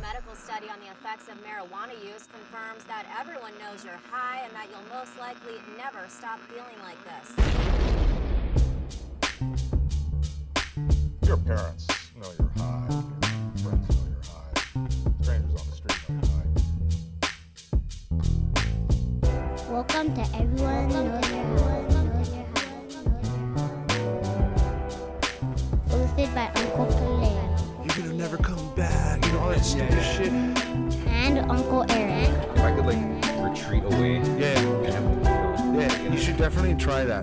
medical study on the effects of marijuana use confirms that everyone knows you're high and that you'll most likely never stop feeling like this. Your parents know you're high. Your friends know you're high. Strangers on the street know you're high. Welcome to everyone knows you're high. Hosted by Uncle Play. You're gonna never come back. You know all that Oh, stupid yeah. shit. And Uncle Eric. If I could like retreat away. Yeah. Yeah. yeah. You should definitely try that.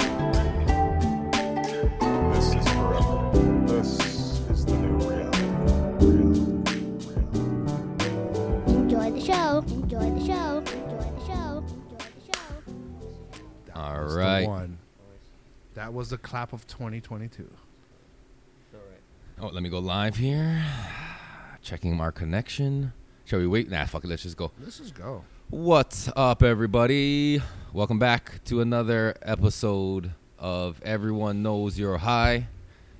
This is forever. This. the show. Enjoy the show. Enjoy the show. Enjoy the show. That All right. That was the clap of 2022. All right. Oh, let me go live here. Checking our connection. Shall we wait? Nah, fuck it. Let's just go. Let's just go. What's up, everybody? Welcome back to another episode of Everyone Knows You're High,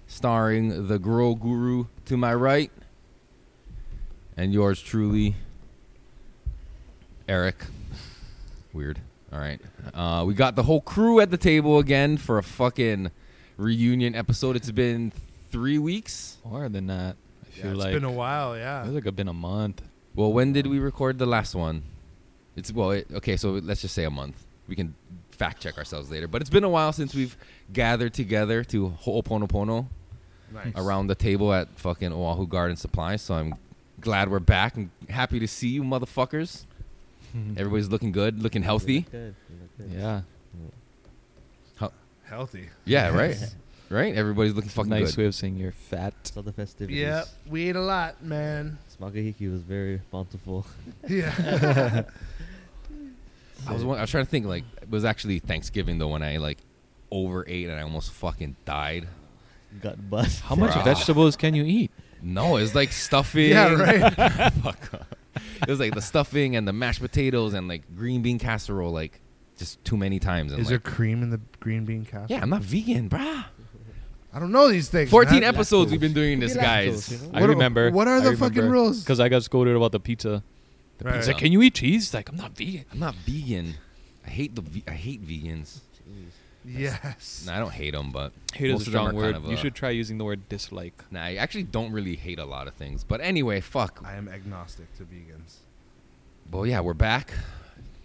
starring the Grow Guru to my right, and yours truly, Eric. Weird. All right. Uh, we got the whole crew at the table again for a fucking reunion episode. It's been three weeks. More than that. I feel yeah, it's like. been a while, yeah. It's like it's been a month. Well, when did we record the last one? It's, well, it, okay, so let's just say a month. We can fact check ourselves later. But it's been a while since we've gathered together to Ho'oponopono nice. around the table at fucking Oahu Garden Supply. So I'm glad we're back and happy to see you, motherfuckers. Everybody's looking good, looking healthy. Look good. Look good. Yeah. How- healthy. Yeah, right. right? Everybody's looking fucking nice good. Nice way of saying you're fat. It's all the festivities. Yeah, we ate a lot, man. Smagahiki was very bountiful. yeah. I was I was trying to think like it was actually Thanksgiving though when I like overate and I almost fucking died. Got bust. How much Bruh. vegetables can you eat? No, it's like stuffing. yeah, right. Fuck up it was like the stuffing and the mashed potatoes and like green bean casserole, like just too many times. And Is like, there cream in the green bean casserole? Oh Yeah, I'm not vegan, brah. I don't know these things. 14 man. episodes lactose. we've been doing this, guys. Lactose, you know? I what remember. What are the fucking rules? Because I got scolded about the pizza. The right. pizza. Like, Can you eat cheese? It's like, I'm not vegan. I'm not vegan. I hate the. Ve- I hate vegans. yes. No, I don't hate them, but hate is a strong word. Kind of uh, a, you should try using the word dislike. Nah, I actually don't really hate a lot of things. But anyway, fuck. I am agnostic to vegans. Well, yeah, we're back,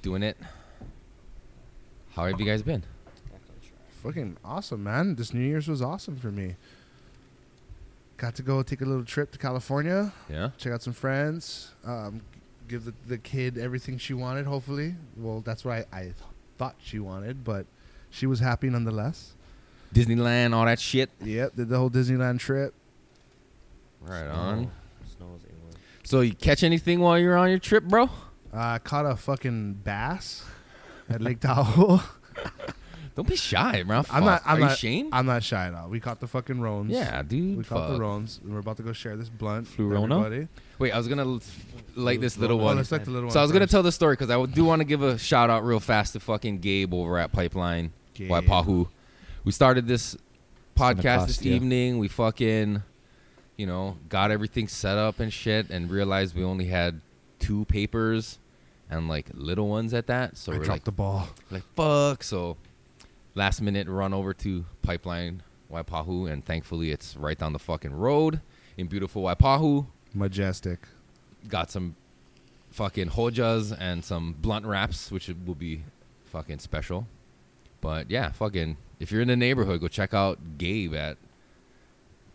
doing it. How have you guys been? Fucking awesome, man! This New Year's was awesome for me. Got to go take a little trip to California. Yeah. Check out some friends. Um, give the, the kid everything she wanted. Hopefully, well, that's what I, I th- thought she wanted, but she was happy nonetheless. Disneyland, all that shit. Yep, did the whole Disneyland trip. Right on. So you catch anything while you're on your trip, bro? I uh, caught a fucking bass at Lake Tahoe. Don't be shy, bro. I'm not. I'm Are not, you ashamed? I'm not shy at all. We caught the fucking roans. Yeah, dude. We caught fuck. the roans. We're about to go share this blunt. Flurona. Wait, I was gonna light this little one. Oh, let's light the little one. So I was going gonna tell the story because I do want to give a shout out real fast to fucking Gabe over at Pipeline Gabe. Waipahu. We started this podcast cost, this yeah. evening. We fucking, you know, got everything set up and shit, and realized we only had two papers and like little ones at that. So I we're dropped like, the ball. Like fuck. So last minute run over to Pipeline Waipahu, and thankfully it's right down the fucking road in beautiful Waipahu. Majestic. Got some fucking hojas and some blunt wraps, which will be fucking special. But yeah, fucking, if you're in the neighborhood, go check out Gabe at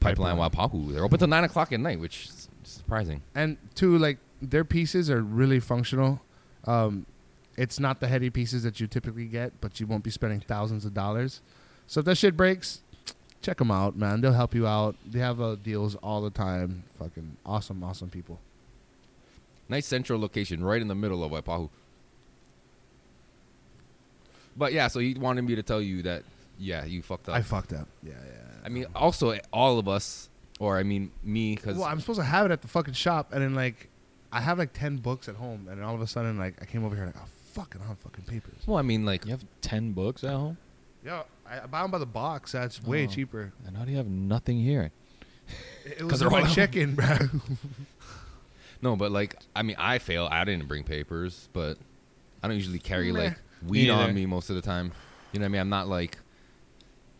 Pipeline, Pipeline. Waipahu. They're open till nine o'clock at night, which is surprising. And two, like their pieces are really functional. Um, it's not the heady pieces that you typically get, but you won't be spending thousands of dollars. So if that shit breaks, check them out, man. They'll help you out. They have uh, deals all the time. Fucking awesome, awesome people. Nice central location, right in the middle of Waipahu. But yeah, so he wanted me to tell you that, yeah, you fucked up. I fucked up. Yeah, yeah. I mean, also all of us, or I mean, me, because well, I'm supposed to have it at the fucking shop, and then like, I have like ten books at home, and all of a sudden like, I came over here like, oh fucking on fucking papers. Well, I mean, like you have ten books at home. Yeah, I, I buy them by the box. That's way oh. cheaper. And how do you have nothing here? It was my check-in, bro. No, but like I mean, I fail. I didn't bring papers, but I don't usually carry Meh. like weed Me on either. me most of the time. You know what I mean? I'm not like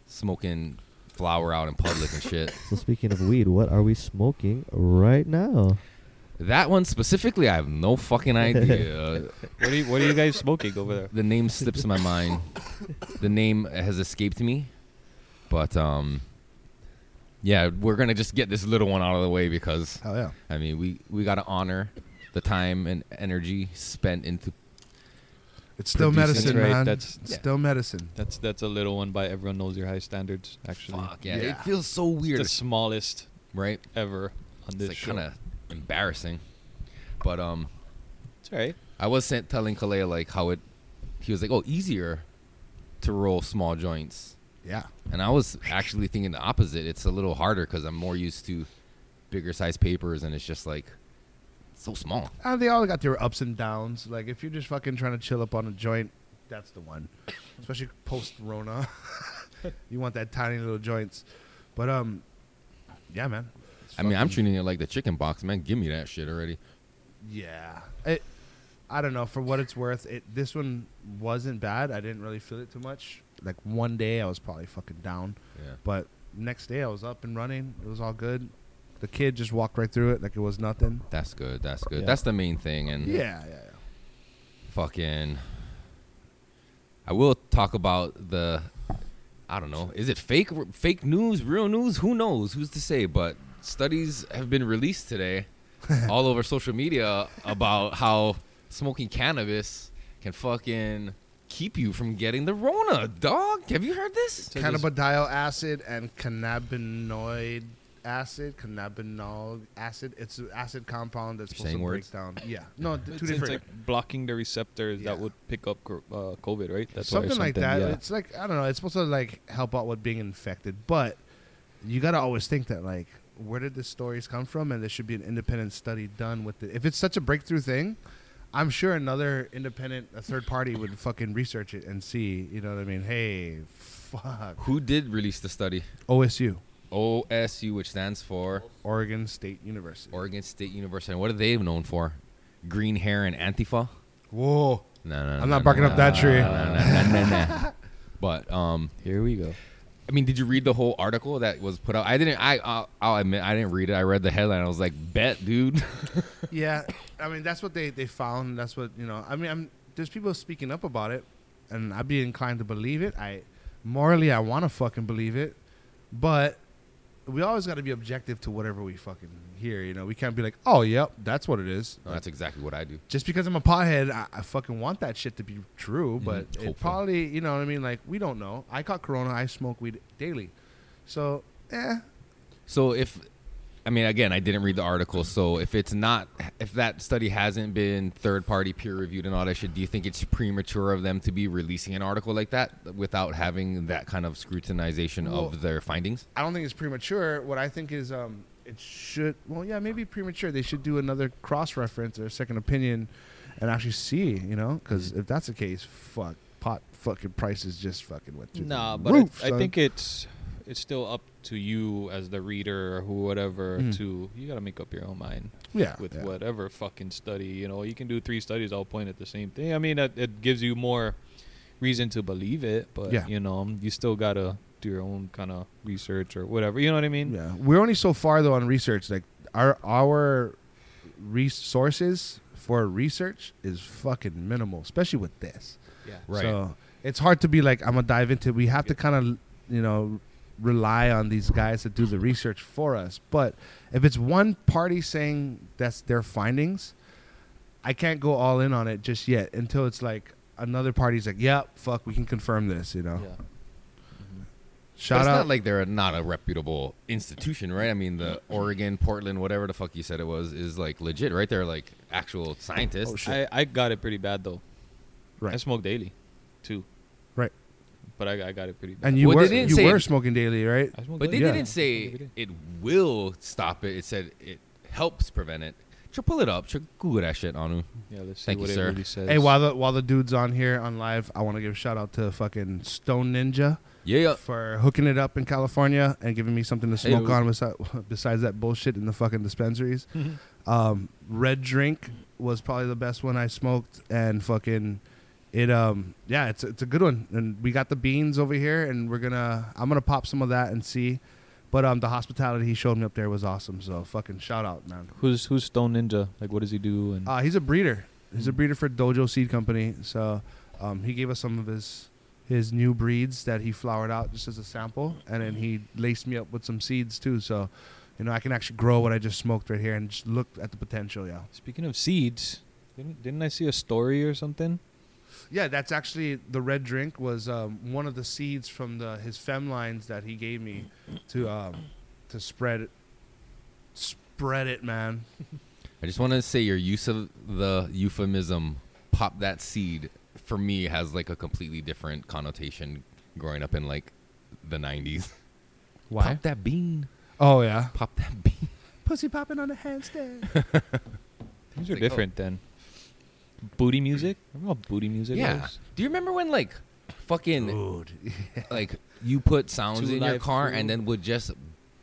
smoking flower out in public and shit. So speaking of weed, what are we smoking right now? That one specifically, I have no fucking idea. What are you, what are you guys smoking over there? the name slips my mind. The name has escaped me, but um, yeah, we're gonna just get this little one out of the way because Hell yeah. I mean, we we gotta honor the time and energy spent into It's still Producing- medicine, That's right, man. that's- It's yeah. still medicine. That's that's a little one by everyone knows your high standards. Actually, fuck. Yeah, Yeah. it feels so weird, the smallest right? ever on It's this like show. kind of embarrassing, but um, It's all right. I was sent telling Kalea like how it. He was like, "Oh, easier to roll small joints." Yeah. And I was actually thinking the opposite. It's a little harder because I'm more used to bigger size papers, and it's just like so small. Uh, they all got their ups and downs. Like if you're just fucking trying to chill up on a joint, that's the one. Especially post Rona, you want that tiny little joints. But um, yeah, man. It's I mean, I'm fucking- treating it like the chicken box, man. Give me that shit already. Yeah. It, I don't know. For what it's worth, it this one wasn't bad. I didn't really feel it too much. Like one day I was probably fucking down, Yeah. but next day I was up and running. It was all good. The kid just walked right through it like it was nothing. That's good. That's good. Yeah. That's the main thing. And Yeah, yeah, yeah. fucking. I will talk about the. I don't know. Is it fake, fake news, real news? Who knows? Who's to say? But studies have been released today, all over social media about how smoking cannabis can fucking keep you from getting the Rona, dog. Have you heard this? So just- Cannabidiol acid and cannabinoid acid, cannabinol acid. It's an acid compound that's You're supposed saying to words? break down. Yeah, no, th- It's, two it's different. like blocking the receptors that Yeah. would pick up cor- uh, COVID, right? That's why something, like that. yeah. It's like I don't know. It's supposed to like help out with being infected, but you gotta always think that like where did the stories come from, and there should be an independent study done with it. If it's such a breakthrough thing, I'm sure another independent, a third party would fucking research it and see. You know what I mean? Hey, fuck. Who did release the study? OSU, OSU, which stands for Oregon State University. Oregon State University. What are they known for? Green hair and Antifa. Whoa. No, no, no. I'm not barking up that tree. But um, Here we go. I mean, did you read the whole article that was put out? I didn't. I I'll, I'll admit I didn't read it. I read the headline. I was like, bet, dude. yeah, I mean that's what they they found. That's what you know. I mean, I'm there's people speaking up about it, and I'd be inclined to believe it. I morally I want to fucking believe it, but we always got to be objective to whatever we fucking hear. You know, we can't be like, oh yep, that's what it is. No, that's exactly what I do. Just because I'm a pothead, I, I fucking want that shit to be true, but Mhm, hopeful. it probably, you know what I mean? Like, we don't know. I caught corona. I smoke weed daily. So, eh, So if, I mean, again, I didn't read the article. So if it's not, if that study hasn't been third party peer reviewed and all that shit, do you think it's premature of them to be releasing an article like that without having that kind of scrutinization Well, of their findings? I don't think it's premature. What I think is um, it should. Well, yeah, maybe premature. They should do another cross reference or second opinion, and actually see. You know, because if that's the case, fuck pot fucking prices just fucking went through. Nah, the but roof, I, I son. think it's it's still up to you as the reader or who whatever Mm. to you got to make up your own mind yeah with Ah, yeah. whatever fucking study you know. You can do three studies all point at the same thing. I mean, it, it gives you more reason to believe it, but Yeah. you know, you still gotta do your own kind of research or whatever. You know what I mean? Yeah, we're only so far though on research. Like our our resources for research is fucking minimal, especially with this. yeah. Right. So it's hard to be like, I'm gonna dive into. We have to kind of, you know, rely on these guys that do the research for us. But if it's one party saying that's their findings, I can't go all in on it just yet until it's like another party's like, yep, fuck, we can confirm this. You know, Yeah. But shout it's out. not like they're not a reputable institution, right? I mean, the Oregon, Portland, whatever the fuck you said it was, is like legit, right? They're like actual scientists. Oh, shit. I, I got it pretty bad though. Right. I smoke daily, too. Right. But I, I got it pretty bad. and you Well, they were didn't you say- were smoking daily, right? I smoke But they daily. didn't Yeah, I smoke say every day. it will stop it. It said it helps prevent it. Should pull it up. Should Google that shit, Anu. Yeah, let's see Thank you, what it sir. really says. Hey, while the while the dude's on here on live, I want to give a shout out to fucking Stone Ninja. Yeah. for hooking it up in California and giving me something to smoke Hey-o. on besides, besides that bullshit in the fucking dispensaries. Um, Red Drink was probably the best one I smoked, and fucking it. Um, yeah, it's it's a good one, and we got the beans over here, and we're gonna I'm gonna pop some of that and see. But um, the hospitality he showed me up there was awesome. So fucking shout out, man. Who's who's Stone Ninja? Like, what does he do? And Uh, he's a breeder. He's a breeder for Dojo Seed Company. So um, he gave us some of his his new breeds that he flowered out just as a sample, and then he laced me up with some seeds too. So you know I can actually grow what I just smoked right here and just look at the potential. Yeah, speaking of seeds, didn't, didn't I see a story or something? yeah. That's actually the red drink was um, one of the seeds from the his fem lines that he gave me to um, to spread it. Spread it, man. I just want to say your use of the euphemism "pop that seed" for me has like a completely different connotation growing up in like the '90s. Pop that bean. Oh yeah. Pop that bean. Pussy popping on a handstand. These are Like, oh. different then. Booty music. Remember how booty music Yeah. was? Do you remember when like fucking Dude. like you put sounds Two in your live car crew. and then would just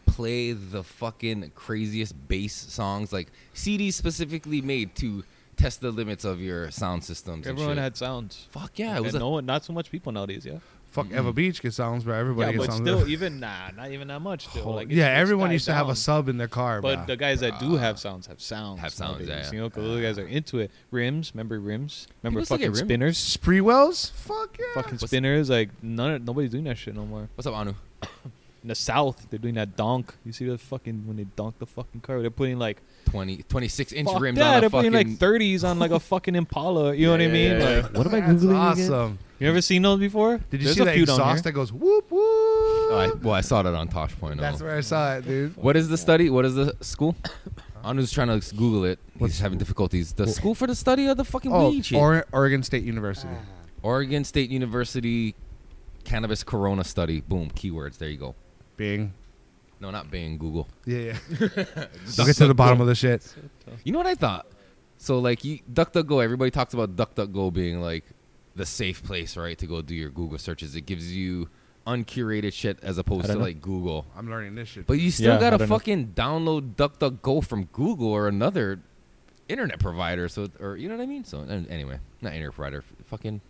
play the fucking craziest bass songs like CDs specifically made to test the limits of your sound systems. and Everyone shit. had sounds. Fuck yeah, it And was a, no one, not so much people nowadays. Yeah. Fuck Eva Beach gets sounds, bro. Everybody yeah, gets but sounds. still, even nah, not even that much. Still, like, it's- yeah, it's everyone died used to have a down. sub in their car, But but the guys that do have sounds have sounds. uh, Have sounds, yeah, nowadays, yeah. You know, 'cause those guys are into it. Rims, remember rims? Remember People still get fucking rims. spinners? Spreewells, fuck yeah. Fucking spinners, like none. Of, nobody's doing that shit no more. What's up, Anu? In the south, they're doing that donk. You see the fucking when they donk the fucking car, they're putting like 20, 26 inch fuck rims that, on they're a fucking. putting like thirties on like a fucking Impala. You know what I mean? Like, What am I That's googling again? awesome. you ever seen those before? Did you There's see a that few down exhaust that here. goes whoop whoop? Oh, I, well, I saw that on Tosh.0. That's where I saw it, dude. What is the study? What is the school? Anu's trying to Google it. He's having difficulties. The school for the study of the fucking Oh, weed shit. or- Oregon State University. Ah. Oregon State University cannabis corona study. Boom, keywords. There you go. Bing. No, not Bing. Google. Yeah, yeah. I'll get to the bottom of the shit. You know what I thought? So like, you, DuckDuckGo. Everybody talks about DuckDuckGo being like the safe place, right, to go do your Google searches. It gives you uncurated shit as opposed I to don't know. like Google. I'm learning this shit. But you still Yeah, I gotta don't know. fucking download DuckDuckGo from Google or another internet provider. So or you know what I mean. So an- anyway, not internet provider, f- fucking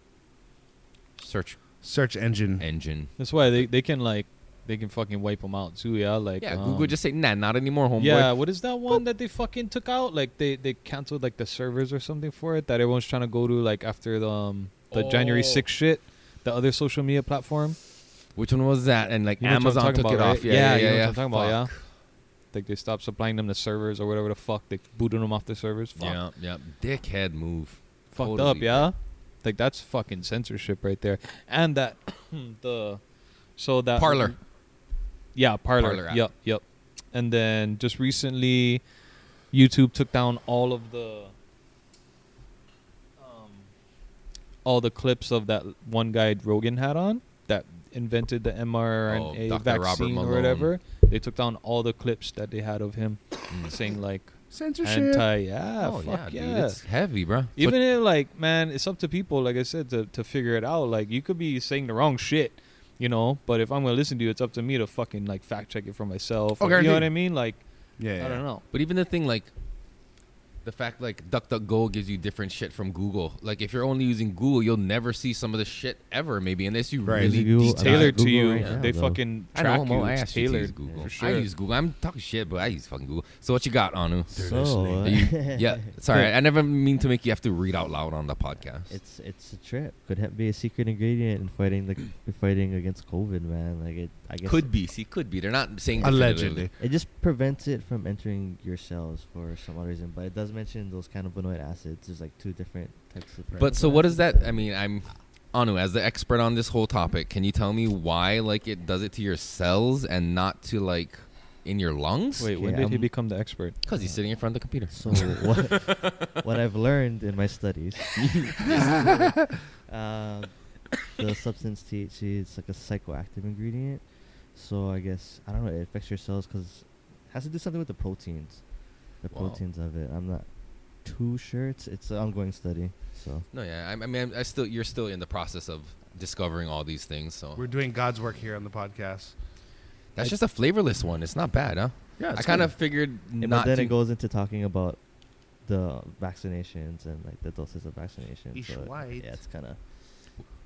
search Search engine. engine. That's why they, they can like they can fucking wipe them out too. Yeah, like Yeah, um, Google just say nah, not anymore, homeboy. Yeah, what is that one that they fucking took out? Like they they canceled like the servers or something for it that everyone's trying to go to like after the um, the January Oh. 6th shit, the other social media platform. Which one was that? And like You know what I'm Amazon talking took it about, off. right? Yeah, yeah, yeah, yeah. you know yeah. What I'm talking about, Fuck. yeah. Like they stopped supplying them the servers or whatever the fuck. They booted them off the servers. Fuck. Yeah, yeah. Dickhead move. Fucked Totally. up, yeah. Like that's fucking censorship right there. And that the so that Parlor. Yeah, Parlor. Parler app. Yep, yep. And then just recently, YouTube took down all of the um, all the clips of that one guy Rogan had on that invented the mRNA Oh, Dr. Robert vaccine or Malone. whatever. They took down all the clips that they had of him saying like Censorship. anti, yeah, fuck yeah. Mm. Oh, dude. It's heavy, bro. Even if, like, man, it's up to people, like I said, to, to figure it out. Like, you could be saying the wrong shit, you know, but if I'm going to listen to you, it's up to me to fucking, like, fact check it for myself. Oh, or- you know what guaranteed. I mean? Like, yeah, yeah. I don't know. But even the thing like the fact like DuckDuckGo gives you different shit from Google. Like if you're only using Google, you'll never see some of the shit ever. Maybe unless you Right. really Google- deep It's dive. uh, Tailored to Google you. right now, they though. fucking I track know, Mo, you. I It's asked you to use tailored. Google. For sure. I use Google. I'm talking shit, but I use fucking Google. So what you got, Anu? So uh, You- yeah, sorry, I never mean to make you have to read out loud on the podcast. it's it's a trip. Could have be a secret ingredient in fighting the fighting against COVID, man. Like it, I guess could be, see, could be. They're not saying Allegedly. It just prevents it from entering your cells for some other reason, but it does mention those cannabinoid acids. There's like two different types of. But so what is cannabinoid that? I mean, I'm Anu as the expert on this whole topic. Can you tell me why like it does it to your cells and not to like in your lungs? Wait, when Okay, did he I'm- become the expert? Because he's sitting in front of the computer. acids. So what, what I've learned in my studies, um, the substance THC it's like a psychoactive ingredient. So I guess I don't know. It affects your cells because it has to do something with the proteins, the Wow. proteins of it. I'm not too sure. It's it's an ongoing study. So No, yeah. I, I mean, I still you're still in the process of discovering all these things. So We're doing God's work here on the podcast. that's just a flavorless one. It's not bad, huh? Yeah, I kind of figured Yeah, not but then to. it goes into talking about the vaccinations and like the doses of vaccinations. Ish so, white. Yeah, it's kind of.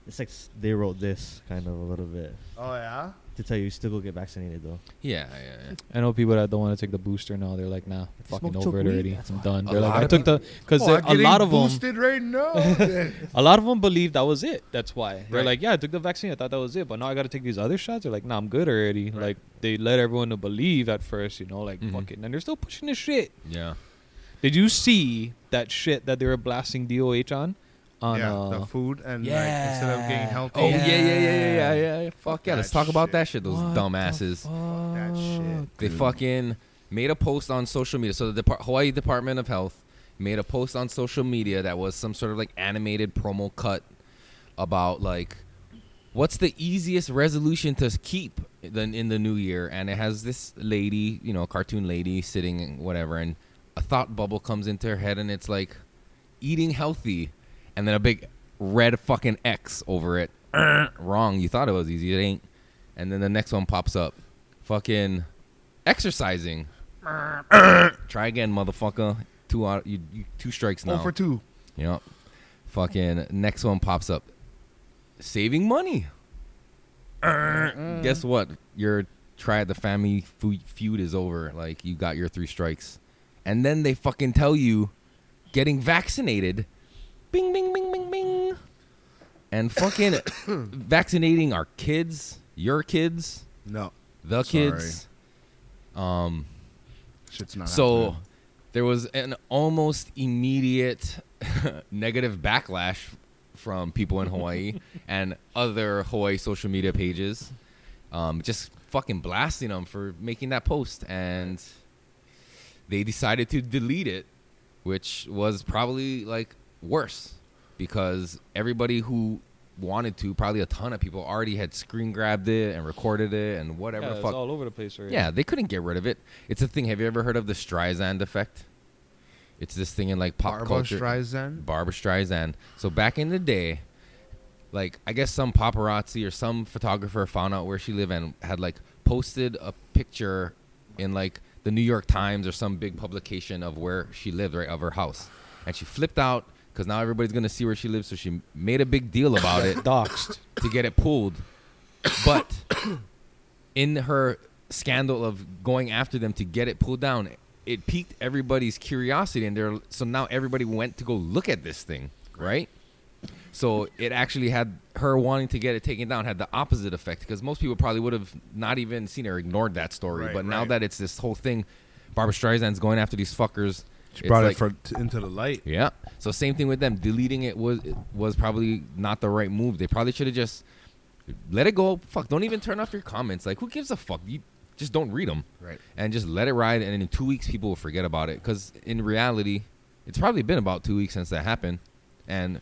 It's like s- they wrote this kind of a little bit Oh yeah. to tell you, you still go get vaccinated though. Yeah, yeah, yeah. I know people that don't want to take the booster now. They're like, nah, fucking Smoke over choke it weed? already. I'm done. A They're like, lot I of took the because Oh, I'm a getting lot of them, boosted right now. a lot of them believe that was it. That's why they're Right. like, yeah, I took the vaccine. I thought that was it, but now I got to take these other shots. They're like, nah, I'm good already. Right. Like they let everyone to believe at first, you know, like Mhm. fucking, and they're still pushing this shit. Yeah. Did you see that shit that they were blasting DOH on? On yeah, uh, the food and like instead of getting healthy. Oh yeah, yeah, yeah, yeah, yeah, yeah. yeah. Fuck Fuck yeah. that Let's talk about shit. that shit. Those What the dumbasses. Fuck that shit. They dude. fucking made a post on social media. So the Depar- Hawaii Department of Health made a post on social media that was some sort of like animated promo cut about like what's the easiest resolution to keep then in the new year and it has this lady, you know, cartoon lady sitting and whatever and a thought bubble comes into her head and it's like eating healthy and then a big red fucking X over it. Wrong. You thought it was easy. It ain't. And then the next one pops up. Fucking exercising. Try again, motherfucker. Two out you, you two strikes now. Oh for two. Yep. Fucking next one pops up. Saving money. Guess what? Your try the family fu- feud is over. Like you got your three strikes, and then they fucking tell you getting vaccinated. Bing, bing, bing, bing, bing. And fucking vaccinating our kids, your kids, No, the Sorry. kids. Um, shit's not. so happening. there was an almost immediate negative backlash from people in Hawaii and other Hawaii social media pages, um, just fucking blasting them for making that post, and they decided to delete it, which was probably like worse because everybody who wanted to, probably a ton of people, already had screen grabbed it and recorded it and whatever yeah, the it's fuck. all over the place already. Yeah, they couldn't get rid of it. It's a thing. Have you ever heard of the Streisand effect? It's this thing in like pop Barbra culture. Streisand. Barbra Streisand. So back in the day, like I guess some paparazzi or some photographer found out where she lived and had like posted a picture in like the New York Times or some big publication of where she lived, right, of her house. And she flipped out because now everybody's gonna see where she lives. So she made a big deal about it doxed. to get it pulled. But in her scandal of going after them to get it pulled down, it piqued everybody's curiosity, and they're so now everybody went to go look at this thing, right? So it actually had her wanting to get it taken down had the opposite effect because most people probably would have not even seen or ignored that story. Right, but now right. that it's this whole thing, Barbara Streisand's going after these fuckers. She it's brought like- it for, t- into the light. yeah. So same thing with them. Deleting it was it was probably not the right move. They probably should have just let it go. Fuck. Don't even turn off your comments. Like who gives a fuck? You just don't read them. Right. And just let it ride. And in two weeks, people will forget about it. Because in reality, it's probably been about two weeks since that happened. And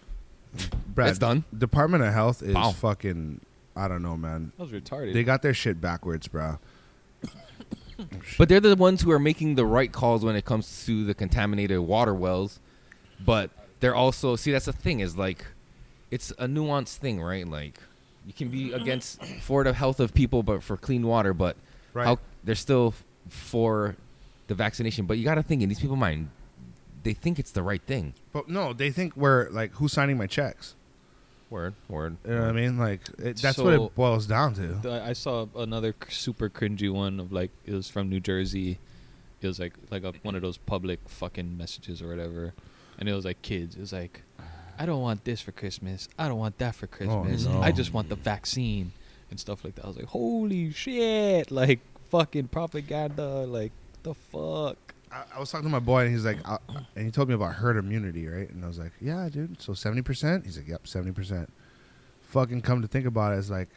Brad, It's done. Department of Health is Wow. fucking. I don't know, man. That was retarded. They got their shit backwards, bro. but they're the ones who are making the right calls when it comes to the contaminated water wells. But they're also see that's the thing is like it's a nuanced thing, right? Like you can be against for the health of people, but for clean water, but Right. how they're still f- for the vaccination. But you got to think in these people mind, they think it's the right thing. But no, they think we're like who's signing my checks. Word, word. You know what I mean? Like it, that's what So- it boils down to. I I saw another c- super cringy one of like it was from New Jersey. It was like like a, one of those public fucking messages or whatever, and it was like kids. It was like, I don't want this for Christmas. I don't want that for Christmas. no. I just want the vaccine and stuff like that. I was like, holy shit! Like fucking propaganda. Like the fuck. I, I was talking to my boy, and he's like, I, and he told me about herd immunity, right? And I was like, yeah, dude. So seventy percent. He's like, yep, seventy percent. Fucking come to think about it, it's like,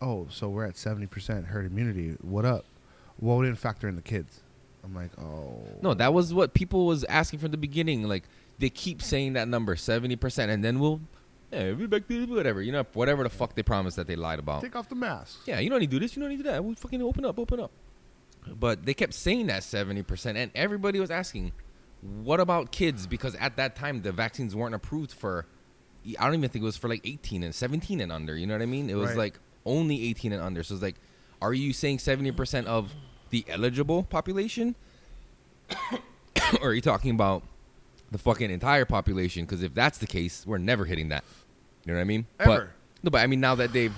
oh, so we're at seventy percent herd immunity. What up? Well, we didn't factor in the kids. I'm like, oh, No, that was what people was asking from the beginning. Like they keep saying that number seventy percent, and then we'll yeah, we'll be back to whatever you know, whatever the fuck they promised that they lied about. take off the mask. Yeah, you don't need to do this. You don't need to do that. We'll fucking open up, open up. But they kept saying that seventy percent, and everybody was asking, "What about kids?" Because at that time, the vaccines weren't approved for. I don't even think it was for like eighteen and seventeen and under. You know what I mean? It was Right. like only eighteen and under. So it's like, are you saying seventy percent of the eligible population? or are you talking about the fucking entire population? Because if that's the case, we're never hitting that. You know what I mean? But, Ever. no, but I mean now that they've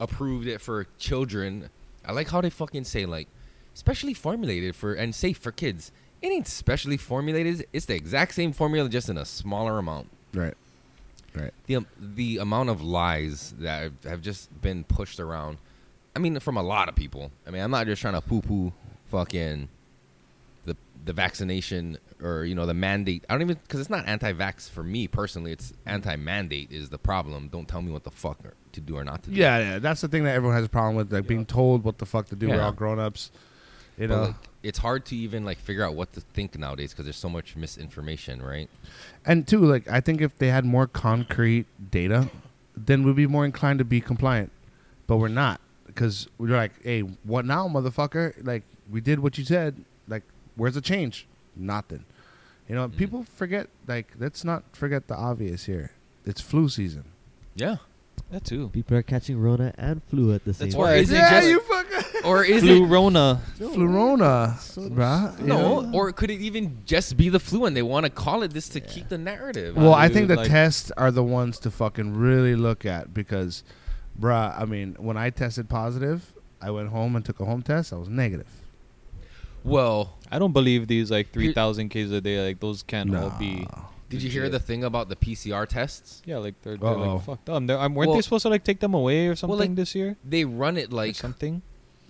approved it for children, I like how they fucking say like, specially formulated for and safe for kids. It ain't specially formulated. It's the exact same formula, just in a smaller amount. Right. Right. the um, the amount of lies that have- have just been pushed around. I mean, from a lot of people. I mean, I'm not just trying to poo poo fucking the the vaccination or you know the mandate. I don't even because it's not anti-vax for me personally. It's anti-mandate is the problem. Don't tell me what the fuck or- to do or not to do. Yeah, yeah. That's the thing that everyone has a problem with, like being told what the fuck to do. We're Yeah. all grown ups. You But, know. like, it's hard to even like figure out what to think nowadays because there's so much misinformation, right? and two, like I think if they had more concrete data, then we'd be more inclined to be compliant. But we're not because we're like, hey, what now, motherfucker? Like we did what you said. Like where's the change? Nothing. You know, people forget. Like let's not forget the obvious here. It's flu season. Yeah. That too. People are catching Rona and flu at the same That's time. why is it just fucker. or is it Flu Rona. Flurona, bruh. you know? No, or could it even just be the flu and they want to call it this to keep the narrative? Well, I dude, think the like- tests are the ones to fucking really look at because, bruh, I mean, when I tested positive, I went home and took a home test. I was negative. well, I don't believe these like 3,000 cases a day. Like those can't all be. did you hear the legit. thing about the PCR tests? Yeah, like they're, they're Uh-oh. like fucked up. They're, um, weren't Well- they supposed to like take them away or something like, this year? They run it Like like something.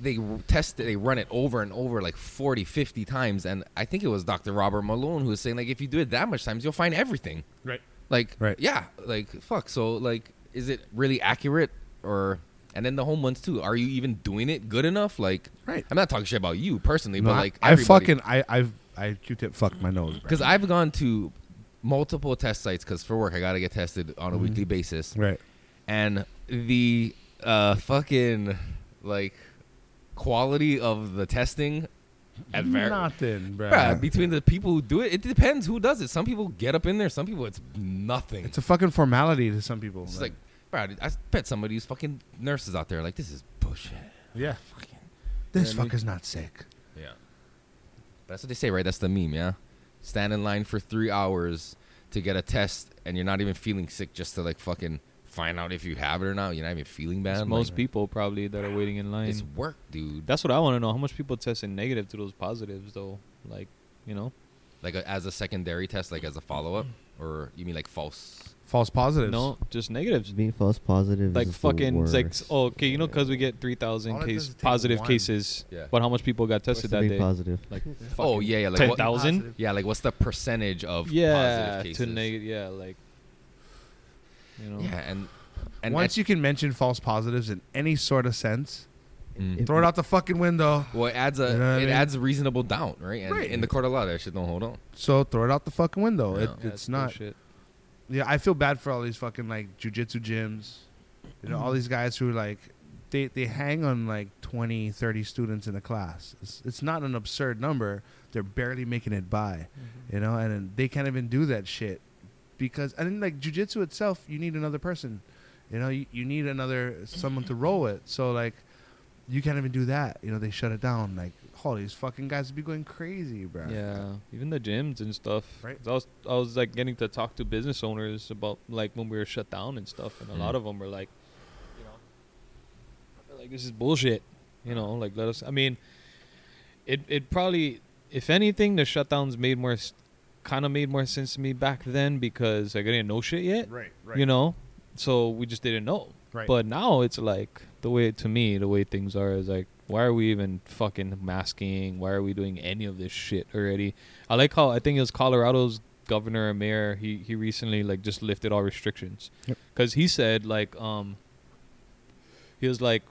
they r- test it, they run it over and over like 40, 50 times. And I think it was Dr. Robert Malone who was saying, like, if you do it that much times, you'll find everything. Right. Like, Right. yeah, like, fuck. So, like, is it really accurate or. And then the home ones too. Are you even doing it good enough? Like, Right. I'm not talking shit about you personally, No, but like, I, I everybody. fucking, I, I, I Q-tip fucked my nose, bruh. Because I've gone to multiple test sites because for work I gotta get tested on a Mm-hmm. weekly basis, Right. and the uh, fucking like quality of the testing at very Nothing, bruh. between the people who do it, it depends who does it. Some people get up in there, some people it's nothing. It's a fucking formality to some people. It's like, bro, I bet some of these fucking nurses out there are like this is bullshit. yeah, this fucker's not sick. Yeah. That's what they say, right? That's the meme, yeah? Stand in line for three hours to get a test and you're not even feeling sick just to like fucking find out if you have it or not. You're not even feeling bad. It's Like, uh, most people probably that are waiting in line. It's work, dude. That's what I want to know. How much people testing negative to those positives though? Like, you know, Like a, as a secondary test, like as a follow up? Or you mean like false? False positives. no, just negatives. Being false positive like is the fucking it's like worst. oh, okay, you know, because we get three thousand All it does case is take positive one. cases, Yeah. but how much people got Worse tested than that being day? positive. Like, Oh, yeah, yeah. Like ten what- thousand. Yeah, like what's the percentage of Yeah, positive to cases? negative. Yeah, like, you know, Yeah, and. And Once you can mention false positives in any sort of sense, Mm. If throw it out the fucking window. well, it adds a You know what I it mean? adds reasonable doubt, right? And Right. in the court of law, that shit don't hold on. So throw it out the fucking window. Yeah. It, Yeah, it's not. bullshit. Yeah, I feel bad for all these fucking like jujitsu gyms. You know, all these guys who like they they hang on like 20, 30 students in a class. It's, it's not an absurd number. They're barely making it by, you know, and, then they can't even do that shit because and then like jujitsu itself, you need another person. You know, you, you need another someone to roll it. So like you can't even do that. You know, they shut it down. Like, all these fucking guys would be going crazy, bro. Yeah, even the gyms and stuff. Right. 'Cause I was I was like getting to talk to business owners about like when we were shut down and stuff, and a lot of them were like, you know, they're like this is bullshit. You know, like let us. I mean, it it probably if anything the shutdowns made more kind of made more sense to me back then because like I didn't know shit yet. Right, You know, so we just didn't know. Right. But now it's like the way to me, the way things are is like, why are we even fucking masking? Why are we doing any of this shit already? I like how I think it was Colorado's governor or mayor. He he recently like just lifted all restrictions because he said like um. He was like,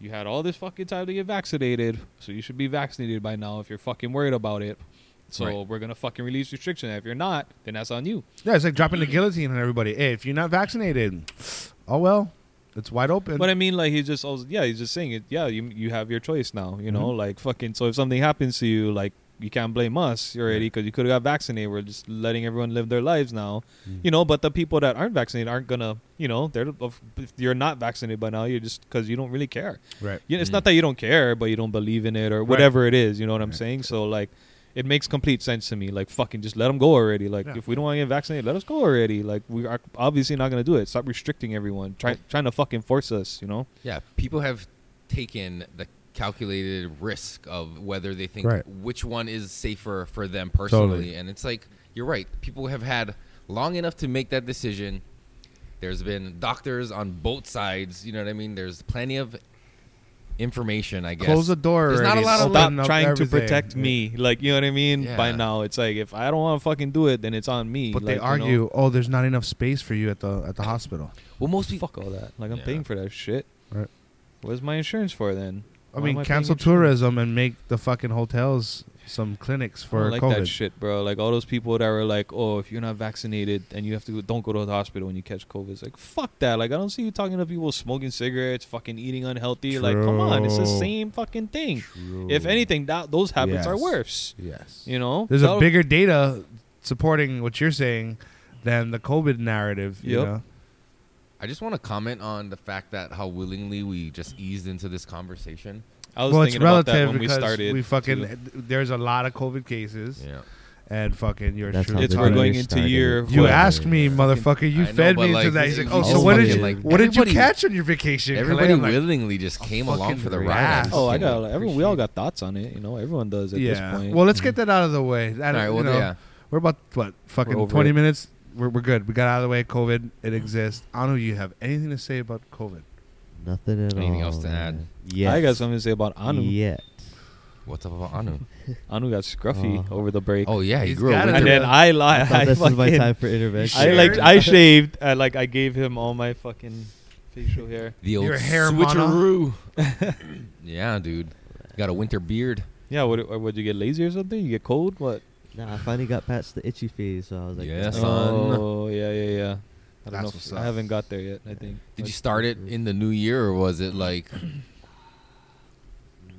you had all this fucking time to get vaccinated, so you should be vaccinated by now if you're fucking worried about it. So Right. we're gonna fucking release restriction. If you're not, then that's on you. Yeah, it's like dropping Mm. the guillotine on everybody. Hey, if you're not vaccinated, oh well, it's wide open. But I mean, like he's just, also, yeah, he's just saying it. Yeah, you you have your choice now. You know, like fucking. So if something happens to you, like you can't blame us already because you could have got vaccinated. We're just letting everyone live their lives now. You know, but the people that aren't vaccinated aren't gonna. You know, they're of- if you're not vaccinated by now, you're just because you don't really care. right. You know, it's not that you don't care, but you don't believe in it or whatever it is. You know what I'm saying? So like, it makes complete sense to me. Like fucking just let them go already. Like Yeah. if we don't want to get vaccinated, let us go already. Like we are obviously not gonna do it. Stop restricting everyone. Try trying to fucking force us. You know. Yeah, people have taken the calculated risk of whether they think Right. which one is safer for them personally. Totally. And it's like, you're right. People have had long enough to make that decision. There's been doctors on both sides. You know what I mean? There's plenty of information, I guess. Close the door. There's not a already. lot of Open Stop up trying to everything. protect me. Like you know what I mean. By Yeah. now, it's like if I don't want to fucking do it, then it's on me. But Like, they you know? argue, oh, there's not enough space for you at the at the hospital. Well, most people. Fuck all that. Like I'm Yeah. paying for that shit. Right. Where's my insurance for then? I Why am mean, paying cancel insurance? tourism and make the fucking hotels some clinics I for don't like COVID. that shit, bro. Like all those people that were like, "Oh, if you're not vaccinated and you have to go, don't go to the hospital when you catch COVID." It's like, fuck that. Like I don't see you talking to people smoking cigarettes, fucking eating unhealthy. Like, come on, it's the True. same fucking thing. If anything, that those habits are Yes. worse. yes. You know, There's That'll- a bigger data supporting what you're saying than the COVID narrative. You Yep. know? I just want to comment on the fact that how willingly we just eased into this conversation. I was Well, it's thinking about that relative when we because started. we fucking too. there's a lot of COVID cases Yeah. and fucking you're That's true. how It's the we're British going into started. year- You Whatever. asked me, motherfucker. You I know, felt but, me into like, that. He's it- like, oh, it's so what did fucking, you like, what did you everybody- catch on your vacation? Khaled? Everybody I'm like, willingly just came "I'm along fucking for the rad." ride. oh, I fucking got. Everyone, we appreciate all it. got thoughts on it. You know, everyone does at yeah. this point. Well, let's Hmm. get that out of the way. I All don't- right, you well, know, yeah. We're about what fucking over twenty it. minutes. We're, we're good. We got out of the way. COVID, it exists. I don't know. if You have anything to say about COVID? Nothing at all. Anything else to add? Yeah. I got something to say about Anu. Yet. What's up about Anu? Anu got scruffy Uh, over the break. Oh yeah, he He's grew a got winter. it. and then I lied. Thought I this was my fucking- time for intervention. I Sure. like I shaved. I like I gave him all my fucking facial hair. The old Your hair switcheroo. yeah, dude. Got a winter beard. Yeah, what or would you get lazy or something? You get cold? What? Nah, I finally got past the itchy phase, so I was like, Yeah, "Oh, son. Oh yeah, yeah, yeah. I don't That's know. if- what's I up. haven't got there yet. I think. Did But- you start it in the new year or was it like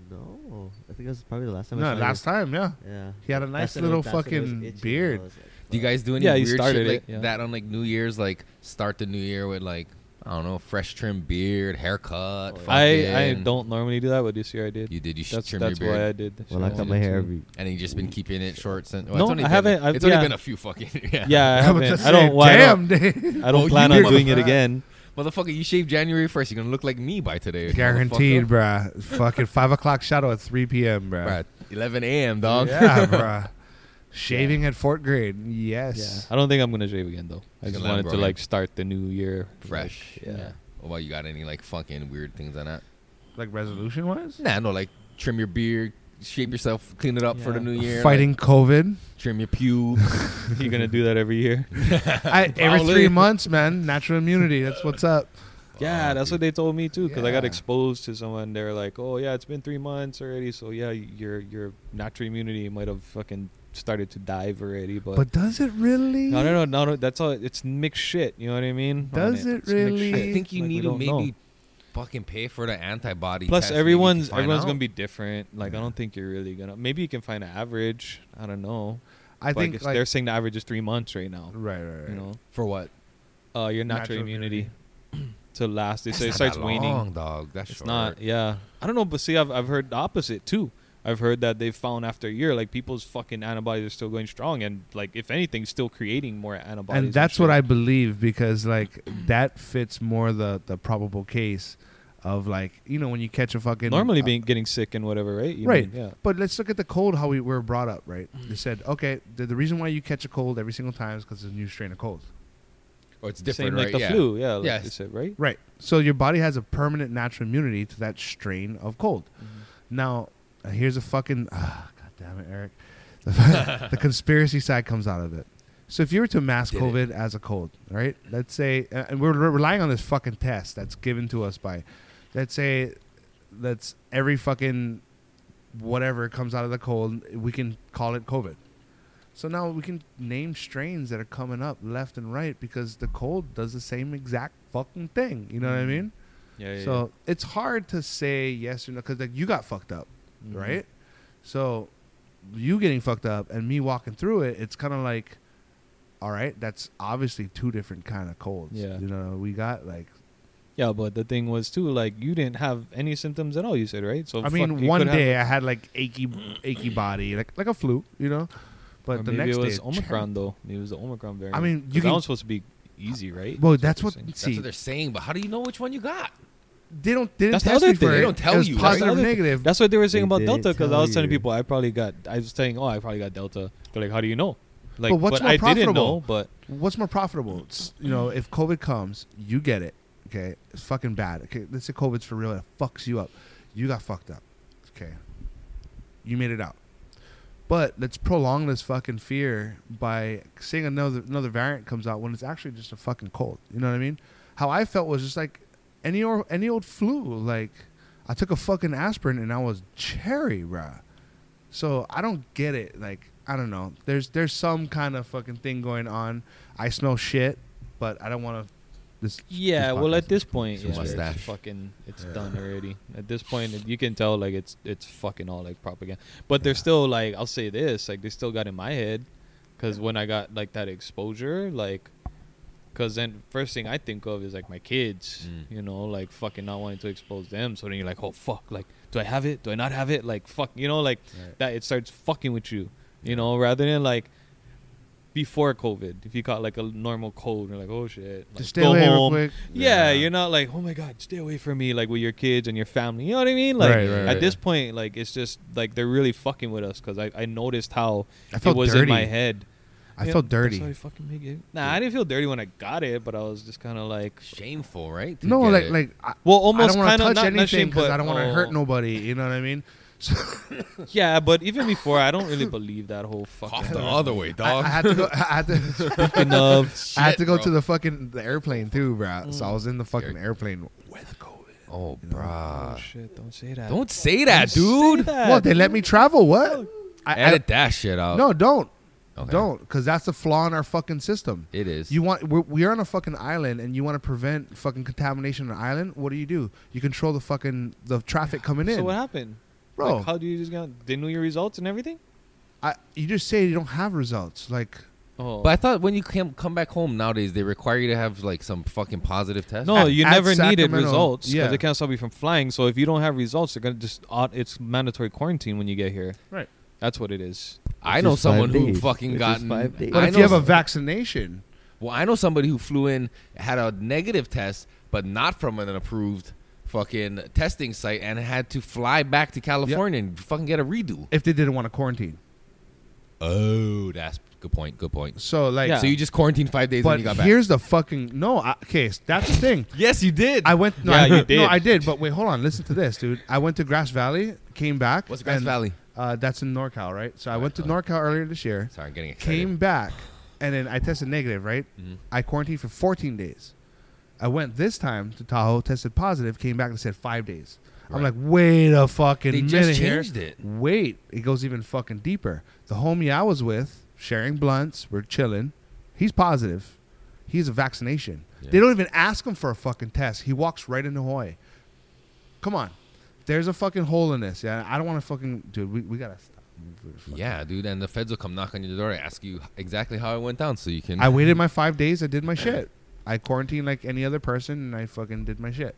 No, I think that's probably the last time. I No, saw last time, yeah. you. Yeah. He had a That's nice the little last time it was fucking itchy, so I beard. was like, do you "Fuck." guys do any Yeah, you weird started shit like it, yeah. that on like New Year's? Like start the new year with like I don't know, fresh trim beard, Oh, haircut. I I fucking- don't normally do that, but this year I did. You did. You should that's trim that's your why I beard. did. this Well, year. I cut my hair every. and you just been keeping it short since. well, No, it's only I been- haven't- I've- it's only yeah. been a few fucking. Yeah. Yeah, I was haven't. just I don't. saying, Why? I don't- Damn, dude. I don't Oh, plan you on did. doing it again. Motherfucker, you shave January first. You're gonna look like me by today. Guaranteed, motherfucker. bruh. Fucking five o'clock shadow at three p.m., bruh. Bruh, 11 a.m. Dog. Yeah, bruh. Shaving at fourth grade. Yes. Yeah, I don't think I'm gonna shave again though. I Just just gonna let it wanted to grow like in. start the new year like, Fresh. yeah. Well, you got any like fucking weird things on that? Like resolution wise. Nah, no, like trim your beard, shape yourself, clean it up for the Yeah. new year. Fighting COVID. like, trim your pubes. You're gonna do that every year. I, every Probably. three months, man. Natural immunity. That's what's up. Yeah, that's what they told me too. Because I got Yeah. exposed to someone. They're like, "Oh yeah, it's been three months already. So yeah, your your natural immunity might have fucking started to dive already." But, But does it really? no, no, no, no, no. That's all. It's mixed shit. You know what I mean? on Does it It's mixed really? shit. I think you Like, we need to don't maybe know. fucking pay for the antibody. Plus, test maybe everyone's to find everyone's out. gonna be different. Like, I don't think you're really gonna. Maybe you can find an average. I don't know. I But think guess like, they're saying the average is three months right now. right, right, right. You know, for what? uh, your natural, Natural immunity to last. They That's say it not starts that waning. long, dog. That's It's short. not, yeah. I don't know, but see, I've, I've heard the opposite too. I've heard that they've found after a year, like people's fucking antibodies are still going strong, and like if anything, still creating more antibodies. and that's what I shit. believe because like that fits more the the probable case of like you know when you catch a fucking normally uh, being getting sick and whatever, right? You right. mean, yeah. But let's look at the cold how we were brought up, right? They said okay, the, the reason why you catch a cold every single time is because there's a new strain of cold, Or Oh, it's different, Same right? like the yeah. flu, yeah. Like Yes. you said, right? right? So your body has a permanent natural immunity to that strain of cold. Now uh, here's a fucking ah, god damn it, Eric, the, the conspiracy side comes out of it. So if you were to mask Did it. COVID as a cold, right? Let's say, uh, and we're re- relying on this fucking test that's given to us by, let's say, that's every fucking whatever comes out of the cold, we can call it COVID. So now we can name strains that are coming up left and right because the cold does the same exact fucking thing. You know what I Mm. Mhm. mean? Yeah. yeah So it's hard to say yes or no because like you got fucked up, Mhm. right? So you getting fucked up and me walking through it, it's kind of like, all right, that's obviously two different kind of colds. Yeah. you know, we got like Yeah, but the thing was too, like you didn't have any symptoms at all. You said right? So I fuck, mean, you one could have- day I had like achy, achy body, like like a flu, you know. But Uh, the maybe next it was day, Omicron though. Maybe it was the Omicron variant. I mean, 'Cause you that can- was supposed to be easy, right? Well, That's that's what. what I'm saying. That's See, what they're saying, but how do you know which one you got? they don't. They didn't That's the test other me for thing. They it. don't tell It was you, right? positive, That's the other negative. That's what they were saying They about didn't Delta because I tell was telling you. people I probably got. I was saying, oh, I probably got Delta. They're like, how do you know? Like, But what's more I didn't profitable? know. But What's more profitable? It's, you know, if COVID comes, you get it. Okay, it's fucking bad. Okay, let's say COVID's for real. It fucks you up. You got fucked up. Okay, you made it out. But let's prolong this fucking fear by seeing another another variant comes out when it's actually just a fucking cold. You know what I mean? How I felt was just like any or any old flu. Like I took a fucking aspirin and I was cherry, bruh. So I don't get it. Like I don't know. There's there's some kind of fucking thing going on. I smell shit, but I don't want to. This yeah, this well, podcast- at this point, Some it's, it's mustache. fucking, it's done already. At this point, it- you can tell like it's it's fucking all like propaganda. But they're still like, I'll say this, like they still got in my head, because when I got like that exposure, like, because then first thing I think of is like my kids, Mm. you know, like fucking not wanting to expose them. So then you're like, oh fuck, like do I have it? Do I not have it? Like fuck, you know, like that. It starts fucking with you, you know, rather than like. Before COVID, if you caught like a normal cold, you're like, oh shit, like, Just stay go away real home, quick. Yeah. yeah, you're not like, oh my god, stay away from me, like with your kids and your family. You know what I mean? Like Right, right, at right. this point, like it's just like they're really fucking with us because I, I noticed how I felt it was in my dirty. head. I Yeah, felt That's how I dirty. fucking make it. Nah, I didn't feel dirty when I got it, but I was just kind of like, Shameful, right? to No, get like it. like I, well, I almost don't want kind to of touch not not anything shame, because but I don't want to oh, hurt nobody. You know what I mean? So Yeah, but even before, I don't really believe that whole cough fucking. the other way, I, dog. I had to go. I had to. Speaking of, I had to Shit, go bro. to the fucking the airplane too, bro. So I was in the fucking airplane with COVID. oh, oh Uh, bruh. shit, don't say that. Don't say that, Don't say dude. that. Well, they let me travel. Oh. What? I, I, Edit that shit out. no, don't, Okay. don't, because that's a flaw in our fucking system. It is. You want we're, we're on a fucking island, and you want to prevent fucking contamination on an island. What do you do? You control the fucking the traffic coming in, So what happened, bro. Like, how do you just got? They knew your results and everything. I, you just say you don't have results. Like Oh, But I thought when you come come back home nowadays, they require you to have like some fucking positive test. No, At- you at never needed Sacramento, results because yeah. they can't stop you from flying. So if you don't have results, they're gonna just aut- it's mandatory quarantine when you get here. Right. That's what it is. I Which know is five someone who days. Which fucking is gotten. five days. I but if know you have a some- vaccination, well, I know somebody who flew in had a negative test, but not from an approved fucking testing site, and had to fly back to California and fucking get a redo. if they didn't want to quarantine, Oh, that's good point. Good point. so like, Yeah. So you just quarantined five days but and you got back. here's the fucking no. I, okay, that's the thing. yes, you did. I went. No, Yeah, I, you did. No, I did. But wait, hold on. Listen to this, dude. I went to Grass Valley, came back. What's Grass and, Valley? Uh, that's in NorCal, right? So I went to okay. NorCal earlier this year, Sorry, I'm getting excited. came back, and then I tested negative, right? Mm-hmm. I quarantined for 14 days. I went this time to Tahoe, tested positive, came back and said five days. I'm Right. like, wait a fucking They just minute here. changed it. Wait, it goes even fucking deeper. The homie I was with, sharing blunts, we're chilling. He's positive. He's a vaccination. They don't even ask him for a fucking test. He walks right into Hawaii. Come on. There's a fucking hole in this. Yeah, I don't want to fucking dude. We, we gotta stop. Yeah, dude, and the feds will come knock on your door and ask you exactly how it went down, so you can. I waited my five days. I did my shit. I quarantined like any other person, and I fucking did my shit.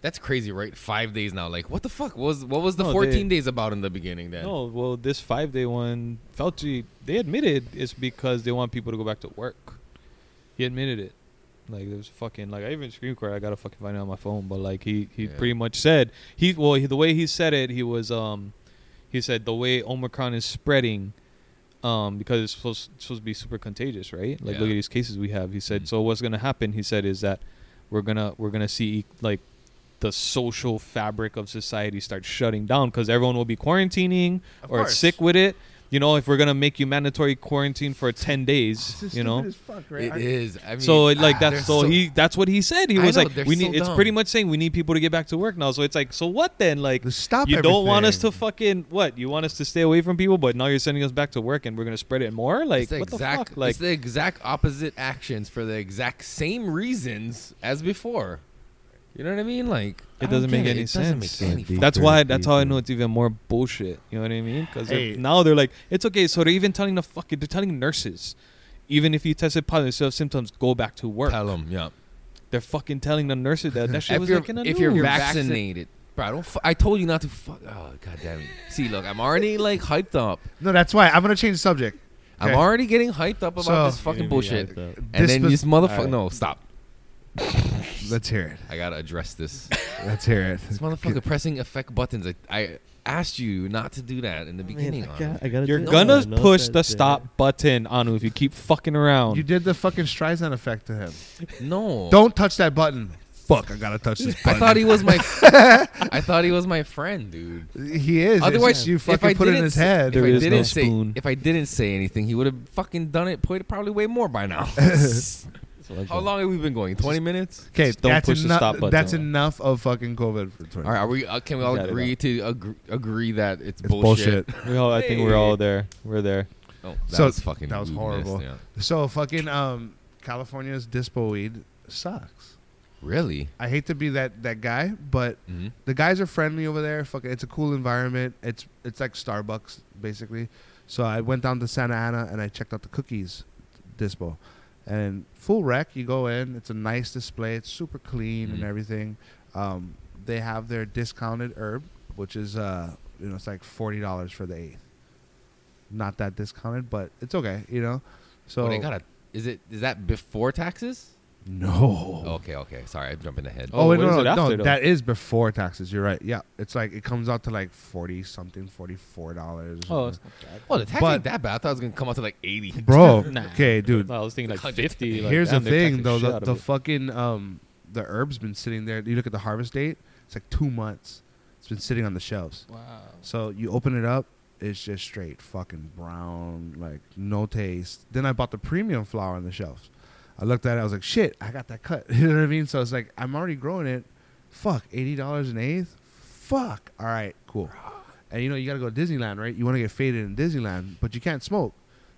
That's crazy, right? Five days now. Like, what the fuck was what was the No, they- fourteen days about in the beginning? Then No, well, this five day one, Fauci, they admitted it's because they want people to go back to work. He admitted it. Like there was fucking like I even screen recorded. I gotta fucking find it on my phone, but like he he Yeah. pretty much said he well he, the way he said it he was um he said the way Omicron is spreading um because it's supposed it's supposed to be super contagious right like Yeah. look at these cases we have he said Mhm. so what's gonna happen he said is that we're gonna we're gonna see like the social fabric of society starts shutting down because everyone will be quarantining Of or course. sick with it. You know, if we're gonna make you mandatory quarantine for This ten days, is you stupid know. as fuck, right? it I- is. I mean, ah, so it, like that's they're so, he that's what he said. He I was know, like, they're we need. so It's pretty dumb. much saying we need people to get back to work now. So it's like, so what then? Like, Just stop You don't want us to everything. fucking what? You want us to stay away from people, but now you're sending us back to work, and we're gonna spread it more. Like, it's the what exact, the fuck? Like, it's the exact opposite actions for the exact same reasons as before. You know what I mean? Like It I don't doesn't make get it. any It doesn't sense. make any Indeed. fuck- That's Deeper, why. That's how I know deeper. it's even more bullshit. You know what I mean? Because Hey. now they're like, it's okay. So they're even telling the fucking, they're telling nurses, even if you tested positive, still have symptoms, go back to work. Tell them, yeah. They're fucking telling the nurses that that shit if was you're, like in the if you're news. vaccinated. Bro, I don't. F- I told you not to. Fuck. Oh god damn it. See, look, I'm already like hyped up. No, that's why I'm gonna change the subject. I'm Okay. already getting hyped up about So- this fucking Oh, bullshit. Hyped up. And This then was- this motherfucker. Alright. No, stop. Let's hear it. I gotta address this. Let's hear it. This motherfucker pressing effect buttons. I, I asked you not to do that in Oh, the I mean, beginning. I Anu. got- I gotta You're do it. gonna I know push that the there- stop button, Anu, if you keep fucking around. You did the fucking Streisand effect to him. no, Don't touch that button. Fuck, I gotta touch this I button. thought he was my. I thought he was my friend, dude. He is. Otherwise, Otherwise, you if fucking I put it in didn't his say- head. There If I is no didn't say, spoon. if I didn't say anything, he would have fucking done it. Put probably way more by now. How long have we been going? Twenty minutes. Okay, Just don't that's push the enough. stop button. That's enough of fucking COVID for 20. All right, are we? Uh, can we all Got it agree to agree, agree that it's, It's bullshit? bullshit. We all, I think we're all there. We're there. Oh, that So, was fucking. that was we missed, horrible. yeah. So fucking um, California's dispo weed sucks. Really? I hate to be that that guy, but hmm the guys are friendly over there. Fucking, it's a cool environment. It's it's like Starbucks basically. So I went down to Santa Ana and I checked out the cookies dispo, and full rec. You go in. It's a nice display. It's super clean and Mhm. everything. Um, they have their discounted herb, which is uh, you know, it's like forty dollars for the eighth. Not that discounted, but it's okay. You know, so So Oh, they got a. Is it? Is that before taxes? no. Okay, okay. Sorry, I'm jumping ahead. Oh, Oh, wait, what no, is no, it after, no though? that is before taxes. You're right. Yeah, it's like it comes out to like forty something, forty four dollars. Oh, it's Well, the tax But- ain't that bad. I thought it was gonna come out to like eighty. bro. Nah. Okay, dude. I was thinking like 50. Like, here's the damn, they're thing, taxing though. shit The, out of the it. fucking um, the herb's been sitting there. You look at the harvest date. It's like two months. It's been sitting on the shelves. wow. So you open it up. It's just straight fucking brown, like no taste. Then I bought the premium flour on the shelves. I looked at it. I was like, shit, I got that cut. you know what I mean? So it's like I'm already growing it. Fuck, eighty dollars an eighth. Fuck. All right, cool. And you know you gotta go to Disneyland, right? You want to get faded in Disneyland, but you can't smoke.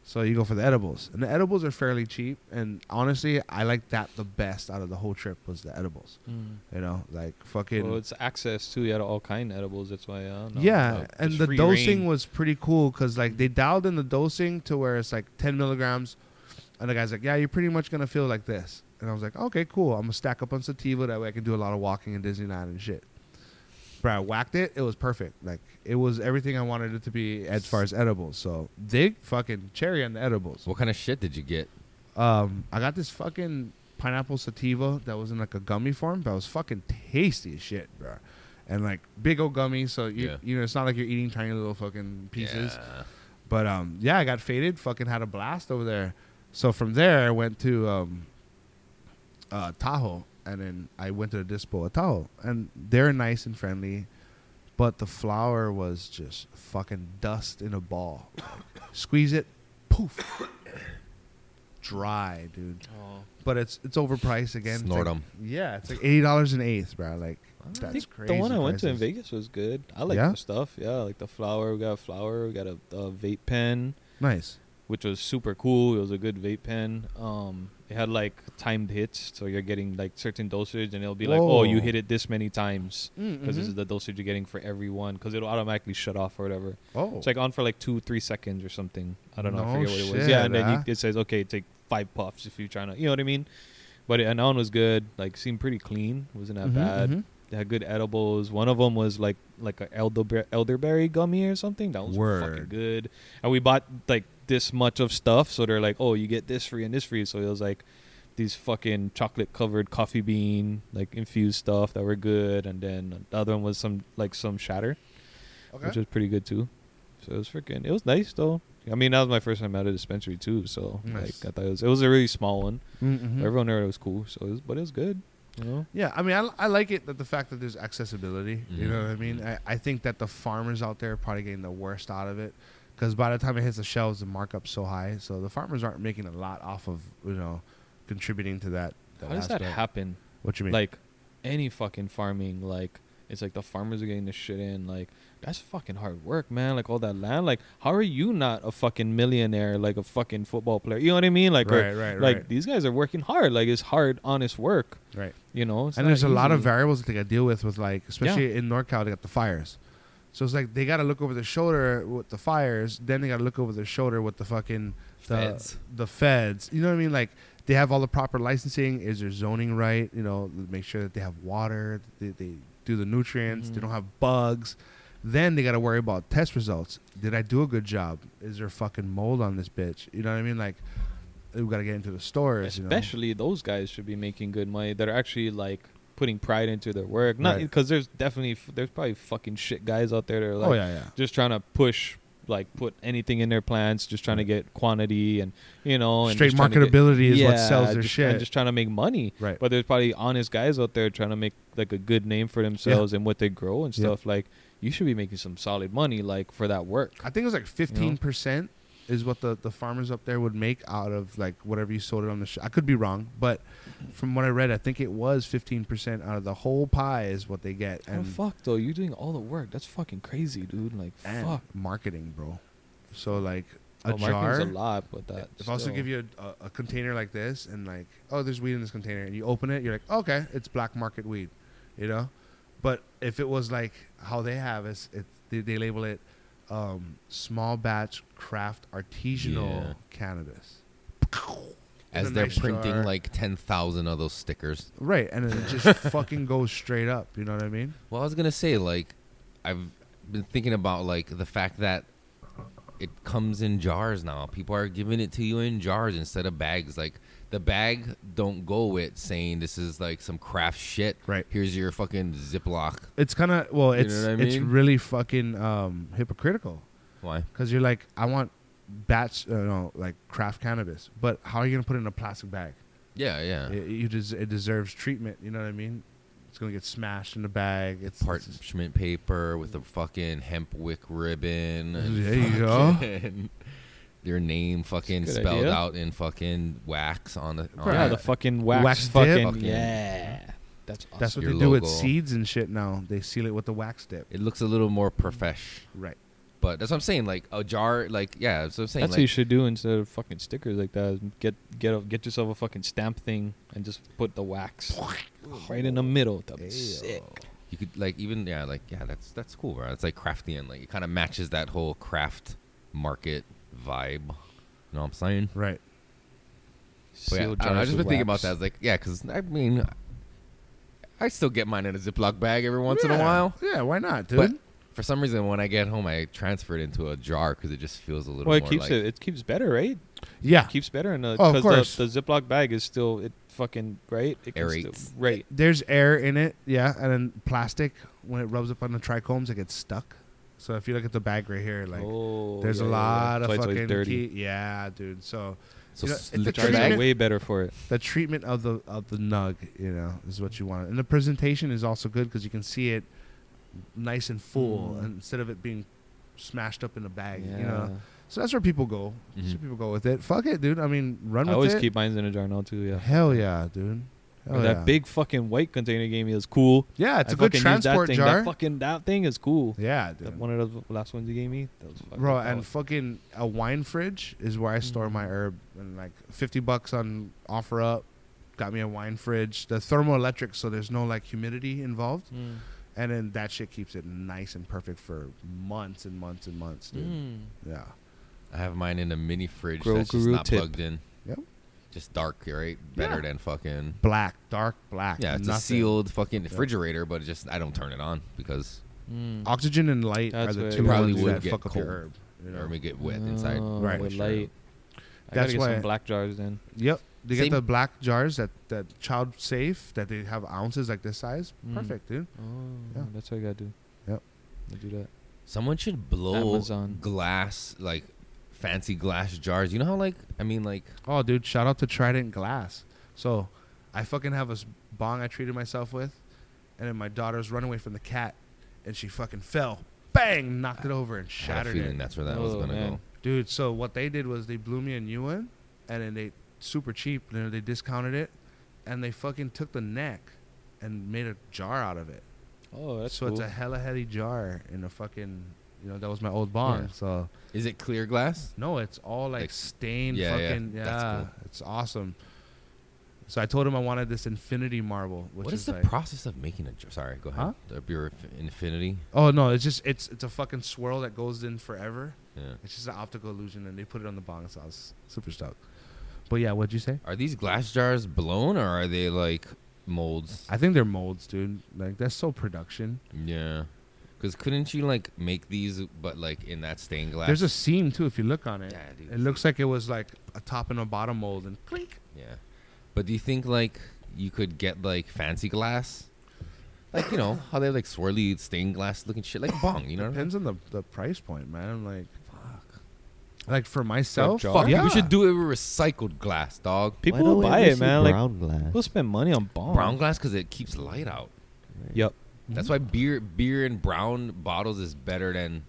So you go for the edibles, and the edibles are fairly cheap. And honestly, I like that the best out of the whole trip was the edibles. You know, like fucking. Well, it's access to you had all kind of edibles. That's why. Uh, no, Yeah, no, and it's the free dosing reign. was pretty cool because like they dialed in the dosing to where it's like 10 milligrams, and the guy's like, "Yeah, you're pretty much gonna feel like this," and I was like, "Okay, cool. I'm gonna stack up on sativa that way I can do a lot of walking in Disneyland and shit." But I whacked it. It was perfect. Like it was everything I wanted it to be as far as edibles. So they fucking cherry on the edibles. What kind of shit did you get? Um, I got this fucking pineapple sativa that was in like a gummy form, but it was fucking tasty as shit, bro. And like big old gummy, so you Yeah. you know it's not like you're eating tiny little fucking pieces. Yeah. But um, yeah, I got faded. Fucking had a blast over there. So from there, I went to um, uh, Tahoe, and then I went to the dispo at Tahoe, and they're nice and friendly, but the flower was just fucking dust in a ball. Squeeze it, poof, dry, dude. Oh. But it's it's overpriced again. It's Snort like- 'em. Yeah, it's like eighty dollars an eighth, bro. Like I that's think crazy. The one I went to in prices. Vegas was good. I like Yeah? the stuff. Yeah, like the flower. We got a flower. We got a, a vape pen, Nice. which was super cool. It was a good vape pen. Um, it had like timed hits, so you're getting like certain dosage, and it'll be like, oh, you Whoa. hit it this many times, because this Mhm. is the dosage you're getting for every one, because it'll automatically shut off or whatever. Oh, It's like on for like two, three seconds or something. I don't know. No I forget what it was. shit, Yeah, and then huh? you, it says, okay, take five puffs if you're trying to, you know what I mean? But it, and that one was good. Like, seemed pretty clean. Wasn't that Mhm, bad. mhm. They had good edibles. One of them was like like an elderberry, elderberry gummy or something. That was fucking Word. good. And we bought like this much of stuff, so they're like, oh, you get this free and this free. So it was like these fucking chocolate covered coffee bean like infused stuff that were good, and then the other one was some like some shatter, Okay. which was pretty good too. So it was freaking. It was nice though. I mean, that was my first time at a dispensary too, so Nice. like I thought it was it was a really small one. Mhm. Everyone there was cool, so it was, but it was good. You know, Yeah, I mean, I, I like it that the fact that there's accessibility. You Mm-hmm. know what I mean? I, I think that the farmers out there are probably getting the worst out of it because by the time it hits the shelves, the markup's so high. So the farmers aren't making a lot off of you know contributing to that. that how does that aspect. happen? What you mean? like any fucking farming like it's like the farmers are getting the shit in like that's fucking hard work man like all that land like how are you not a fucking millionaire like a fucking football player you know what i mean like or- Right, right, like right. these guys are working hard like it's hard honest work right? you know It's and not there's a lot of easy. variables that they got to deal with with like especially in NorCal they got the fires, so it's like they got to look over their shoulder with the fires, then they got to look over their shoulder with the fucking the Feds. the feds. You know what I mean? Like they have all the proper licensing. Is their zoning right? You know, make sure that they have water. They, they do the nutrients. Mm-hmm. They don't have bugs. Then they got to worry about test results. Did I do a good job? Is there fucking mold on this bitch? You know what I mean? Like, we got to get into the stores. you know? Especially those guys should be making good money that are actually like putting pride into their work. Not Right. because there's definitely f- there's probably fucking shit guys out there that are like oh yeah, yeah. just trying to push like put anything in their plants, just trying to get quantity and you know and Straight just trying to get- marketability is what sells their just, shit. And just trying to make money. Right. But there's probably honest guys out there trying to make like a good name for themselves and what they grow and Yeah. stuff. Like you should be making some solid money like for that work. I think it was like fifteen percent is what the, the farmers up there would make out of like whatever you sold it on the sh- I could be wrong, but from what I read, I think it was fifteen percent out of the whole pie is what they get oh and, fuck though, you're doing all the work. That's fucking crazy, dude. Like and fuck. marketing, bro. So like a Well, jar. Oh, marketing's a lot, but that. if I was to still- give you a, a, a container like this and like oh there's weed in this container and you open it you're like okay it's black market weed, you know, but if it was like how they have is it they, they label it um, small batch craft artisanal Yeah. cannabis. As a they're nice printing jar. like 10,000 of those stickers. Right, and then it just fucking goes straight up. You know what I mean? Well, I was gonna say like, I've been thinking about like the fact that it comes in jars now. People are giving it to you in jars instead of bags. Like the bag don't go with saying this is like some craft shit. Right. Here's your fucking Ziploc. It's kind of well, You it's know what I it's mean? really fucking um, hypocritical Why? because you're like, I want batch, uh, no, like craft cannabis, but how are you gonna put it in a plastic bag? Yeah, Uh. yeah. It, you des- it deserves treatment. You know what I mean? It's gonna get smashed in the bag. It's Part it's- Parchment paper with a fucking hemp wick ribbon. and There you go. fucking Your name fucking Good spelled idea. out in fucking wax on the. On yeah, it. the fucking wax, Wax dip? fucking Fucking- yeah. That's awesome. that's what Your they do with logo. seeds and shit now. They seal it with the wax dip. it looks a little more profesh. Right. But that's what I'm saying. Like a jar, like yeah. That's what I'm saying. That's like, what you should do instead of fucking stickers like that. Get get a, get yourself a fucking stamp thing and just put the wax right in the middle. That'd be sick. You could like even yeah, like yeah, that's that's cool, bro. It's like crafty and like it kind of matches that whole craft market vibe. You know what I'm saying? Right. But yeah, I, Seal don't know, I jars just with been thinking about wax. that. It's like yeah, because I mean, I still get mine in a Ziploc bag every once in Yeah. a while. Yeah. Why not, dude? But for some reason, when I get home, I transfer it into a jar because it just feels a little. Well, it more keeps like, it. It keeps better, right? yeah. Keeps better in the Oh, of course. the, the Ziploc bag is still it fucking right. It can still- Aerates. right. There's air in it, yeah, and then plastic when it rubs up on the trichomes, it gets stuck. So if you look at the bag right here, like oh, there's yeah, a yeah, yeah. lot That's why of it's always fucking dirty. key- yeah, dude. So So you know, s- it's a the Jars treatment- are way better for it. the treatment of the of the nug, you know, is what you want, and the presentation is also good because you can see it nice and full Mm. and instead of it being smashed up in a bag, yeah. Mm-hmm. you know. So that's where people go. That's where people go with it. Fuck it, dude. I mean, run I with always it. keep mine in a jar now too. Yeah. Hell yeah, dude. Hell that yeah. big fucking white container game is cool. Yeah, it's a a good transport that thing. jar. That fucking that thing is cool. yeah, dude. That one of those last ones you gave me, that was Mm. fucking Bro, dope. and fucking a wine fridge is where I store my herb. And like 50 bucks on offer up got me a wine fridge. The thermoelectric, so there's no like humidity involved. Mm. And then that shit keeps it nice and perfect for months and months and months, dude. Mm. Hmm. Yeah. I have mine in a mini fridge Grow that's just Guru not tip. plugged in. Yep. Just dark, right? Better Yeah. than fucking. Black, dark, black. Yeah, it's a nothing. sealed fucking refrigerator, but it just I don't turn it on because Mm. Oxygen and light That's are the what- two It probably ones would that get fuck up your cold. herb. you know? or we get wet inside. Oh, Right. with Sure. light. I That's gotta get why- some black jars then. Yep. They Same- get the black jars that, that child safe that they have ounces like this size. Mm. Perfect, dude. Oh, Yeah. that's what I gotta do. Yep. I do that. Someone should blow Amazon. glass like fancy glass jars. You know how like I mean like Oh, dude, shout out to Trident Glass. So, I fucking have a s- bong I treated myself with, and then my daughter's run away from the cat, and she fucking fell. Bang! Knocked it over and I had a shattered feeling it. that's where that was Oh, gonna man. go. Dude, so what they did was they blew me a new one, and then they super cheap. You know, they discounted it, and they fucking took the neck and made a jar out of it. Oh, that's so cool. it's a hella heavy jar in a fucking. You know, that was my old bong. Yeah. So Is it clear glass? no, it's all like, Like, stained yeah, yeah, fucking yeah. that's cool. It's awesome. So I told him I wanted this infinity marble, which what is, the like, process of making a jar? Sorry, go ahead. Huh? The Bureau of Infinity. Oh no, it's just it's it's a fucking swirl that goes in forever. Yeah. It's just an optical illusion and they put it on the bong so I was super stoked. But yeah, what'd you say? Are these glass jars blown or are they like molds? I think they're molds, dude. Like that's so production. Yeah. Because couldn't you like make these but like in that stained glass? There's a seam too if you look on it. Yeah, dude. It looks like it was like a top and a bottom mold and clink. Yeah. But do you think like you could get like fancy glass? Like, you know, how they have like swirly stained glass looking shit like bong, you know what I mean? Depends on the, the price point, man. I'm like, like for myself, jar? Fuck, yeah. we should do it with recycled glass, dog. People will buy it, man. Like, brown glass. we'll spend money on bomb. Brown glass because it keeps light out. Yep. That's why beer beer in brown bottles is better than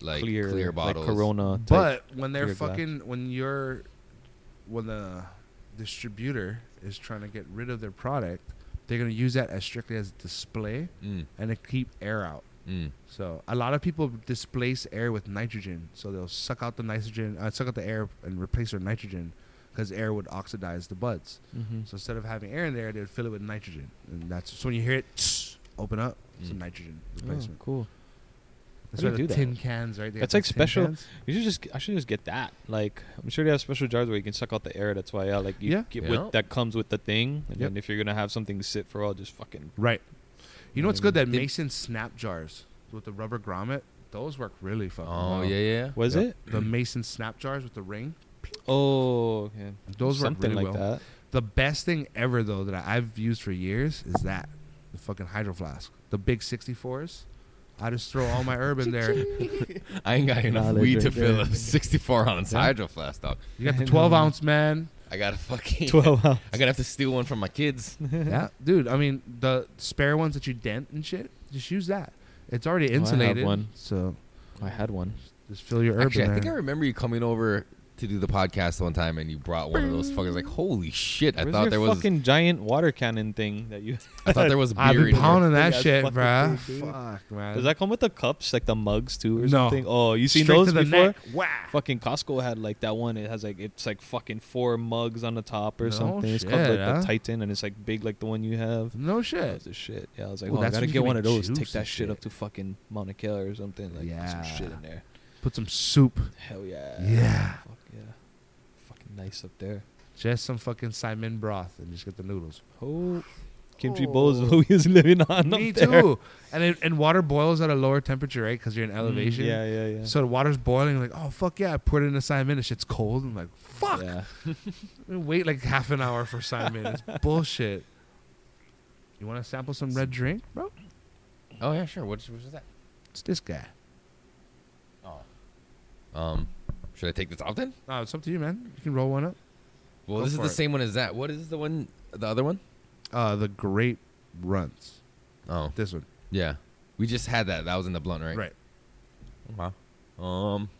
like clear, clear, bottles. Like Corona. type. But when they're clear glass. fucking when you're when the distributor is trying to get rid of their product, they're gonna use that as strictly as display Mm, and to keep air out. mm. So a lot of people displace air with nitrogen. So they'll suck out the nitrogen, uh, suck out the air, and replace their nitrogen because air would oxidize the buds. Mhm. So instead of having air in there, they'd fill it with nitrogen, and that's so when you hear it open up. It's a Mm. nitrogen Oh, replacement. cool. That's why how do the you do that? tin cans, right? They That's have like the tin special- cans. You should just. I should just get that. Like, I'm sure they have special jars where you can suck out the air. That's why, yeah. Like, you Yeah. get Yeah. With, that comes with the thing. And Yep. then if you're gonna have something sit for all, just fucking. Right. You know what's good? Mm. That Did- Mason snap jars with the rubber grommet. Those work really fucking Oh well. yeah, yeah. Was it? The Mason snap jars with the ring. Oh, okay. Those work something really like well. that. The best thing ever though that I- I've used for years is that the fucking hydro flask, the big 64s. I just throw all my herb in there. I ain't got enough Knowledge weed to right fill there. a 64 ounce hydro flask, dog. You got the 12 ounce man. I gotta fucking. Twelve ounce. I'm gonna have to steal one from my kids. Yeah, dude. I mean, the spare ones that you dent and shit. Just use that. It's already insulated. one. So Oh, I had one. just fill your herb Actually, in I there. think I remember you coming over to do the podcast one time, and you brought one of those fuckers. Like, holy shit! I Where's thought your there was. fucking giant water cannon thing that you. I thought there was I've beer been in here. pounding that Yeah, shit, fucking bruh. thing, dude. Fuck, man. Does that come with the cups, like the mugs too, No. or something? Oh, you seen Straight those to the before? neck. Wow. Fucking Costco had like that one. It has like it's like fucking four mugs on the top or No something. It's called shit, like huh? the Titan, and it's like big like the one you have. No That shit. was the shit. Yeah, I was like, Ooh, oh, I that's gotta when you get can one of make those. juice Take that and shit up shit. to fucking Mauna Kea or something. Like put some shit in Yeah. there. Put some soup. Hell yeah. Yeah. Fuck yeah. Fucking nice up there. Just some fucking Simon broth and just get the noodles. Oh, kimchi bowls is what we was living on. Me up there. Mm. too. And it, and water boils at a lower temperature, right? Because you're in Mm, elevation. Yeah, yeah, yeah. So the water's boiling. Like, oh fuck yeah! I put it in a Simon. The shit's cold. I'm like, fuck. Yeah. Wait like half an hour for Simon. It's bullshit. You want to sample some red drink, bro? Oh yeah, sure. What was that? It's this guy. Um, should I take this off then? No, Uh, it's up to you, man. You can roll one up. Well, Go this is for the it. same one as that. What is the one? The other one? Uh, the grape runs. Oh This one, yeah. We just had that. That was in the blunt, right? right? Wow. Um.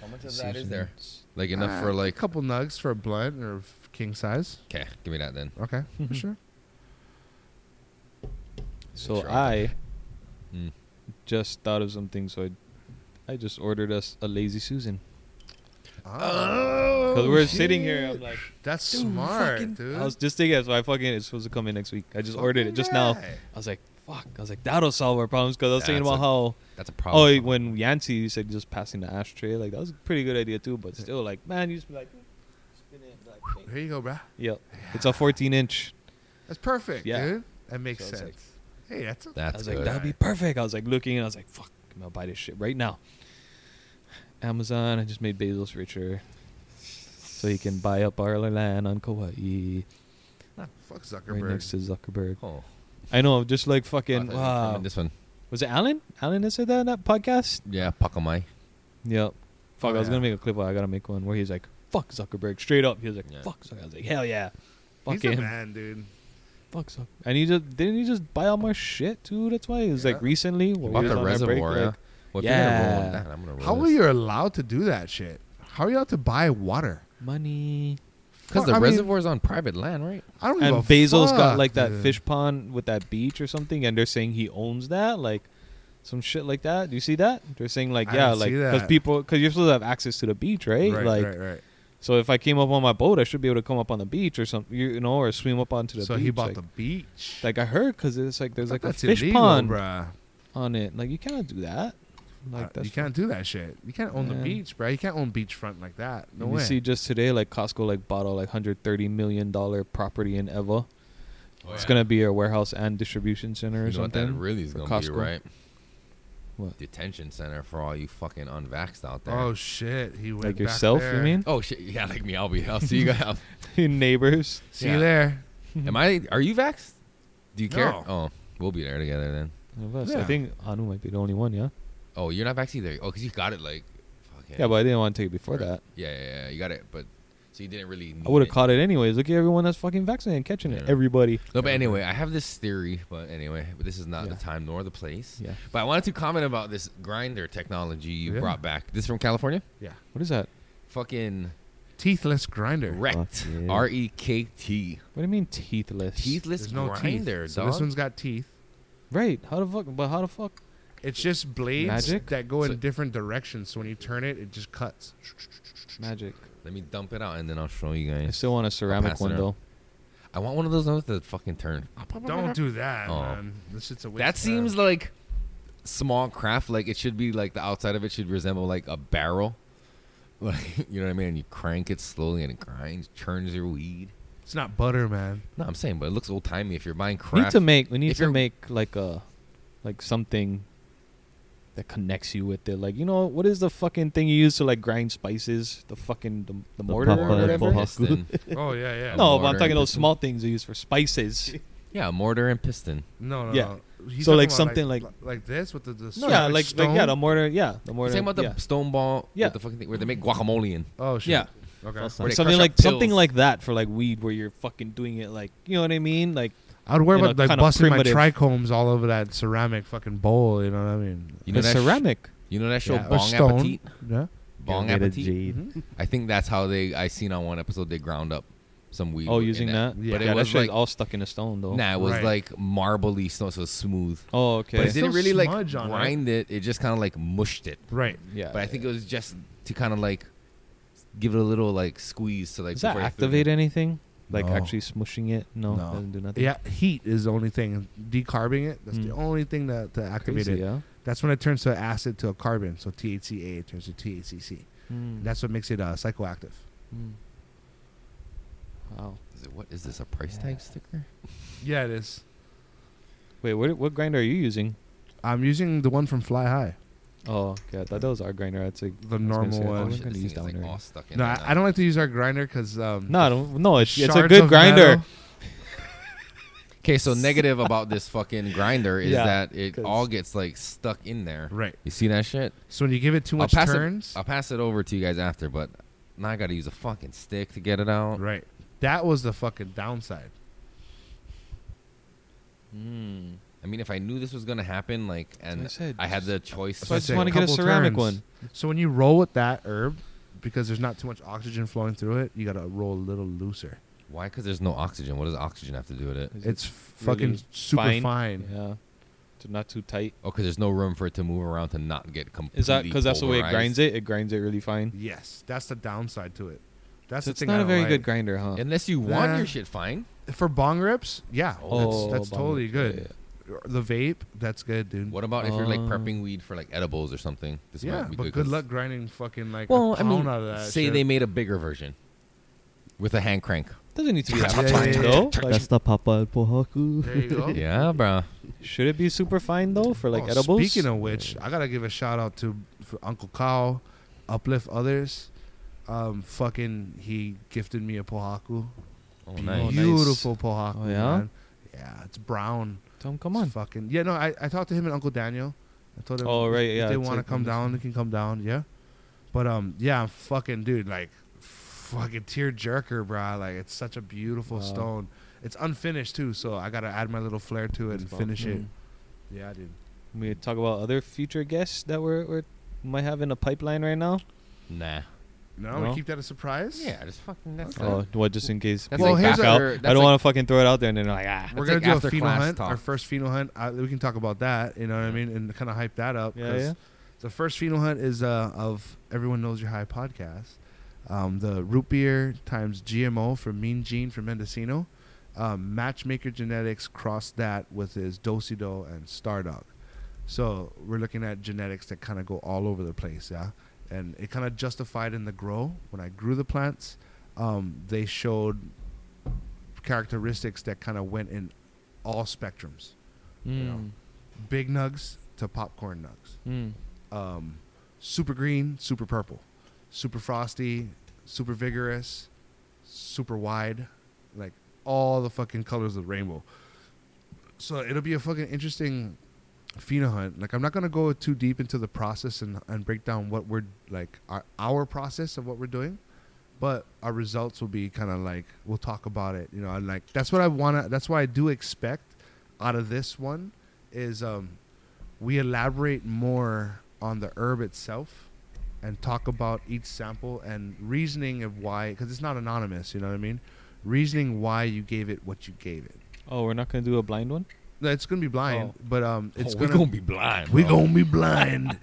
How much of that is there? Decisions. Like enough Uh, for like. a couple nugs for a blunt or f- king size. Okay, give me that then. Okay, for sure. So Sure. I Mm. just thought of something, so I, I just ordered us a lazy susan. Oh, Cause we're sitting here, I'm like, that's smart, dude. I was just thinking, so I fucking it's supposed to come in next week. I just ordered it just now. Fucking right. I was like, fuck. I was like, that'll solve our problems. Cause I was thinking That's about a how That's a problem. oh when Yancy said just passing the ashtray, like that was a pretty good idea too. But still, like man, you just be like, "Mm, spin it, like, bing. Here you go, bruh. yep, it's a 14 inch. That's perfect, Yeah. dude. That makes So it's sense. like- hey, that's a, I That's was good. like, that'd be perfect. I was like looking and I was like, fuck, I'm gonna buy this shit right now. Amazon, I just made Basil's richer. So he can buy up our land on Kauai, fuck right Zuckerberg. next to Zuckerberg. oh. I know, just like I thought fucking you were filming wow. This one. Was it Alan? Alan that said that in that podcast? Yeah, Pakamai. Yep. Fuck, I was yeah. gonna make a clip. but I gotta make one where he's like, "Fuck Zuckerberg," straight up. He was like, Yeah. "Fuck Zuckerberg." I was like, "Hell yeah." Fuck He's a him. man, dude. Fuck Zuckerberg. And he just didn't he just buy all my shit too. That's why he was Yeah. like recently. when we About was the on our break, reservoir. yeah. like, Well, if you're gonna roll Yeah. with that, I'm gonna roll How are this. you allowed to do that shit? How are you allowed to buy water? money. Because Fuck, the I mean, reservoir's on private land, right? I don't give a and Basil's fuck, got like that dude. fish pond with that beach or something, and they're saying he owns that, like some shit like that. Do you see that? They're saying like I yeah, didn't like see because that. people because you're supposed to have access to the beach, right? Right, like right, right. so, if I came up on my boat, I should be able to come up on the beach or something, you, you know, or swim up onto the So beach. he bought like, the beach. like I heard because it's like there's But like a that's fish illegal, pond bruh. on it. Like you cannot do that. Like Uh, that's you can't do that shit. You can't own the Yeah. beach, bro. You can't own beachfront like that. No you way. see, just today, like Costco, like bought a like hundred thirty million dollar property in Evo. It's gonna be a warehouse and distribution center or Oh, You know what something. that really is for gonna be, Costco. right? What? Detention center for all you fucking unvaxxed out there. oh shit, he went like back yourself, you there. mean? Oh, shit! Yeah, like me, I'll be. I'll see you guys. Your neighbors. See Yeah. you there. Am I? Are you vaxxed? Do you care? No. Oh, we'll be there together then. None of us. I Yeah. think Anu might be the only one. Yeah. Oh, you're not vaxxed either. Oh, because you got it like. Fucking, Yeah, but I didn't want to take it before that. Yeah, yeah, yeah, you got it, but so you didn't really. Need I would have it. caught it anyways. Look at everyone that's fucking vaccinated, catching it. Yeah. Everybody. No, but anyway, I have this theory, but anyway, but this is not Yeah. the time nor the place. Yeah. But I wanted to comment about this grinder technology you Yeah. brought back. This from California? What is that? Fucking Teethless grinder. wrecked. Fuck yeah. R E K T. What do you mean teethless? Teethless There's no grinder, teeth. So dog. this one's got teeth. Right. How the fuck? But how the fuck? It's just blades Magic? that go in So- different directions. So when you turn it, it just cuts. Magic. Let me dump it out and then I'll show you I guys. still want a ceramic pass it one around. though. I want one of those ones that fucking turn. Don't do that, Oh. man. This shit's a waste. That of seems time. like small craft. Like it should be like the outside of it should resemble like a barrel. Like you know what I mean? You crank it slowly and it grinds, churns your weed. it's not butter, man. No, I'm saying, but it looks old timey if you're buying We craft. need to make. We need If to you're- make like a, like something. That connects you with it, like you know, what is the fucking thing you use to like grind spices? The fucking the, the mortar Papa or whatever. Bob. piston. Oh yeah, yeah. No. No, No, but I'm mortar talking and those piston. small things they use for spices. yeah, mortar and piston. no, no. Yeah. He's So, talking like, about, something like- like this with the, the yeah, ceramic like, like stone? yeah, the mortar, yeah, the Same mortar. about the yeah. stone ball. Yeah. with the fucking thing where they make guacamole in. oh shit. yeah. Okay. That's Where not- they something crush up like something pills. like that for like weed, where you're fucking doing it like you know what I mean, like I would worry you know, about like kinda busting primitive. my trichomes all over that ceramic fucking bowl. You know what I mean? You know the that sh- ceramic. you know that show Yeah. Or Bong stone. Appetit. Yeah. Mm-hmm. Bong Made of Appetit. Mm-hmm. jade. I think that's how they. I seen on one episode they ground up some weed. oh, in using Yeah. that. But yeah, it that was shit's like all stuck in a stone though. nah, it was Right. like marbly stone, so it was smooth. Oh, But okay. it It's didn't still really like smudge on it. grind it. It, just kind of like mushed it. Right. yeah. But I think it was just to kind of like give it a little like squeeze to like. Does that before I threw it activate in. anything? Like No. actually smushing it? No, No. doesn't do nothing. Yeah. Heat is the only thing. Decarbing it. That's the Mm. only thing that to activate Crazy, it. yeah. That's when it turns to acid to a carbon. So THCA turns to THCC. Mm. That's what makes it uh, psychoactive. Mm. Wow. Is it, what is this? A price tag sticker? Yeah, it is. Wait, what what grinder are you using? I'm using the one from Fly High, Oh, okay. I thought that was our grinder. I'd say the gonna normal say, oh, one. shit. gonna this use thing that is, like, one right all now. stuck in No, there I, now. I don't like to use our grinder because um, no, I the don't, no. It's, it's a shards good of grinder. metal- Okay, so negative about this fucking grinder is Yeah, that it 'cause- all gets like stuck in there. Right. You see that shit? So when you give it too I'll much pass it- turns, I'll pass it over to you guys after, but now I gotta use a fucking stick to get it out. right? That was the fucking downside. Mm. I mean, if I knew this was gonna happen, like, and I, That's what I said. had the choice, So I I'd just say a want to get a couple ceramic turns. one. So when you roll with that herb, because there's not too much oxygen flowing through it, you gotta roll a little looser. why? Because there's no oxygen. What does oxygen have to do with it? Is it It's fucking really super fine. Yeah. So not too tight. Oh, because there's no room for it to move around to not get completely. Is that because that's the way it pulverized. grinds it? It grinds it really fine. Yes, that's the downside to it. That's So the it's thing. not I a don't very like. good grinder, huh? Unless you want Nah. your shit fine. for bong rips. Yeah, Oh, that's, that's bong totally rips, good. The vape, that's good, dude. What about if you're like Uh, prepping weed for like edibles or something? This yeah, might be but good. good 'cause- luck grinding fucking like Well, a I pound mean, out of that. say shit. they made a bigger version with a hand crank. Doesn't need to be that Yeah, fine yeah, yeah. though. Like, That's the Papa Pohaku. There you go. Yeah, bro. should it be super fine though for like Oh, edibles? Speaking of which, I gotta give a shout out to for Uncle Kyle, uplift others. Um, fucking, he gifted me a pohaku. Oh, nice. Beautiful pohaku. Oh, yeah? man. yeah, it's brown. Tom, come It's on. fucking yeah. No, I, I talked to him and Uncle Daniel. I told him. Oh, right, if yeah, they it's want to like- come down, they can come down. Yeah, but um, yeah, I'm fucking dude, like, fucking tear jerker, bro. Like, it's such a beautiful Wow. stone. It's unfinished too, so I gotta add my little flair to it That's and bomb. finish it. Mm. Yeah, dude. We talk about other future guests that we're, we're might have in a pipeline right now. Nah. No, No? we keep that a surprise. Yeah, just fucking. That's Oh, what? Just in case. That's people like back after- out. that's I don't like- want to fucking throw it out there and then like ah. We're That's gonna like do a after phenol class hunt, our talk. first phenol hunt. I, we can talk about that. You know what I mean, and kind of hype that up. Yeah, 'cause yeah. The first phenol hunt is uh, of everyone knows your high podcast. Um, the root beer times GMO from Mean Gene from Mendocino. Um, Matchmaker Genetics crossed that with his Dosido and Stardog. So we're looking at genetics that kind of go all over the place, yeah. And it kind of justified in the grow when I grew the plants. Um, they showed characteristics that kind of went in all spectrums, you know. Mm. big nugs to popcorn nugs Mm. um, super green, super purple, super frosty, super vigorous, super wide, like all the fucking colors of the rainbow. So it'll be a fucking interesting pheno hunt. Like I'm not gonna go too deep into the process and, and break down what we're like our, our process of what we're doing, but our results will be kind of like we'll talk about it. You know, and like that's what I wanna. That's why I do expect out of this one is um we elaborate more on the herb itself and talk about each sample and reasoning of why because it's not anonymous you know what i mean reasoning why you gave it what you gave it Oh, we're not gonna do a blind one. No, it's gonna be blind Oh. but um it's oh, gonna, we're gonna be blind. we bro. gonna be blind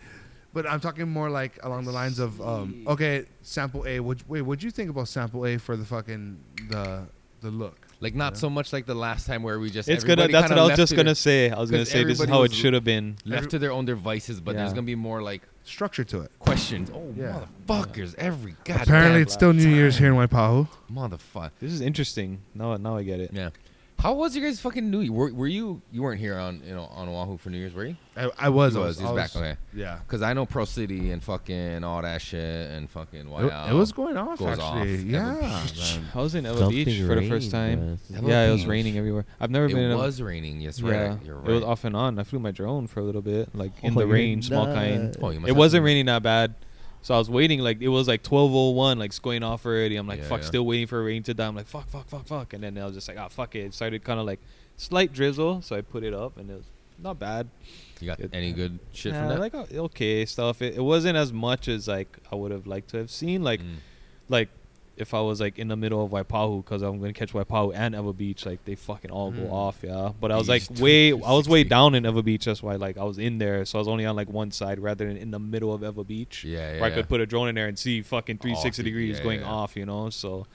but i'm talking more like along the lines of um okay sample a what wait what'd you think about sample a for the fucking the the look like not Yeah. so much like the last time where we just it's gonna. everybody That's what kinda I was left just to gonna their- say. I was gonna 'cause say this is everybody how it was- should have been. left to their own devices, but there's Yeah. gonna be more like structure to it questions. Oh Yeah. motherfuckers! Every goddamn apparently it's still new year's here in waipahu motherfucker. This is interesting. Now, now I get it. Yeah. How was your guys fucking New Year? Were, were you you weren't here on you know on Oahu for New Year's, were you? i, I was He I was, was, he's I was back, okay. yeah Because I know Pro City and fucking all that shit and fucking It- wow. It, uh, was going off Goes off. actually. Ever- Yeah. man. I was in Ella Something Beach for the rained, first time. uh, Ella yeah, it was Beach. raining everywhere. I've never been. in It a- was raining. Yes, yeah, right. You're right. it was off and on. I flew my drone for a little bit, like in Oh, the you're rain, small kind. nuts. Oh, you must It have wasn't some- raining that bad, so I was waiting. Like it was like twelve oh one, like it's going off already. I'm like, Yeah, fuck, yeah. still waiting for rain to die. I'm like, fuck, fuck, fuck, fuck, and then I was just like, ah, fuck it. It started kind of like slight drizzle, so I put it up, and it was not bad. You got It- any good shit Nah, from that? Like uh, okay stuff. It, it wasn't as much as like I would have liked to have seen. Like Mm. like if I was like in the middle of Waipahu because I'm gonna catch Waipahu and Eva Beach, like they fucking all Mm. go off, yeah. But I was like Beast. way, I was way 60. down in Eva Beach. That's why like I was in there, so I was only on like one side rather than in the middle of Eva Beach, Yeah, yeah, Where I yeah. could put a drone in there and see fucking 360 see- degrees yeah, going yeah, yeah. off, you know. So,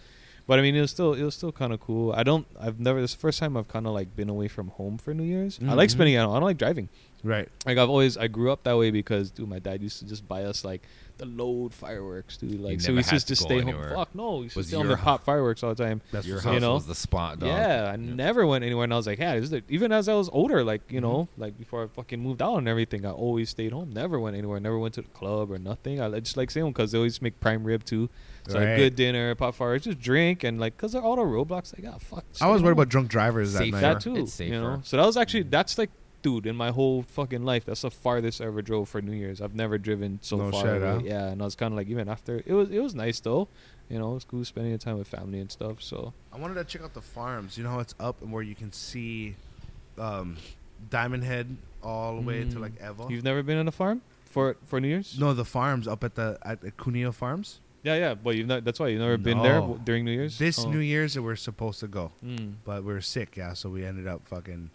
but I mean, it was still it was still kind of cool. I don't, I've never. This is the first time I've kind of like been away from home for New Year's. I like Mhm. spending. I don't, I don't like driving Right. like I've always I grew up that way because dude, my dad used to just buy us like the load fireworks, dude. Like so never we used had to to just go stay anywhere. home. Fuck no, we used to Was stay home your and pop fireworks all the time. That's Your what's house up. You know? was the spot, dog. Yeah, I never went anywhere, and I was like, yeah, this is the, even as I was older, like Mm-hmm. you know, like before I fucking moved out and everything, I always stayed home. Never went anywhere. Never went to the club or nothing. I li- just like staying home because they always make prime rib too. So like, Right. good dinner, pop fireworks, just drink and like because they're all the roadblocks. Like ah fuck. I was stay worried home about drunk drivers that Safe night. driver. that too. It's safer. You know, so that was actually Mm. that's like, dude, in my whole fucking life, that's the farthest I ever drove for New Year's. I've never driven so No far. shit, away. huh? Yeah, and I was kind of like even after it was it was nice though. You know, it was cool spending the time with family and stuff. So I wanted to check out the farms. You know how it's up and where you can see um, Diamond Head all the way to Mm. like Eva. you've never been on a farm for for New Year's? no, the farms up at the at the Cuneo Farms. Yeah, yeah, but you've not. That's why you've never been there No. w- during New Year's. This Oh. New Year's that we're supposed to go, Mm. but we were sick, yeah. So we ended up fucking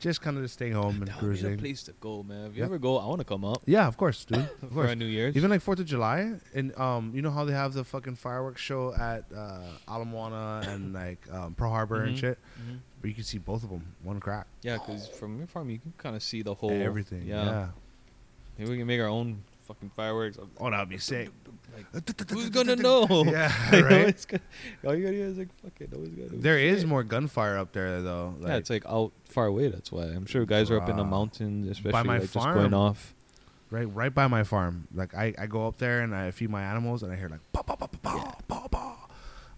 just kind of just staying home and That would be the cruising. place to go, man. If you Yeah. ever go, I want to come out Yeah, of course, dude. Of for a course. New Year's. Even like Fourth of July, and um, you know how they have the fucking fireworks show at uh, Alamoana and like um, Pearl Harbor and Mhm. shit, Mhm. but you can see both of them one crack, Yeah, because from your farm you can kind of see the whole everything. Yeah. Maybe we can make our own fucking fireworks. Oh, that'd be sick. Who's gonna know? Yeah, You know, right. it's gonna- all you gotta do is like, fuck it. Always gotta. There is shit. more gunfire up there though. Like, yeah, it's like out far away. That's why I'm sure guys are up in the Bruh. mountains, especially my like, just going farm. off. right, right by my farm. Like I, I go up there and I feed my animals and I hear like bah, bah, bah, bah, bah, bah, bah.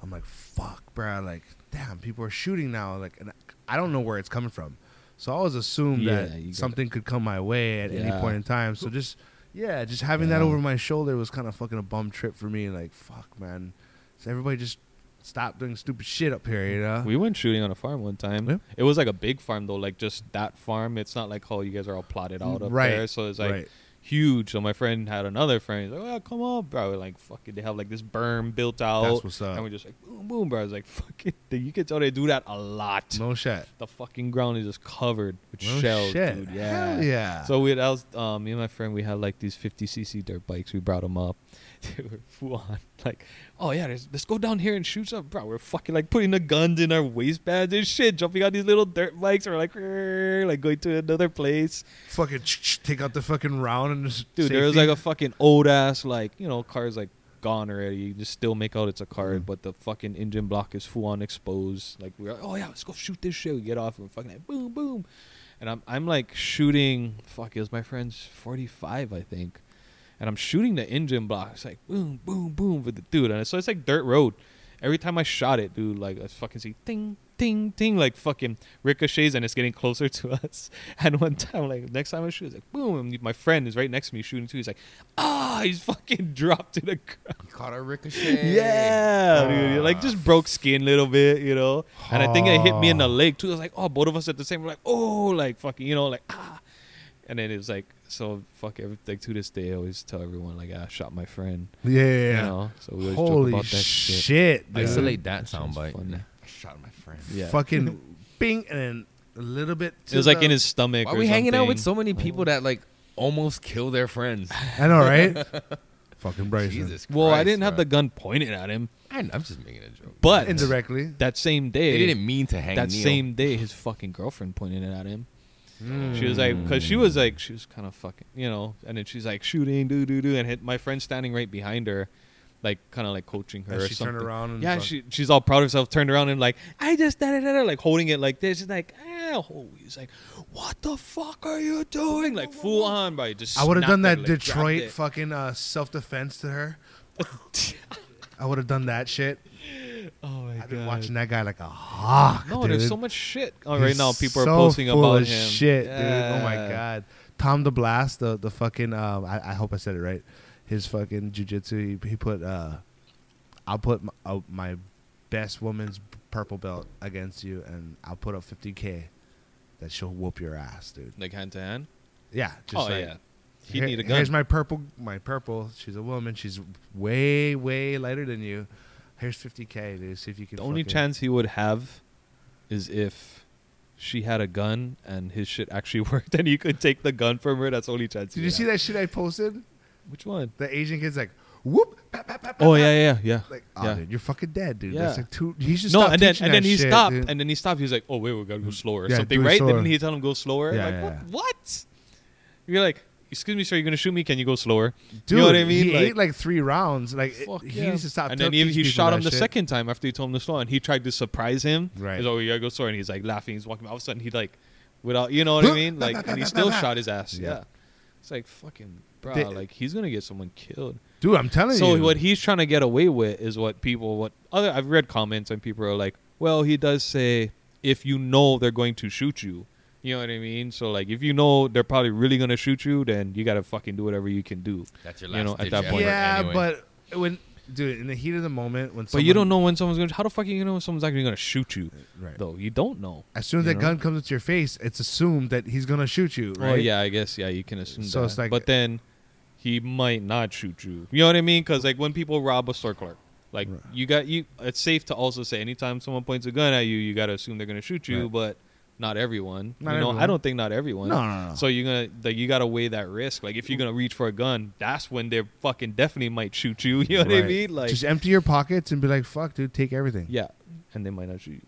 I'm like fuck, bruh. Like damn, people are shooting now. Like and I don't know where it's coming from, so I always assume Yeah, you that gotta- something could come my way at Yeah. any point in time. So just yeah, just having that Yeah. over my shoulder was kind of fucking a bum trip for me. Like fuck, man. So everybody just stop doing stupid shit up here, you know? We went shooting on a farm one time. Yeah. It was like a big farm though, like just that farm. It's not like how you guys are all plotted out up Right, there. So it's like right. huge. So my friend had another friend. He's like, well, come on, bro. We're like fucking, they have like this berm built out. what's up. And we're just like, boom, boom, bro. I was like, fucking, you can tell they do that a lot. No shit. The fucking ground is just covered with No shells, shit. dude. Yeah. Hell yeah. So we had, I was, um, me and my friend, we had like these 50cc dirt bikes. We brought them up. They were full on, like, oh yeah, let's, let's go down here and shoot some. Bro, we're fucking like putting the guns in our waistbands and shit, jumping on these little dirt bikes. We're like, "Rrr," like going to another place. Fucking take out the fucking round and just Dude, there was like a fucking old ass like you know car's like gone already. You just still make out it's a car, but the fucking engine block is full on exposed. Like we're like, oh yeah, let's go shoot this shit. We get off and fucking like, boom boom, and I'm I'm like shooting. Fuck, it was my friend's 45, I think, and I'm shooting the engine block. It's like boom boom boom with the dude, and so it's like dirt road. Every time I shot it, dude, like I fucking see ding ding ding, like fucking ricochets, and it's getting closer to us. And one time, like next time I shoot, it's like boom. And my friend is right next to me shooting too. He's like, ah, he's fucking dropped to the ground. Caught a ricochet. Yeah, dude. It, Like just broke skin a little bit, you know. And I think it hit me in the leg too. I was like, oh, both of us at the same. We're like, oh, like fucking, you know, like ah. And then it was like, so fuck. Every, like to this day, I always tell everyone like I shot my friend. yeah. You know, so we always joke Holy about that shit, shit. dude. Isolate that soundbite. funny. I shot my friend. Yeah. Fucking bing and then a little bit. It was to like the- in his stomach. Why or are we hanging out with something. Oh. so many people that like almost kill their friends? I know, right? fucking Bryson. Jesus Christ. Well, I didn't have bro. the gun pointed at him, I, am just making a joke. but Indirectly. that same they day, didn't mean to hang that Neil. same day, his fucking girlfriend pointed it at him. She was like, because she was like, she was kind of fucking, you know, and then she's like shooting, do do do, and hit my friend standing right behind her, like kind of like coaching her. And or she turned something. around and yeah, fuck- she she's all proud of herself, turned around and like, I just da da da, da," like holding it like this. She's like, ah, holy. He's like, what the fuck are you doing? Like full on, by just. I would have snapped done her, that like, grabbed Detroit it. fucking uh, self defense to her. I would have done that shit. oh my I've been god. watching that guy like a hawk. No, dude. there's so much shit oh, He's right now. People are so posting full about of him. Shit, dude. Oh my Yeah. god. Tom the Blast, the the fucking. Um, I, I hope I said it right. His fucking jujitsu. He, he put. Uh, I'll put my, uh, my best woman's purple belt against you, and I'll put up 50k. That she'll whoop your ass, dude. Like hand to hand. Yeah. Oh Just like, yeah, he "Here- need a gun. Here's my purple. My purple. She's a woman. She's way way lighter than you. Here's 50k, dude. See if you can. the only fucking- chance he would have is if she had a gun and his shit actually worked and he could take the gun from her. That's the only chance. Did you see that shit I posted? Which one? The Asian kid's like, whoop, pat, pat, pat, pat, Oh yeah, yeah, yeah. Like, oh, Yeah. dude, you're fucking dead, dude. Yeah. That's like too. He should no, stop and then teaching and then that he shit, stopped, dude. Mm-hmm. and then he stopped. He was like, "Oh wait, we gotta go slower or Yeah, something, do it right?" slower. Didn't he tell him go slower? Yeah, like yeah, what? yeah. What? You're like, "Excuse me, sir, you gonna shoot me? Can you go slower?" dude, you know what I mean? He ate like three rounds. Like it- Fuck he yeah. needs to stop. And tell- then he, teach he people shot that him the shit. second time after he told him the story, and he tried to surprise him. Right. He's like, oh, yeah, go sorry. And he's like laughing. He's walking. All of a sudden, he like, without, you know what I mean? Like, and he still shot his ass. Yeah. Yeah. It's like, fucking, bro, They- like, he's going to get someone killed. Dude, I'm telling So, you. what he's trying to get away with is what people, what other, I've read comments and people are like, well, he does say, if you know they're going to shoot you. You know what I mean? So, like, if you know they're probably really going to shoot you, then you got to fucking do whatever you can do. That's your last You know, at ditch that effort point. yeah, anyway. but when, dude, in the heat of the moment, when But you don't know when someone's going to. How the fuck are you going to know when someone's actually going to shoot you? Right. Though you don't know. As soon as you that know? gun comes to your face, it's assumed that he's gonna shoot you, right? Well, yeah, I guess yeah, you can assume So that. it's like- but then he might not shoot you. You know what I mean? Because like when people rob a store clerk, like you got you. It's safe to also say anytime someone points a gun at you, you got to assume they're going to shoot you, Right. but. Not everyone. Not you know, I everyone. don't think not everyone. No, no, no. So you're gonna like you gotta weigh that risk. Like if you're gonna reach for a gun, that's when they fucking definitely might shoot you. You know what I Right. mean? Like just empty your pockets and be like, "Fuck, dude, take everything." yeah, and they might not shoot you.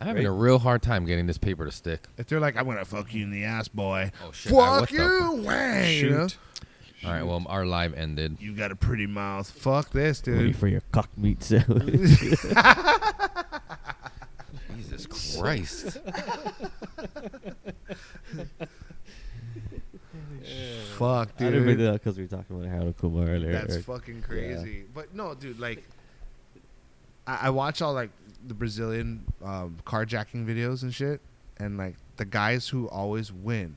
I'm having Right? a real hard time getting this paper to stick. If they're like, "I'm gonna fuck you in the ass, boy," Oh shit! I, fuck what the- you, wang. You, know? Shoot. All right, well, our live ended. You got a pretty mouth. Fuck this, Waiting dude. for your cock meat sandwich. Jesus Christ! Fuck, I didn't bring dude. that because we were talking about Harold Kumar earlier. That's Eric. fucking crazy. But no, dude, like, I, I watch all like the Brazilian um, carjacking videos and shit, and like the guys who always win,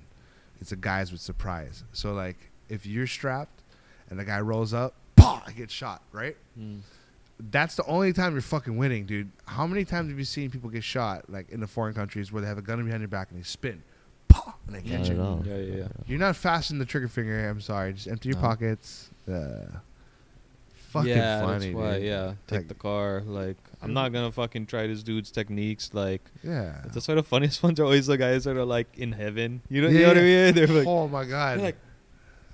it's the guys with surprise. So like, if you're strapped and the guy rolls up, pah, I get shot, right? That's the only time you're fucking winning, dude. How many times have you seen people get shot, like in the foreign countries, where they have a gun behind your back and they spin, pah, and they Not catch at you? all. Hmm. Yeah, yeah, yeah. You're not fastening the trigger finger. I'm sorry. Just empty your No. pockets. Uh, fucking yeah, funny, that's why. dude. Yeah, take Like- the car. Like, I'm not gonna fucking try this dude's techniques. Like, Yeah. that's why the funniest ones are always the guys that are like in heaven. You know, Yeah, you know what I yeah. mean? They're like, oh my god. they're like,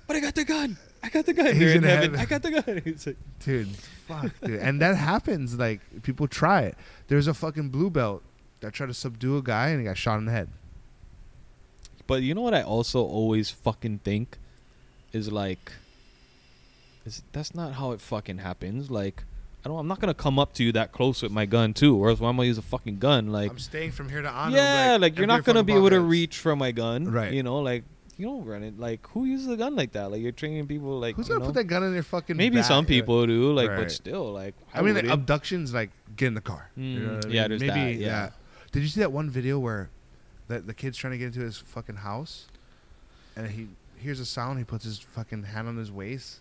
but I got the gun. I got the gun. He's They're in in heaven. heaven. I got the gun. It's like, dude. Fuck, dude. And that happens. Like people try it. There's a fucking blue belt that tried to subdue a guy and he got shot in the head. but you know what? I also always fucking think is like, is that's not how it fucking happens. Like, I don't. I'm not gonna come up to you that close with my gun too, or else why am I gonna use a fucking gun? Like, I'm staying from here to honor. yeah, like, you're not gonna be able to reach for my gun, Right. You know, like you don't run it. Like who uses a gun like that? Like you're training people. Like Who's you gonna put know? that gun in their fucking? Maybe back? some people do. Like, Right. but still, like I mean, like, wouldn't. abductions, like get in the car. Mm, what I yeah, mean? there's that, yeah. Did you see that one video where that the kid's trying to get into his fucking house, and he hears a sound. He puts his fucking hand on his waist.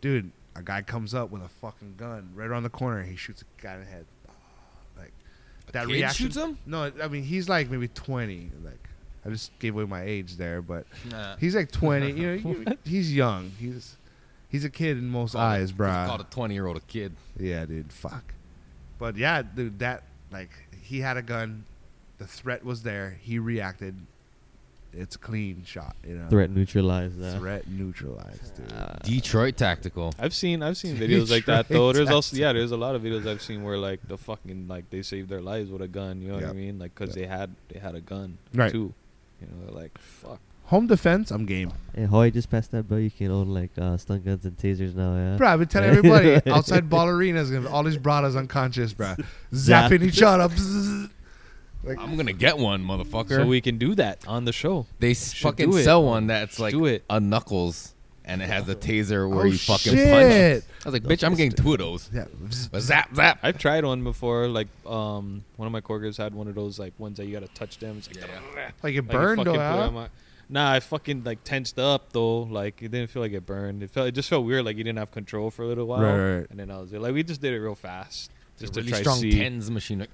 Dude, a guy comes up with a fucking gun right around the corner. He shoots a guy in the head. Like that kid reaction. shoots him? No, I mean he's like maybe twenty. Like I just gave away my age there, but Nah. he's like twenty. You know, you- he's young. He's he's a kid in most Call it- eyes, just bruh. Called a 20 year old a kid. Yeah, dude, fuck. But yeah, dude, that like he had a gun, the threat was there, he reacted. It's a clean shot, you know. Threat neutralized uh, that. Threat neutralized, dude. Detroit tactical. I've seen I've seen videos like that Detroit though. There's also yeah, there's a lot of videos I've seen where like the fucking like they saved their lives with a gun. You know what Yep. I mean? Like because they had they had a gun Right. too. You know, they're like fuck. Home defense, I'm game. Hey, Hawaii just passed that bill. You can own like uh, stun guns and tasers now. Yeah. Bro, I've been telling everybody outside ball arenas, gonna be all these brothers unconscious, bro, zapping each other. Bzzz. Like, I'm gonna get one, motherfucker. So we can do that on the show. they s- should fucking do it. sell one that's like do it. a knuckles, and it has a taser where Oh, you fucking shit. punch. I was like, bitch, I'm getting two of those. yeah, bzzz. But zap, zap. I've tried one before. Like um, one of my coworkers had one of those like ones that you gotta touch them. It's like, like it like, it burned. fucking though, blew out huh? my- Nah, I fucking like tensed up though. Like it didn't feel like it burned. It felt it just felt weird. Like you didn't have control for a little while. Right, right. And then I was like, we just did it real fast. Just Just to really try strong see. tens machine. Like,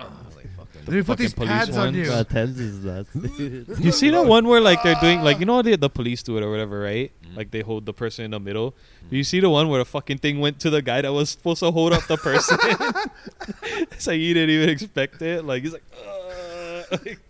oh, like fucking- Oh, Let me put fucking these police pads on ones. you. Bro, Uh, tens is nuts. dude. You see that one where like they're doing Ah. like you know how they, the police do it or whatever, right? Mm-hmm. Like they hold the person in the middle. You see the one where the fucking thing went to the guy that was supposed to hold up the person. it's like you didn't even expect it. Like he's like, "Uh," like,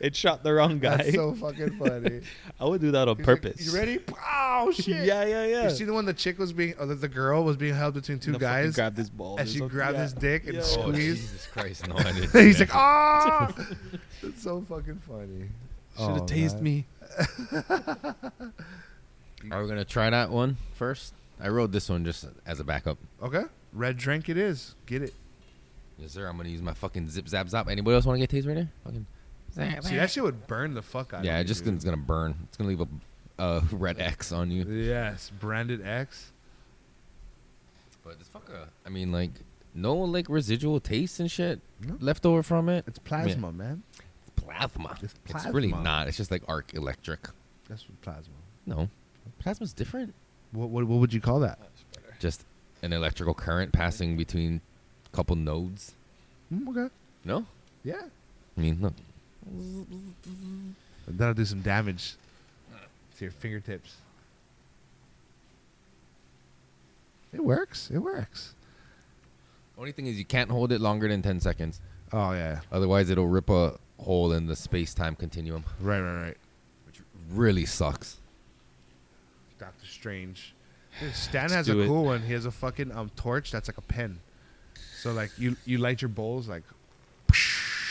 it shot the wrong guy. That's so fucking funny. I would do that on He's like, purpose. you ready? Oh shit! Yeah, yeah, yeah. You see the one the chick was being, or the, the girl was being held between two And the fucking guys, grabbed his balls and or she something. grabbed his dick and Yo. Oh, squeezed. Jesus Christ, no, I didn't. He's like, ah, it's so fucking funny. Should have Oh, tased man. me. Are we gonna try that one first? "Oh." I rode this one just as a backup. Okay, red drink it is. Get it. Yes, sir. I'm gonna use my fucking zip, zap, zap. Anybody else want to get tased right there? Fucking. See, that shit would burn the fuck out. Yeah, of it just you, gonna, dude. it's gonna burn. It's gonna leave a, a red X on you. Yes, branded X. But it's fuck a, I mean, like no like residual taste and shit No. left over from it. It's plasma, man. Plasma. It's really plasma. not. It's just like arc electric. That's what plasma. No, plasma's different. What, what what would you call that? Just an electrical current passing between a couple nodes. Mm, okay. No, Yeah. I mean no. And that'll do some damage to your fingertips. It works. It works. Only thing is you can't hold it longer than ten seconds. Oh yeah. Otherwise, it'll rip a hole in the space-time continuum, Right, right, right. which really sucks. Doctor Strange. Dude, Stan Let's has do a it. cool one. He has a fucking um torch that's like a pen. So like you you light your bowls like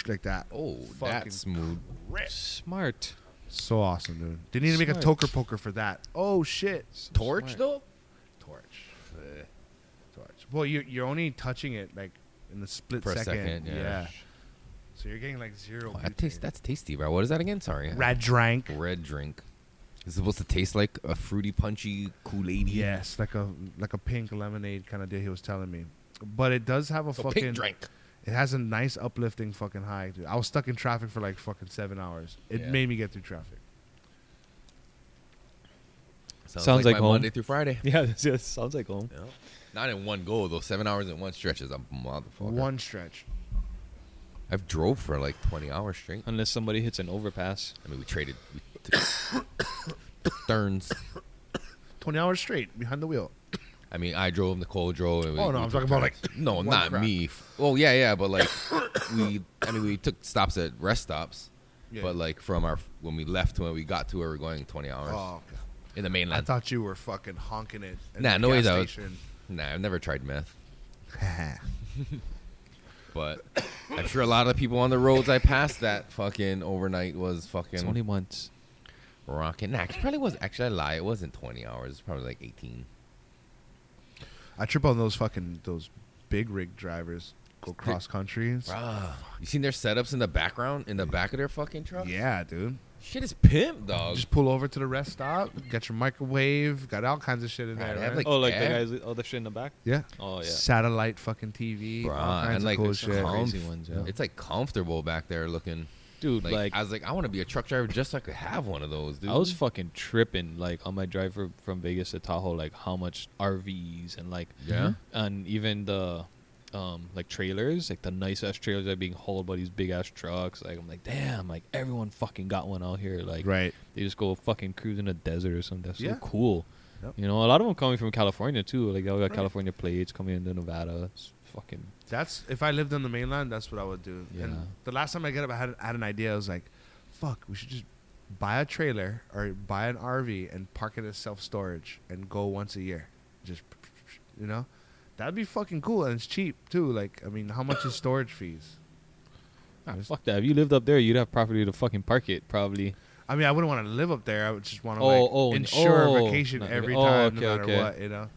like that. Oh, Fucking that's smooth. Smart. So awesome, dude. They need to make a Smart. toker poker for that. Oh shit. Torch though. Torch. Ugh. Torch. Well, you you're only touching it like in the split For a second. second, yeah. So you're getting like zero. Oh, that tastes. That's tasty, bro. What is that again? Sorry. Rad drank. Red drink. It's supposed to taste like a fruity, punchy Kool Aid. Yes, like a like a pink lemonade kind of deal. He was telling me, but it does have a So fucking pink drink. It has a nice uplifting fucking high, dude. I was stuck in traffic for like fucking seven hours. It Yeah. made me get through traffic. Sounds like my home. Monday through Friday. Yeah, this- yeah, sounds like home. Yeah. Not in one go though. Seven hours in one stretch is a motherfucker. One stretch. I've drove for like twenty hours straight. Unless somebody hits an overpass. I mean, we traded. We took turns. Twenty hours straight behind the wheel. I mean, I drove. Nicole drove. and we- Oh, no, we I'm took talking about, turns. like, no, one not crack. me. Oh yeah, yeah, but like we. I mean, we took stops at rest stops, Yeah. but like from our when we left to when we got to where we are going, twenty hours. Oh, okay. in the I mainland. thought you were fucking honking it. at Nah, the no gas ways I was- station. Nah, I've never tried meth, but I'm sure a lot of people on the roads I passed that fucking overnight was It's fucking only once. rocking. Nah, it probably was. Actually, I lie. It wasn't 20 hours. It's probably like 18. I trip on those fucking those big rig drivers go cross country. and stuff. Bruh. You seen their setups in the background in the back of their fucking truck? Yeah, dude. Shit is pimp, dog. Just pull over to the rest stop, got your microwave, got all kinds of shit in Right, there. they have, right? like, Oh, like air- the guys with all the shit in the back. eh? yeah. Oh yeah. Satellite fucking TV, Bruh, all kinds and of like cool it's shit. calm. Crazy ones. Yeah. It's like comfortable back there looking. Dude, Like, like I was like, I want to be a truck driver just so I could have one of those, dude. I was fucking tripping like on my drive fro- from Vegas to Tahoe, like how much RVs and like Yeah? and even the um like trailers, like the nice ass trailers that are being hauled by these big ass trucks. Like I'm like, damn, like everyone fucking got one out here. Like Right. they just go fucking cruise in the desert or something. That's Yeah. so cool. Yep. You know, a lot of them coming from California too. Like they all got California plates coming into Nevada. It's fucking That's if I lived on the mainland, that's what I would do. Yeah. And the last time I got up, I had, I had an idea. I was like, "Fuck, we should just buy a trailer or buy an RV and park it as self storage and go once a year. Just you know, that'd be fucking cool and it's cheap too. Like, I mean, how much is storage fees? ah, fuck that. If you lived up there, you'd have property to fucking park it probably. I mean, I wouldn't want to live up there. I would just want to Oh, like oh, and- insure oh, vacation not- every oh, time, okay, no matter okay. what, you know.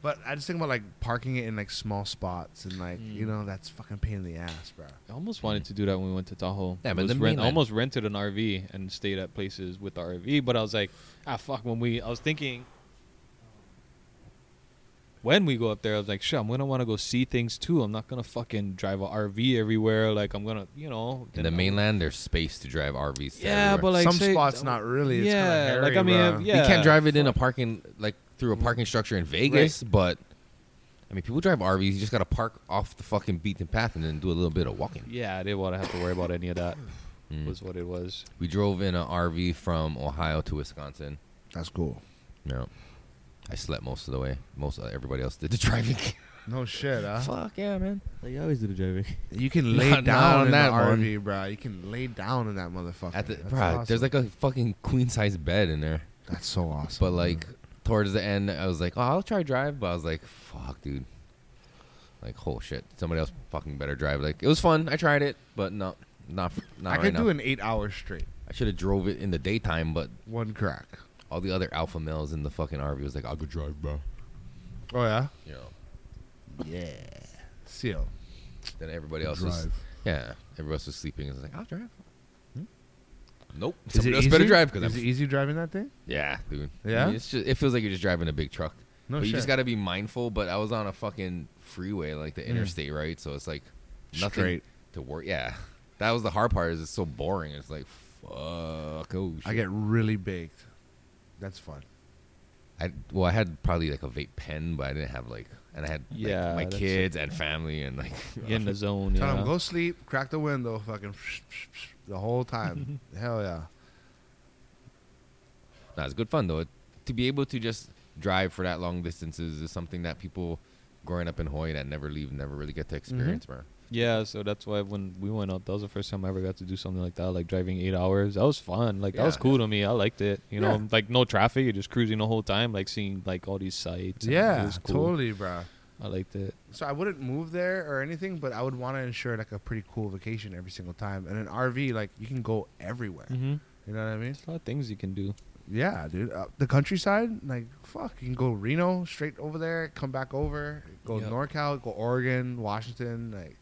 But I just think about like parking it in like small spots and like Hmm. you know that's fucking pain in the ass, bro. I almost wanted to do that when we went to Tahoe. Yeah, but Was the rent- I mainland- almost rented an RV and stayed at places with the RV, but I was like, ah, fuck. When we, I was thinking, when we go up there, I was like, shit, I'm gonna want to go see things too. I'm not gonna fucking drive a RV everywhere. Like I'm gonna, you know, in then the I'll- mainland. There's space to drive RVs. to Yeah, everywhere. but like Some say- spots not really. It's yeah, kinda like hairy, I mean, bro. if- yeah, you can't drive it in a parking like through a parking structure in Vegas, but I mean, people drive RVs. You just gotta park off the fucking beaten path and then do a little bit of walking. Yeah, I didn't want to have to worry about any of that. Mm. Was what it was. We drove in an RV from Ohio to Wisconsin. That's cool. No, I slept most of the way. Most of everybody else did the driving. No shit, huh? Fuck yeah, man. Like, you always do the driving. You can lay Not- not down on in that that one. RV, bro. You can lay down in that motherfucker. At the, That's bruh, there's awesome. like a fucking queen size bed in there. that's so awesome. But like towards the end, I was like, oh, I'll try drive, but I was like, fuck, dude. Like, whole shit, somebody else fucking better drive. Like, it was fun. I tried it, but no, not f- not I right could now. do an eight hour straight, I should have drove it in the daytime, but one crack. all the other alpha males in the fucking RV was like, I'll go drive, bro. Oh yeah, You know, seal. then everybody else was Drive. yeah, everybody else was sleeping. I was like, I'll drive. Hmm? Nope, Is somebody it else better easy? drive because is I'm it easy driving that thing? yeah, dude. I Yeah? mean, it's just, it feels like you're just driving a big truck. No but shit. Mm. you just gotta be mindful. But I was on a fucking freeway, like the interstate, right? So it's like nothing Straight. to work. Yeah, that was the hard part. Is it's so boring. It's like fuck. Oh, shit. I get really baked. That's fun. I well, I had probably like a vape pen, but I didn't have like, and I had like, Yeah, my that's kids and family and like. Get in the zone. Tell yeah. them go sleep, crack the window, fucking the whole time. Hell yeah. Nah, it's good fun though. It, to be able to just drive for that long distances is something that people growing up in Hawaii that never leave never really get to Mm-hmm. experience, man. Yeah, so that's why when we went out, that was the first time I ever got to do something like that, like driving eight hours. That was fun. Like that was Yeah. cool to me. I liked it. You know, Yeah. like no traffic, you're just cruising the whole time, like seeing like all these sights. and it Yeah, was cool. totally, bro. I liked it. So I wouldn't move there or anything, but I would want to ensure like a pretty cool vacation every single time. And an RV, like you can go everywhere. Mm-hmm. You know what I mean? There's a lot of things you can do. Yeah, dude. Uh, the countryside, like fuck, you can go Reno straight over there, come back over, go Yep. NorCal, go Oregon, Washington. Like,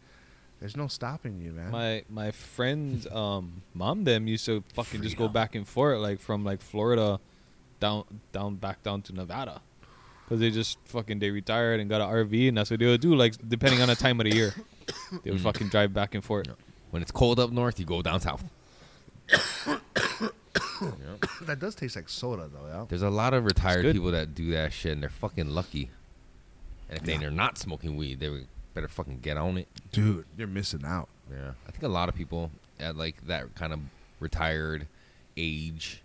there's no stopping you, man. My my friend's um mom them used to fucking just go back and forth, like from like Florida, down down back down to Nevada, because they just fucking they retired and got an RV, and that's what they would do. Like depending on the time of the year, they would fucking drive back and forth. When it's cold up north, you go down south. that does taste like soda though. Yeah. There's a lot of retired good. people that do that shit, and they're fucking lucky. And if they're not smoking weed, they would better fucking get on it. Dude, you're missing out. Yeah, I think a lot of people at like that kind of retired age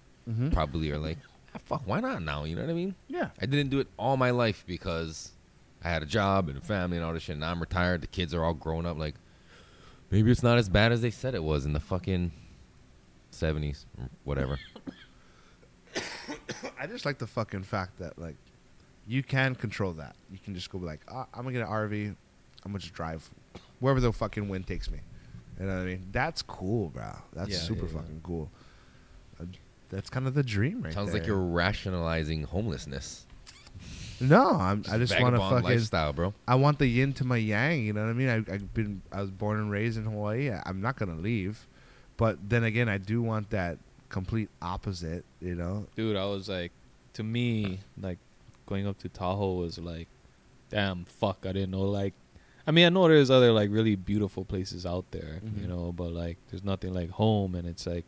probably are like, ah, "Fuck, why not now?" You know what I mean? Yeah. I didn't do it all my life because I had a job and a family and all this shit. Now I'm retired. The kids are all grown up. Like, maybe it's not as bad as they said it was in the fucking 70s or whatever. I just like the fucking fact that like you can control that. You can just go be like, ah, I'm gonna get an RV. I'm gonna just drive wherever the fucking wind takes me. You know what I mean? That's cool, bro. That's Yeah, super yeah, yeah. fucking cool. Uh, That's kind of the dream, right? Sounds like there. you're rationalizing homelessness. No, I'm, I Just just want to vagabond fucking. lifestyle, bro. I want the yin to my yang. You know what I mean? I, I've been. I was born and raised in Hawaii. I, I'm not gonna leave, but then again, I do want that complete opposite. You know? dude, I was like, to me, like going up to Tahoe was like, damn, fuck, I didn't know. Like, I mean, I know there's other like really beautiful places out there, you Mhm. know, but like, there's nothing like home, and it's like,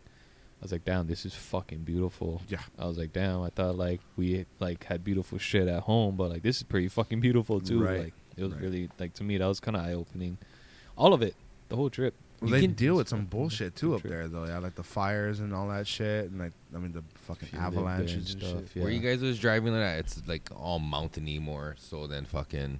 I was like, damn, this is fucking beautiful. Yeah. I was like, damn, I thought like we like had beautiful shit at home, but like this is pretty fucking beautiful too. Right, Like, it was right. really like to me that was kind of eye opening, all of it, the whole trip. Well, You they can- deal with some bullshit too up True. there, though. Yeah, like the fires and all that shit, and like I mean the fucking If you live there and avalanches and stuff. stuff, Where yeah. you guys was driving like that, it's like all mountainy more so than fucking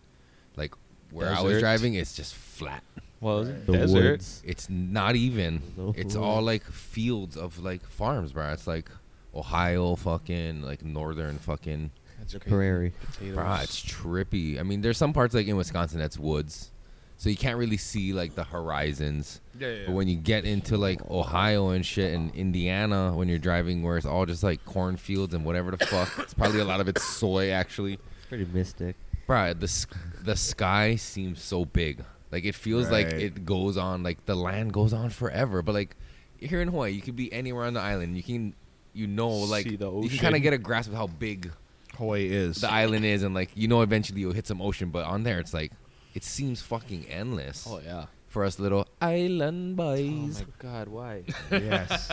like where I was Desert. driving, it's just flat. Well, it was a The desert. woods. It's not even. No It's way. all like fields of like farms, bro. It's like Ohio, fucking like northern fucking. That's The crazy. prairie. Bro, it's trippy. I mean, there's some parts like in Wisconsin that's woods, so you can't really see like the horizons. Yeah, But when you get into like Ohio and shit and Indiana, when you're driving where it's all just like cornfields and whatever the fuck, it's probably a lot of it's soy actually. It's pretty mystic. Bro, the s- the sky seems so big. Like it feels like Right. it goes on. Like the land goes on forever. But like here in Hawaii, you could be anywhere on the island. You can, you know, like See the you can ocean. kind of get a grasp of how big Hawaii is. the island is, and like you know, eventually you'll hit some ocean. But on there, it's like it seems fucking endless Oh yeah. Oh, for us little island boys. god, why? yes,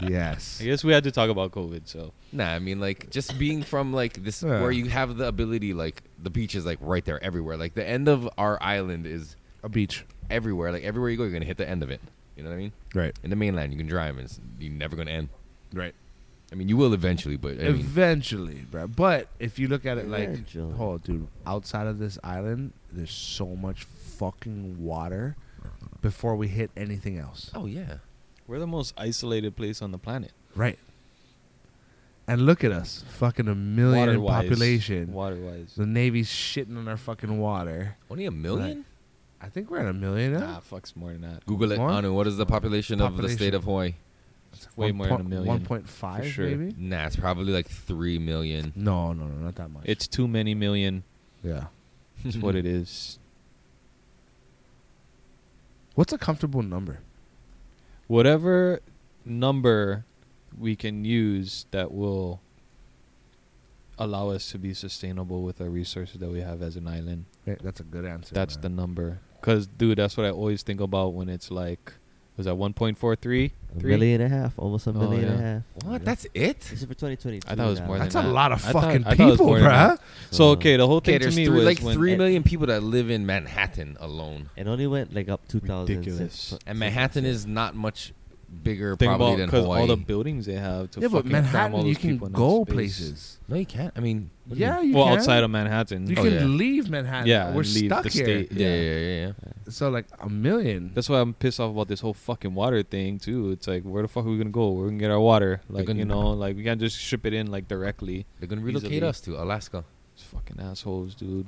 yes. I guess we had to talk about COVID, so Nah, I mean like just being from like this Yeah. where you have the ability like the beach is like right there everywhere. Like the end of our island is A beach, everywhere. Like everywhere you go, you're gonna hit the end of it. You know what I mean? right? In the mainland, you can drive and it's, you're never gonna end. Right. I mean, you will eventually, but I mean, Eventually, bro. But if you look at it like, Eventually. oh, dude, outside of this island, there's so much fucking water before we hit anything else. oh yeah, we're the most isolated place on the planet. Right. And look at us, fucking a million in Water-wise. population. Water-wise. The Navy's shitting on our fucking water. only a million. I think we're at a million now. Nah, fucks more than that. Google it, More? Anu. What is the population, of the state Population. of Hawaii? It's way more than a million. One point five, for sure. Mm. maybe. Nah, it's probably like three million. No, no, no, not that much. It's too many million. yeah. Is what it is. What's a comfortable number? Whatever number we can use that will allow us to be sustainable with our resources that we have as an island. Right, Eh, that's a good answer. That's the number. Cause dude, that's what I always think about when it's like, was that 1.43? A Three? million and a half. Almost a Oh, million and a yeah. half. What? That's it? This is for 2022. I thought it was more now. than That's a that. lot of I thought- fucking I thought it was people, more than bruh. Uh, that. So okay, the whole Okay, thing to there's me three, was like when- e- three million people that live in Manhattan alone, It only went like up 2,000. Ridiculous. since- and Manhattan is not much bigger Think probably about than because Hawaii. all the buildings they have to Yeah, but fucking cram all Manhattan, those you can people in that go space. places. no, you can't. I mean, Yeah, you well, can. outside of Manhattan, you Oh, can yeah. leave Manhattan. Yeah, we're and leave stuck the here. state. yeah, Yeah. yeah, yeah. yeah. So like a million. that's why I'm pissed off about this whole fucking water thing too. It's like, where the fuck are we gonna go? Where we can get our water? Like, gonna- you know, like we can't just ship it in like directly. They're gonna relocate Easily. us to Alaska. It's fucking assholes, dude.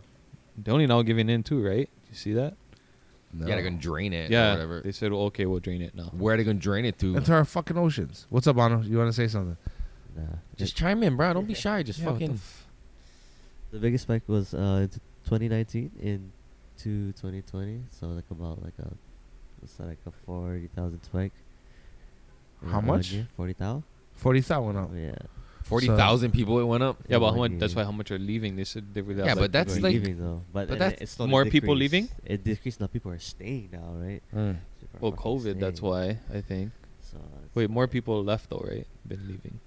They only now giving in too, right? You see that? No. Yeah, they're gonna drain it. yeah. or whatever. They said, well, okay, we'll drain it now. Where are they gonna drain it to? into our fucking oceans. What's up, Ano? You want to say something? Nah. Just chime in, bro. Don't be shy. Just Yeah, what the fucking. f- The biggest spike was uh, in 2019 into 2020, so like about like a what's that like a 40,000 spike. in How one much? Oh. year, 40,000? Forty thousand up. Yeah. Forty thousand people it went up. yeah, but how Like, much? That's yeah. why how much are leaving? They said they were. Yeah, but that's People are like- leaving though, but, but and that's it slowly more people decreased. leaving? It decreased now. People are staying now, right? People are well, fucking COVID. That's staying, why I think. So it's Wait, more like- people left though, right? Been leaving,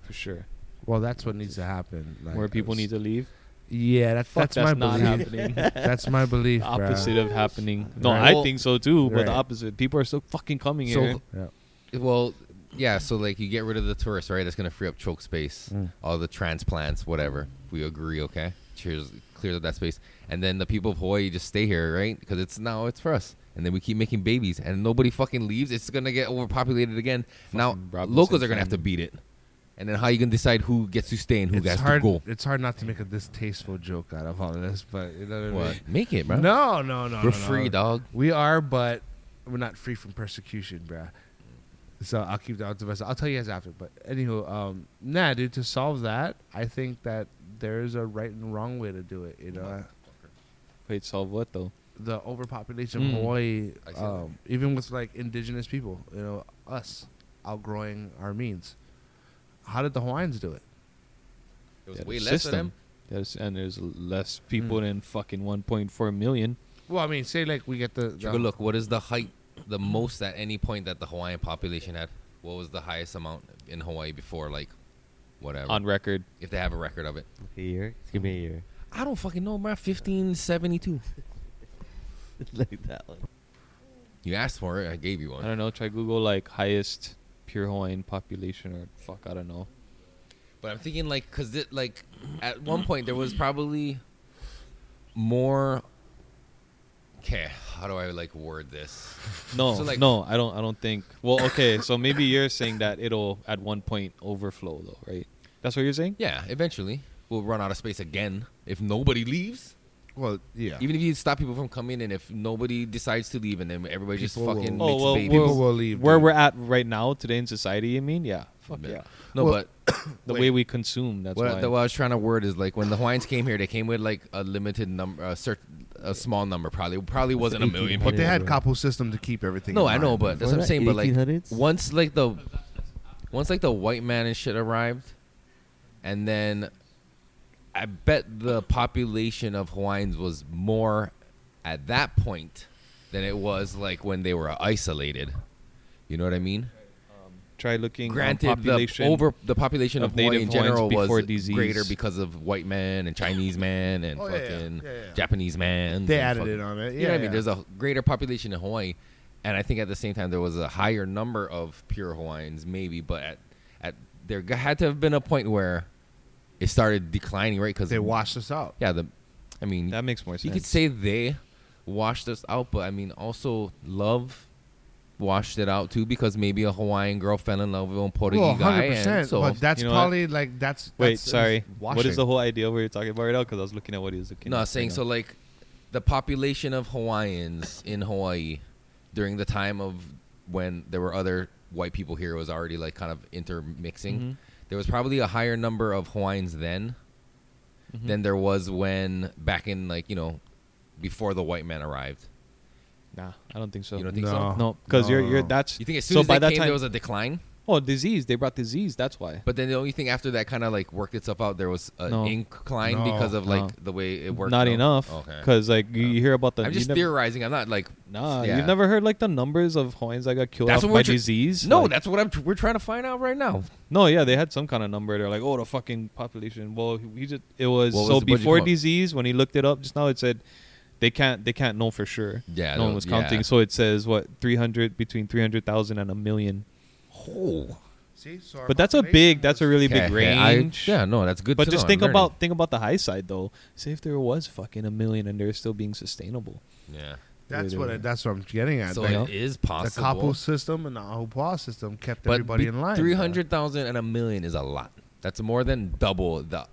for sure. Well, that's what needs to happen. Like, uh, More people need to leave. Yeah, that, Fuck, that's, my not belief. happening. That's my belief. The opposite of happening. No, Right. I think so too. But the Right. opposite. People are still fucking coming So- here. Bruh. Well, yeah. So like, you get rid of the tourists, right? That's gonna free up choke space. Mm. All the transplants, whatever. We agree, okay? Cheers. Clears up that space, and then the people of Hawaii just stay here, right? Because it's now it's for us, and then we keep making babies, and nobody fucking leaves. It's gonna get overpopulated again. now Fucking Robinson locals are gonna have to family. beat it. And then how you gonna decide who gets to stay and who it's gets hard. to go? It's hard not to make a distasteful joke out of all of this, but you know what I What? Make it, bro. mean? No, no, no. We're no, no. free, dog. We are, but we're not free from persecution, bruh. So I'll keep that out to myself. I'll tell you guys after. But anywho, um, nah, dude. To solve that, I think that there is a right and wrong way to do it. You know, Wait, solve what though? the overpopulation Mm. of Hawaii, Hmm. I see that. um, even with like indigenous people, you know, us outgrowing our means. How did the Hawaiians do it? It was That way is less of them. There's, and there's less Mm. people than fucking 1.4 million. Well, I mean, say like we get the, Take a look. What is the height, the most at any point that the Hawaiian population had? What was the highest amount in Hawaii before, like, whatever? On record, if they have a record of it, A year? Just give me a year. I don't fucking know, bro. Fifteen seventy-two. like that one. You asked for it. I gave you I one. don't know. Try Google like highest pure Hawaiian population or fuck, I don't know. But I'm thinking like, cause it like, at one point there was probably more. Okay, how do I like word this? No, So, like- no, I don't. I don't think. Well, okay, so maybe you're saying that it'll at one point overflow though, right? That's what you're saying. Yeah, eventually we'll run out of space again if nobody leaves. Well, yeah. Even if you stop people from coming, and if nobody decides to leave, and then everybody just People will- fucking Oh, makes well, babies. People will leave. Where dude. we're at right now today in society, you mean? Yeah. Fuck yeah. Yeah. No, Well, but The wait. way we consume. That's what, why. the- what I was trying to word is like when the Hawaiians came here, they came with like a limited number, a, cert, a small number, probably probably wasn't a million. But But People. they had Yeah. Kapu system to keep everything. No, in I know, line. but that's what I'm saying. But like 1800s? once like the once like the white man and shit arrived, and then I bet the population of Hawaiians was more at that point than it was like when they were isolated. You know what I mean? Try looking. on Granted, the um, population. over the population of of Hawaii in native Hawaiians general before was disease. greater because of white men and Chinese men and Oh, yeah, yeah. fucking Yeah, yeah. Japanese men. They and added fucking- it on it. you know Yeah, what I yeah. mean? There's uh, a greater population in Hawaii, and I think at the same time there was a higher number of pure Hawaiians, maybe. But at, at there g- had to have been a point where it started declining, right? Because They washed us out. Yeah, the, I mean, That makes more sense. you could say they washed us out, but I mean also love washed it out too because maybe a Hawaiian girl fell in love with a Puerto Well, Rican guy, 100%, and so but that's You know what? probably like that's. Wait, that's- sorry. it's What is washing. the whole idea we were talking about right now? Because I was looking at what he was looking. No, I at was saying right so now. like the population of Hawaiians in Hawaii during the time of when there were other white people here was already like kind of intermixing. Mhm. There was probably a higher number of Hawaiians then Mm-hmm. than there was when back in like, you know, before the white man arrived. Nah, I don't think so. You don't think No. so? No, because you're you're that's You think as soon so as they by that came time there was a decline? oh disease they brought disease that's why But then the only thing after that kind of like worked itself out, there was an No. incline No, because of no. like the way it worked. not out. enough Okay. because like you, you hear about the I'm you just never, theorizing. I'm not like nah yeah. you've never heard like the numbers of Hawaiians that got killed That's off what by we're tr- disease No, Like, that's what I'm. Tr- we're trying to find out right now. no yeah they had some kind of number they're like oh the fucking population well we just it was What was so the- what'd you before come up- disease when he looked it up just now it said they can't they can't know for sure Yeah, no one no- was counting yeah. so it says what 300 between 300,000 and a million Oh, See, so our but that's a population big that's a was- really big range yeah, no, that's good. But to just know. I'm think learning. about think about the high side though. Say if there was fucking a million and they're still being sustainable. Yeah. That's what I, that's what I'm getting at. So like, it is the possible. Kapu system and the Ahupua system kept but everybody in line. Three hundred thousand and a million is a lot. That's more than double the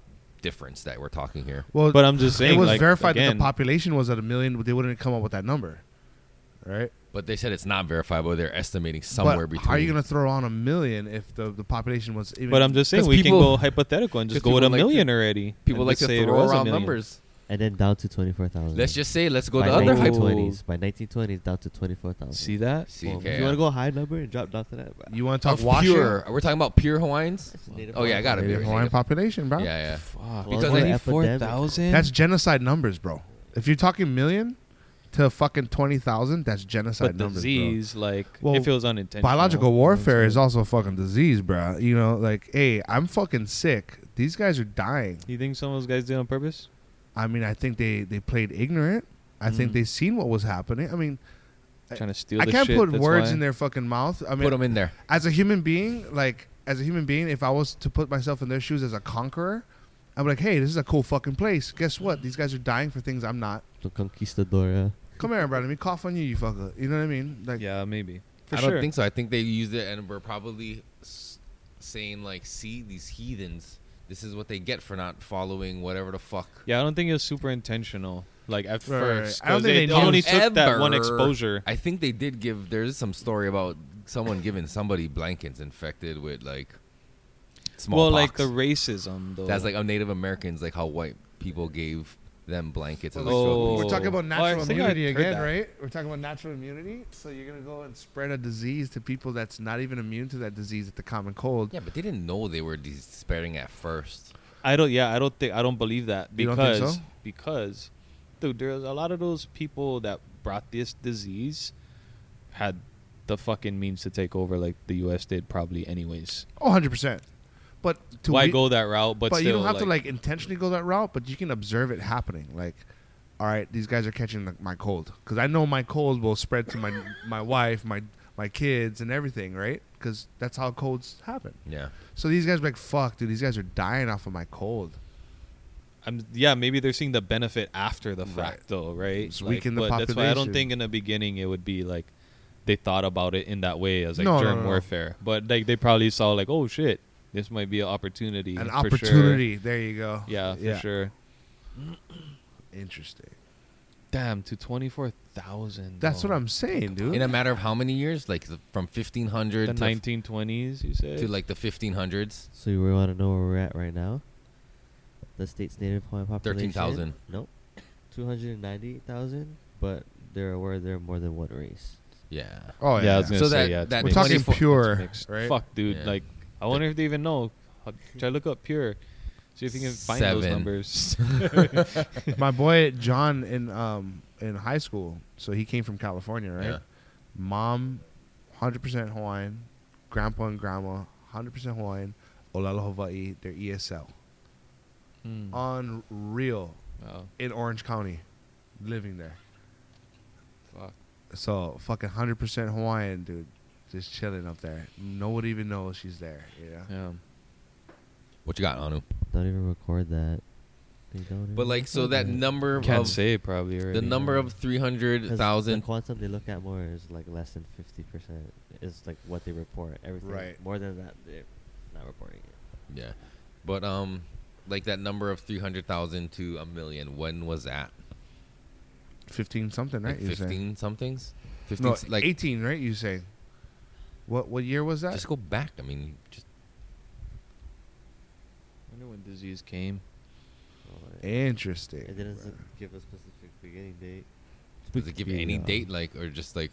difference that we're talking here. Well, But I'm just saying, it was like, verified that again- the population was at a million, but they wouldn't come up with that number, right? But they said it's not verifiable. They're estimating somewhere but between. How are you going to throw on a million if the, the population was even? But I'm just saying 'Cause we people- can go hypothetical and just 'cause go with a people like to- million already. People and like to just say there throw was a around million. numbers. And then down to 24,000. Let's just say let's go by the other hypo- hypo. 1920s. By 1920s, down to 24,000. See that? See, Well, okay. If you want to go high number and drop down to that? bro. You want to talk Of washing? pure. We're talking about pure Hawaiians. That's native Oh yeah, I got it. Native Hawaiian population, bro. Yeah, yeah. Fuck. Because Well, I- it's more epidemic. 24,000? That's genocide numbers, bro. If you're talking million to fucking twenty thousand, that's genocide but numbers, disease like Well, if it was bro. unintentional. Biological warfare is all also a fucking disease, bro. You know, like, hey, I'm fucking sick. These guys are dying. You think some of those guys did it on purpose? I mean, I think they they played ignorant. I think Mhm. they seen what was happening. I mean, Trying to steal I the can't shit, put that's words why. in their fucking mouth. I Put mean, them in there. as a human being, like as a human being, if I was to put myself in their shoes as a conqueror, I'm like, hey, this is a cool fucking place. Guess what? These guys are dying for things I'm not. The conquistador. yeah. Come here, brother. Let me cough on you, you fucker. You know what I mean? Like, Yeah, maybe. For I sure. don't think so. I think they used it and were probably s- saying like, "See these heathens. This is what they get for not following whatever the fuck." Yeah, I don't think it was super intentional. Like at Right, right, first, right. I don't think 'cause they, they only knew. took that one Ever. exposure. I think they did give. There's some story about someone giving somebody blankets infected with like Well, smallpox. like the racism though. that's like on Native Americans, like how white people gave them blankets. as Oh. a We're talking about Oh, I natural think I immunity heard again, that. right? We're talking about natural immunity. So you're gonna go and spread a disease to people that's not even immune to that disease at the common cold. yeah, but they didn't know they were despairing at first. I don't. Yeah, I don't think I don't believe that You because don't think so? because, dude, there's a lot of those people that brought this disease had the fucking means to take over like the U.S. did probably anyways. Oh, 100 percent. But to Why we- go that route? But, But, still, you don't have to like intentionally go that route. But you can observe it happening. Like, all right, these guys are catching the, my cold because I know my cold will spread to my my wife, my my kids, and everything, right? Because that's how colds happen. Yeah. So these guys are like, fuck, dude, these guys are dying off of my cold. I'm, yeah, maybe they're seeing the benefit after the fact, Right. though, right? It's weaken the but That's why I population. don't think in the beginning it would be like they thought about it in that way as like No, no, germ no, no. warfare. But like they probably saw like, oh shit, this might be an opportunity. An for sure. opportunity. There you go. Yeah, for sure. Interesting. Damn, to twenty four thousand. That's what I'm saying, dude. In a matter of how many years, like the, from 1500 The to, f- nineteen twenties, you said. to like the 1500s, So you want to know where we're at right now? The state's native Hawaiian population. 13,000. Nope. 298,000, but they're aware they're more than one race. yeah. oh yeah, yeah. I was gonna So say that- yeah. it's that We're mixed. talking 24 pure, Mixed. right? Fuck, dude. Yeah. Like, I wonder if they even know. Uh, Try to look up pure. See if you can find those Seven. numbers. My boy John in um in high school, so he came from California, right? Yeah. Mom, hundred percent Hawaiian. Grandpa and grandma, hundred percent Hawaiian. Olala Hawaii, E their ESL. Hmm. Uh, Mm. Unreal Oh, in Orange County, living there. fuck. So fucking hundred percent Hawaiian, dude, just chilling up there. Nobody even knows she's there. You know? Yeah. What you got, Anu? Don't even record that. They don't even But like, so record that number Mm-hmm. Can't of say probably the already. number yeah. of 'Cause 300,000 The quantum they look at more is like less than 50%, is like what they report. Everything Right. more than that, they're not reporting it. Yeah, but um, like that number of three hundred thousand to a million. When was that? Fifteen something, right? Like you say? fifteen somethings. Fifteen. No, s- like eighteen, right? You say. What what year was that? just go back. I mean, just wonder when disease came. All Eh, that. Interesting. It didn't bro. s- give a specific beginning date. does it give you any Yeah. date? Like or just like,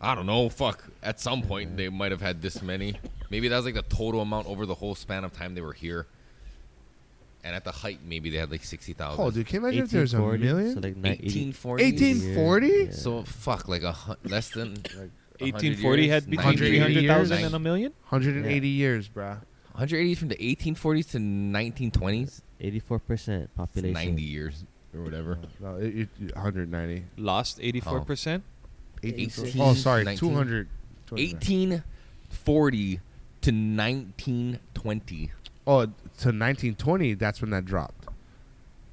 I don't know. Fuck. At some point they might have had this many. Maybe that was like the total amount over the whole span of time they were here. And at the height, maybe they had like sixty thousand. Oh, dude, can you imagine if there's a 1840, million? So like ni- 80 Eighteen forty. 1840? Yeah. So fuck, like a hun- less than. Like 1840 had between 180 years. 300,000 and a million? 180 years, bruh. 180 from the 1840s to 1920s. 84% population. 90 years or whatever. No, it, it, 190. Lost Oh. 84%? Eighteen- oh, sorry, 19. 200. 200. 1840 to 1920. Oh, to 1920, that's when that dropped.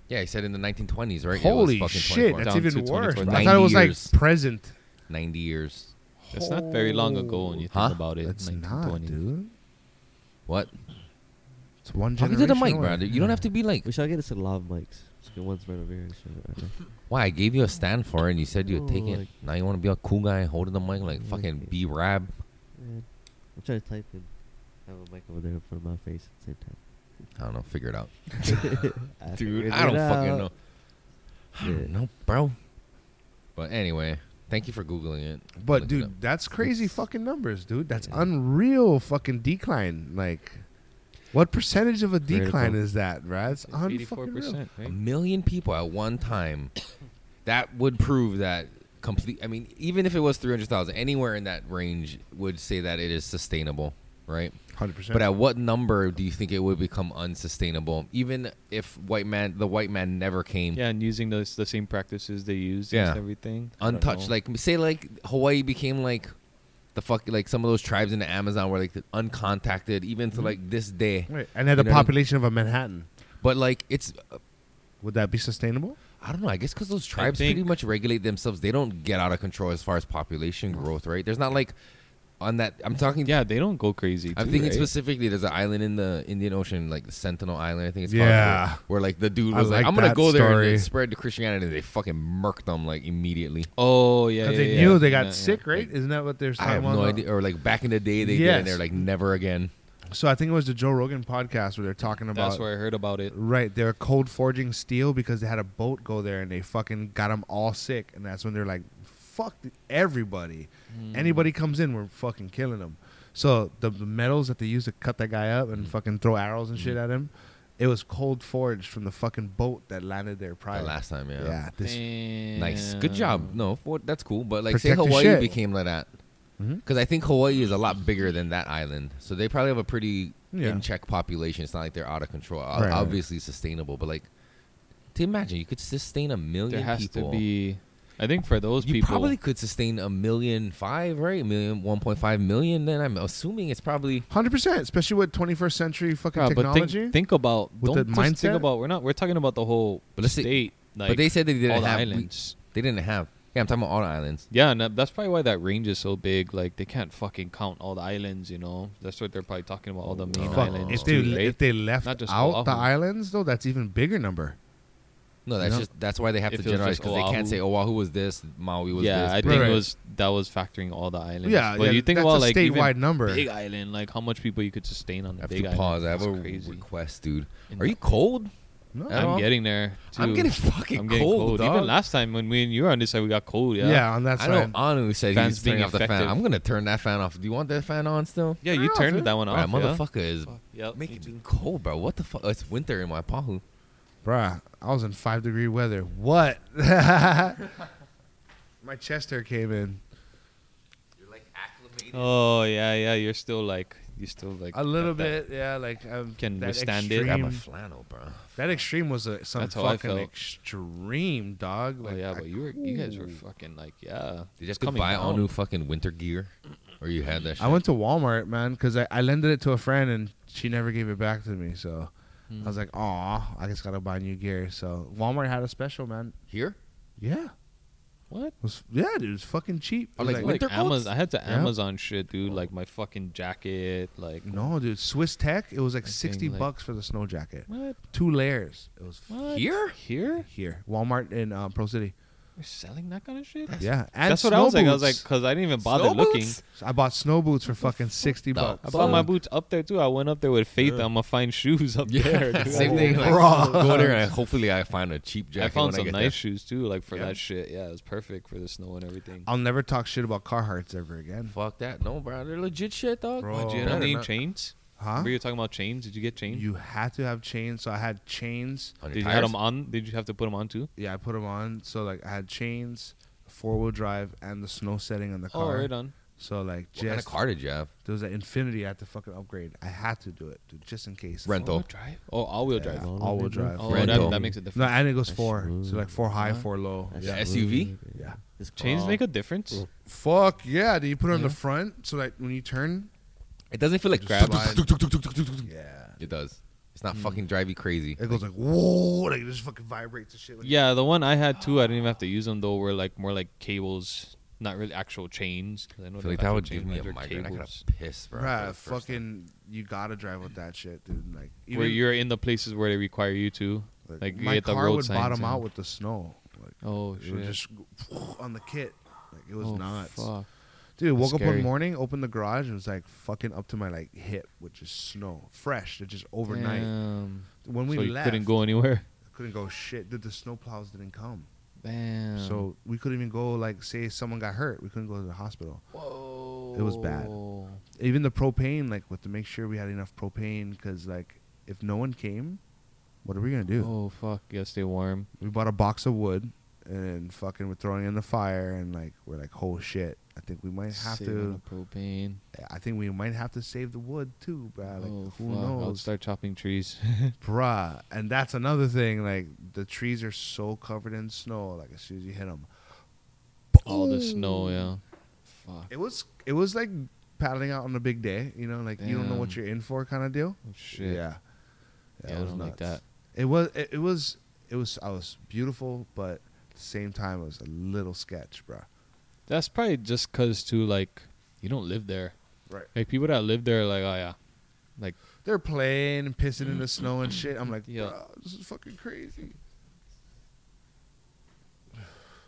Yeah, he said in the 1920s, right? It was Holy fucking shit, 24. that's Down to even worse. 24,000. I thought it was 90 like years. present. 90 years. That's not very long ago when you think Huh? about it. That's not, 1920. dude. What? It's one Talk generation. into the mic, away. brother. You don't have to be like, We should get us a lot of mics. Let's get ones right over here. So right there. why? I gave you a stand for it and you said you'd take it. Like- Mm. now you want to be a cool guy holding the mic like fucking Like- B Rab. Yeah. I'm trying to type in. I have a mic over there in front of my face at the same time. I don't know. Figure it out. I Dude, figured I don't it fucking out. know. I don't know, bro. But anyway, thank you for Googling it. But, Look it up. dude, that's crazy fucking numbers, dude. That's Yeah. unreal fucking decline. Like, what percentage of a Critical. decline is that, bruh? It's unfucking real. 84%, a right? million Um, people at one time that would prove that complete i mean even if it was 300000 anywhere in that range would say that it is sustainable right 100%. but at what number do you think it would become unsustainable even if white man the white man never came Yeah, and using those the same practices they used Yeah. and everything. I don't untouched know. like say like hawaii became like the fuck like some of those tribes in the amazon were like uncontacted even Mm-hmm. to like this day Right, and had You know a what I mean? population of a Manhattan. but like it's Would that be sustainable? I don't know. I guess because those tribes think- pretty much regulate themselves. They don't get out of control as far as population growth, right? There's not like on that. I'm talking. Yeah, they don't go crazy. I'm too, thinking right? specifically. There's an island in the Indian Ocean, like the Sentinel Island. I think it's Yeah. called. where- Where like the dude I was like, like "I'm gonna that go there and story. then spread the Christianity." and They fucking murked them like immediately. Oh yeah, Because yeah, they yeah, knew they yeah, got yeah. sick, right? Isn't that what they're I talking have about? no idea. Or like back in the day, they did, Yes. and they're like, "Never again." So I think it was the Joe Rogan podcast where they're talking about. That's where I heard about it. Right, they're cold forging steel because they had a boat go there and they fucking got them all sick, and that's when they're like, "Fuck everybody! Hmm. Anybody comes in, we're fucking killing them." So the, the metals that they used to cut that guy up Hmm. and fucking throw arrows and shit at him, it was cold forged from the fucking boat that landed there prior. The last time, yeah. yeah, this Nice. Good job. No, for, that's cool. But like, say Protect the Hawaii shit. became like that. Mhm. Because I think Hawaii is a lot bigger than that island, so they probably have a pretty Yeah. in check population. It's not like they're out of control. O- Right, right. Obviously sustainable, but like, to imagine you could sustain a million There has people. to be. I think for those you people, probably could sustain a million five, right? A million, one point five million. Then I'm assuming it's probably hundred percent, especially with twenty first century fucking Yeah, but technology. think, think about With don't that just think mindset? about we're not we're talking about the whole But let's say- state. like, but they said they didn't all the have we- islands. they didn't have. Yeah, I'm talking about all the islands. Yeah, and that- that's probably why that range is so big. Like they can't fucking count all the islands, you know. That's what they're probably talking about all the main Fuck, islands. if they too, right? if they left Not just out the Oahu. islands though, that's even bigger number. No, that's No. just that's why they have to If it was generalize just because they can't Oahu. say "Oh, Oahu was this, Maui was yeah, this. I but- think Right. it was that was factoring all the islands. Yeah, but yeah, you think that's about a like statewide even number. Big Island, like how much people you could sustain on I the have Big to Island. pause. I have That's a crazy. request, dude. In Are the- you cold? No. At all? I'm getting there. I'm too. getting fucking I'm getting cold, cold. dog. Even last time when we and you were on this side, we got cold. Yeah. Yeah, on that I side. know Anu said Fans he's turning being off the fan. effective. I'm gonna turn that fan off. Do you want that fan on still? Yeah, you Yeah, turned dude. that one Right, off. yeah? motherfucker is Fuck, Yep. me making too. me cold, bro. What the fuck? Oh, it's winter in Waipahu. Bruh, I was in five degree weather. What? My chest hair came in. You're like acclimated. Oh yeah, yeah. You're still like you still like A little got that- bit, yeah. Like I Can that withstand it. extreme, I got my flannel, bro. That extreme was a, some That's how I fucking felt. extreme, dog. Like, oh yeah, I- but you were you guys were fucking like yeah. Did you have to coming buy all down. new fucking winter gear, or you had that? Shit? I went to Walmart, man, because I, I lended it to a friend and she never gave it back to me. So I Hmm. was like, aw, I just gotta buy new gear. So Walmart had a special, man. here. Yeah, it What? was yeah, dude, it was fucking cheap. It Oh, was like, like, Like winter coats? Amazon, I had to Yeah. Amazon shit, dude. Like my fucking jacket, like no, dude, Swiss Tech. It was like That thing, sixty like- bucks for the snow jacket, what? two layers. It was What? Here? Here? here, Walmart in um, Pro City. We're selling that kind of shit? Yeah, and That's what snow I was like. I was like, boots. because I didn't even bother Snow looking. boots? I bought snow boots for fucking sixty the bucks. I fuck? bought my boots up there too. I went up there with faith. I'm gonna find shoes up there. dude. Same thing. Like, go there and hopefully I find a cheap jacket. I found when some I get nice there. shoes too, like for Yeah. that shit. Yeah, it was perfect for the snow and everything. I'll never talk shit about Carhartts ever again, Fuck that. No, bro. They're legit shit, dog. Bro. Do Oh, you Better not need not- chains? huh? Remember you were talking about chains? Did you get chains? You had to have chains, so I had chains. On your Did you tires? have them on? Did you have to put them on too? Yeah, I put them on. So like, I had chains, four wheel drive, and the snow setting on the Oh, car. right on. So like, What kind of just car did you have? there was an Infinity. I had to fucking upgrade. I had to do it, dude, just in case. Rental. All-wheel drive. Oh, all-wheel drive. All-wheel all wheel drive. drive. Oh, Rental. that, that makes a No, difference. and it goes That's four. So rude. like four high, Huh? four low. That's Yeah, really SUV? good. Yeah. It's Chains cool. make a difference. Fuck yeah! Do you put it on the Yeah. front so that when you turn, It doesn't feel like Grab grab. line. yeah, It does. It's Hmm. not fucking drive you crazy. it goes like whoa, like it just fucking vibrates and shit. when you- Yeah, the one I had too. I didn't even have to use them though. Were like more like cables, not really actual chains. 'cause I know I feel like that the actual would give chains, me like, a they're migraine. I cables. got a piss, bro. for Bruh, the first time. fucking, you gotta drive with that shit, dude. Like, Where even- you're in the places where they require you to. Like you my get the car road would signs bottom and- out with the snow. Like, Oh it would shit! just go on the kit. Like it was oh, nuts, Fuck. dude. Woke up scary. one morning, opened the garage, and it was like fucking up to my like hip, which is snow, fresh. It just overnight. Damn. When we so you left, couldn't go anywhere. couldn't go shit. Dude, the snowplows didn't come, Damn. so we couldn't even go. Like, say someone got hurt, we couldn't go to the hospital. Whoa. it was bad. Even the propane, like, with to make sure we had enough propane, because like, if no one came, what are we gonna do? Oh fuck! You gotta stay warm. we bought a box of wood and fucking we're throwing in the fire and like we're like oh shit i think we might have to Saving the propane. i think we might have to save the wood too bruh like oh, who fuck. I'll knows start chopping trees. bruh and that's another thing like the trees are so covered in snow like as soon as you hit them All the snow, yeah. Fuck. it was it was like paddling out on a big day you know like you don't know what Damn. you're in for kind of deal Oh, shit. yeah Yeah, I don't like that. it was it, it was it was i was beautiful but at the same time it was a little sketch bruh That's probably just cause too like you don't live there. Right. Like people that live there, are like oh yeah, like They're playing and pissing in the snow and shit. I'm like, Mm-hmm. Yeah. "Bro, this is fucking crazy.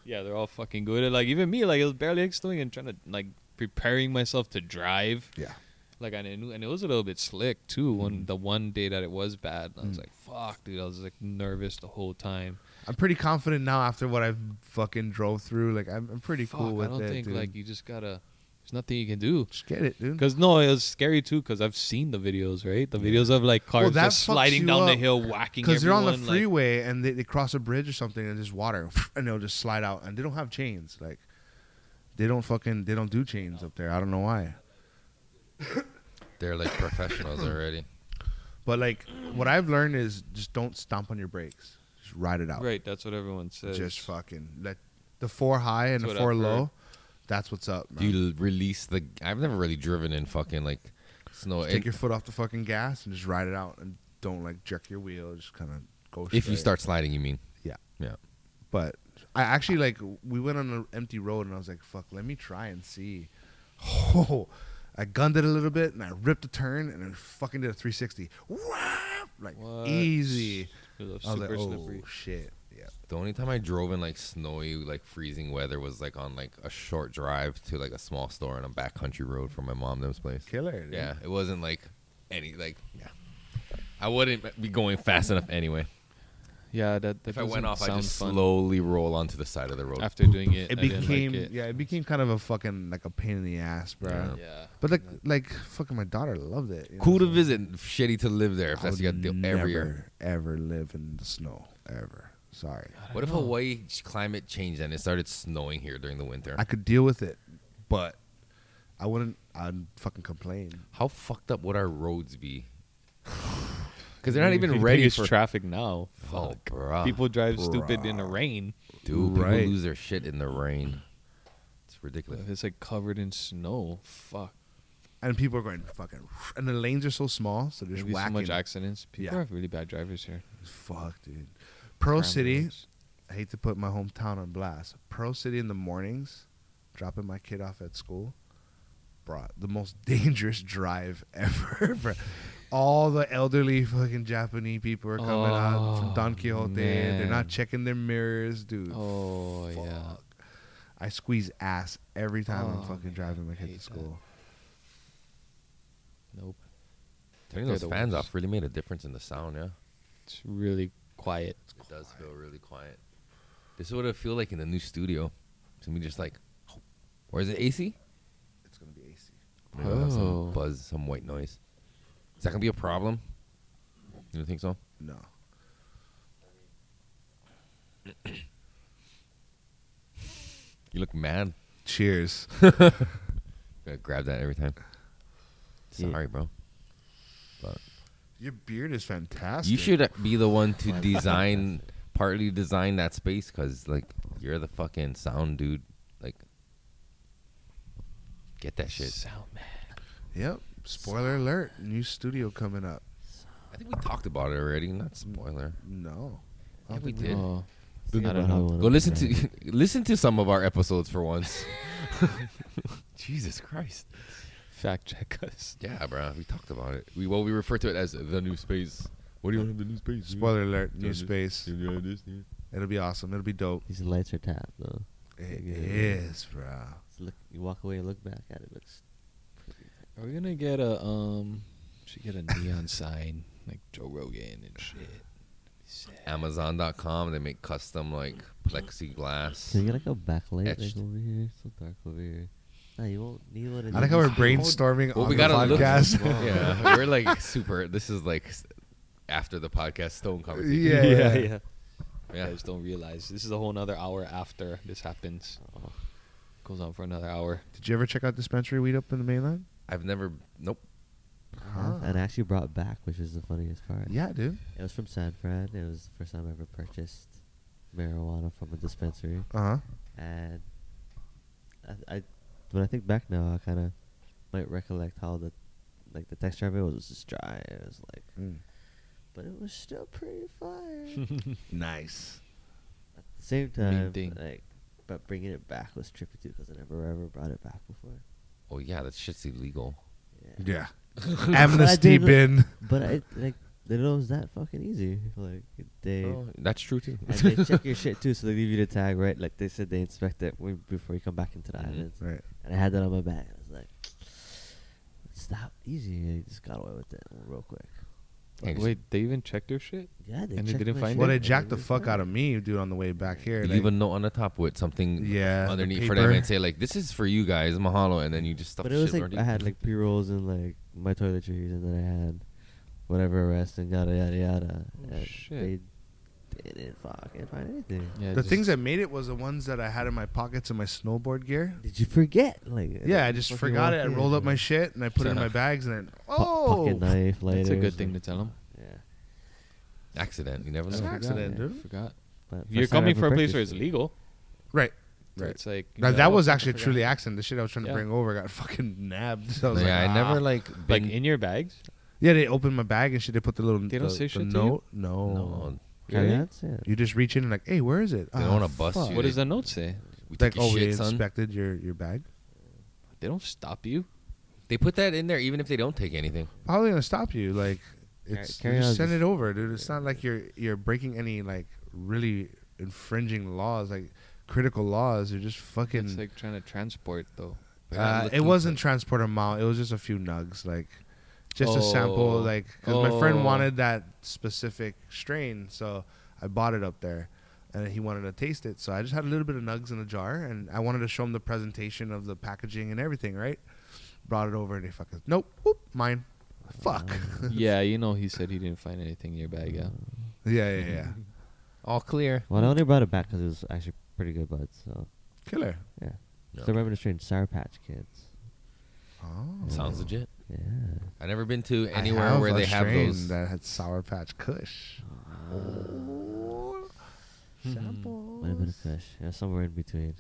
yeah, they're all fucking good. And, like even me, like it was barely like snowing and trying to like preparing myself to drive. Yeah. Like I knew, and it was a little bit slick too. Mm-hmm. When the one day that it was bad, I was Mm. like, "Fuck, dude!" I was like nervous the whole time. I'm pretty confident now after what I've fucking drove through. Like I'm, I'm pretty Fuck, cool with I don't it, think dude. like you just gotta. There's nothing you can do. Just get it, dude. Cause no, it was scary too. Cause I've seen the videos, right? The videos of like cars that just fucks sliding you down the up. hill, whacking Because they're everyone. on the like- freeway and they, they cross a bridge or something and there's water and they'll just slide out and they don't have chains. Like they don't fucking they don't do chains up there. I don't know why. They're like professionals already. But like what I've learned is just don't stomp on your brakes. Just ride it out. right? That's what everyone says. Just fucking let the four high and That's the what four I've heard. low. That's what's up, man. Do you l- release the? I've never really driven in fucking like snow. Take It- your foot off the fucking gas and just ride it out and don't like jerk your wheel. Just kind of go. if you straight. start sliding, you mean? Yeah. Yeah. but I actually like we went on an empty road and I was like, "Fuck, let me try and see." Oh, I gunned it a little bit and I ripped a turn and I fucking did a 360. Whap! Like What? easy. It was I was like, super "Oh slippery. shit!" Yeah, The only time I drove in like snowy, like freezing weather was like on like a short drive to like a small store on a back country road from my mom them's place. killer. dude. Yeah, it wasn't like any like yeah. I wouldn't be going fast enough anyway. Yeah, that. that If I went doesn't off, I sound just fun. slowly roll onto the side of the road. after doing it. It I didn't like became it. yeah, it became kind of a fucking like a pain in the ass, bro. Yeah. Yeah. But like like fucking my daughter loved it. you know? cool to visit, shitty to live there. If I that's would you got to do every year. never, ever live in the snow ever. Sorry, What if Hawaii climate changed and it started snowing here during the winter? I could deal with it, but I wouldn't. I'd fucking complain. How fucked up would our roads be? Because they're not You even think ready it's for traffic now. Oh, Fuck. bruh. People drive stupid in the rain. Dude, Right. people lose their shit in the rain. It's ridiculous. If It's like covered in snow. Fuck. and people are going fucking, and the lanes are so small, so there's Maybe so whacking. much accidents. People Yeah. have really bad drivers here. Fuck, dude. Pearl Cramped City. roads. I hate to put my hometown on blast. Pearl City in the mornings, dropping my kid off at school, brought the most dangerous drive ever. bruh. All the elderly fucking Japanese people are coming out from Oh, Don Quixote. They're man. not checking their mirrors, dude. Oh yeah. I squeeze ass every time I'm Oh, fucking man, driving my I kid hate to that. school. Nope. Turning They're those the fans worst. off really made a difference in the sound, yeah? It's really quiet. It does feel really quiet. This is what it feel like in the new studio. It's gonna be just like, or is it AC? It's gonna be AC. Maybe I'll have Oh. some buzz, some white noise. Is that gonna be a problem? You don't think so? No. You look mad. Cheers. Gotta grab that every time. Yeah. Sorry, bro. Your beard is fantastic. You should be the one to design, partly design that space, cause like you're the fucking sound dude. Like, get that shit. Sound man. Yep. Spoiler alert. New studio coming up. I think we talked about it already. Not spoiler. No. Yeah, we did. Oh. Think I don't about how know. I wanna Go listen drive. to listen to some of our episodes for once. Jesus Christ. Fact check us. Yeah, bro. We talked about it. We well, we refer to it as the new space. What do you want to the new space? Spoiler alert. Yeah, New this- space. You know this, yeah. It'll be awesome. It'll be dope. These lights are tapped though. It Yeah. is, bro. It's look, you walk away, and look back at it. Looks Are we gonna get a um? Should get a neon sign like Joe Rogan and shit. Amazon.com. They make custom like plexiglass. Can you get like a backlight like, Etched. over here? It's so dark over here. Nah, you won't need one. in I like the how we're east. brainstorming Well, on we the gotta look. podcast. yeah, we're like super. This is like s- after the podcast stone conversation. yeah. yeah, You Yeah. guys don't realize this is a whole nother hour after this happens. Goes on for another hour. Did you ever check out dispensary weed up in the mainland? I've never. Nope. Yeah, And I actually brought back, which is the funniest part. Yeah, dude. It was from San Fran. It was the first time I ever purchased marijuana from a dispensary. Uh huh. And I, I when I think back now, I kind of might recollect how the like the texture of it was just dry. It was like, Mm. but it was still pretty fire. Nice. At the same time, thing. like, but bringing it back was trippy too because I never ever brought it back before. oh yeah, that shit's illegal. Yeah. Amnesty But I bin. But I like they know it's that fucking easy. Like they Oh, that's true too. and they check your shit too, so they leave you the tag, right? Like they said, they inspect it when- before you come back into the Mm-hmm. Mhm. islands. Right. And I had that on my back. I was like, stop easy. I just got away with it real quick. Hey, just Wait, they even checked their shit? Yeah, they And they checked didn't my find shit. Well, they and jacked the didn't fuck find out of me, dude, on the way back here. leave a like- note on the top with something yeah. the underneath for them paper. and say like, "This is for you guys, mahalo," and then you just stuff. But it was shit like right I in- had like pre rolls and like my toiletries, and then I had whatever arrest and yada yada yada. Oh, and shit. They didn't fucking find anything. Yeah, The just- things that made it was the ones that I had in my pockets in my snowboard gear. Did you forget? Like Yeah, I just forgot it. I rolled up my shit and I put it in my bags and then oh, pocket knife. Later, That's a good thing to tell them. Yeah. accident. You never It's an know. accident, yeah. dude. Forgot. But You're first time I coming ever from a place where it's practiced it. legal. Right. so Right. It's like you Now, know, that was actually I forgot. truly accident. The shit I was trying to Yeah. bring over got fucking nabbed. So I Yeah, was like, I "Ah." never like like been. in your bags. Yeah, they opened my bag and shit. They put the little. They don't the, say the shit to you? note. No. no, Carry Really? outs, yeah. You just reach in and like, hey, where is it? They don't Ah, wanna bust fuck. you. What they- does the note say? we Like, took your oh, we shit, son. inspected your your bag. They don't stop you. They put that in there even if they don't take anything. Probably gonna stop you. Like, it's carry you on, just send just- it over, dude. It's not like you're you're breaking any like really infringing laws, like critical laws. You're just fucking. It's like trying to transport though. They're not Uh, it looking wasn't for- transport amount. It was just a few nugs, like just a sample, Oh. like because my friend Oh. wanted that specific strain, so I bought it up there, and he wanted to taste it. So I just had a little bit of nugs in a jar, and I wanted to show him the presentation of the packaging and everything. Right? Brought it over, and he fucking nope, whoop, mine. Fuck. yeah, you know he said he didn't find anything in your bag. Yeah. yeah, yeah, yeah. all clear. Well, I only brought it back because it was actually pretty good bud. So Killer. yeah. No. So I remember the strange Sour Patch Kids. Oh. Sounds legit. Yeah. I never been to I anywhere have where a they have strain those. that had Sour Patch Kush. Oh. Might have been a fish. Yeah, somewhere in between.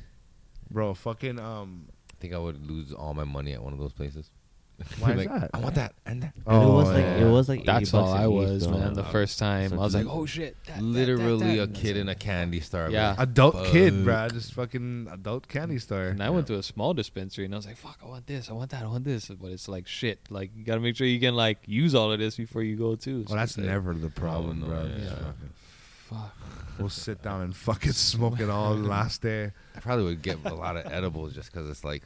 Bro, fucking um, I think I would lose all my money at one of those places. Why is Like, that? I want that and that. And it was like it was like 80 That's all bucks I an each, was, though. man. The first time So I was it's like, oh shit. Literally a kid in a candy store. Yeah. like, adult kid, fuck. bro. Just fucking adult candy store. And I went to a small dispensary and I was like, fuck, I want this, I want that, I want this. But it's like shit. Like you gotta make sure you can like use all of this before you go too. Well, that's it's like, never the problem, no, bro. yeah. Just fucking- fuck. We'll sit down and fucking smoke it all last day. I probably would get a lot of edibles just because it's like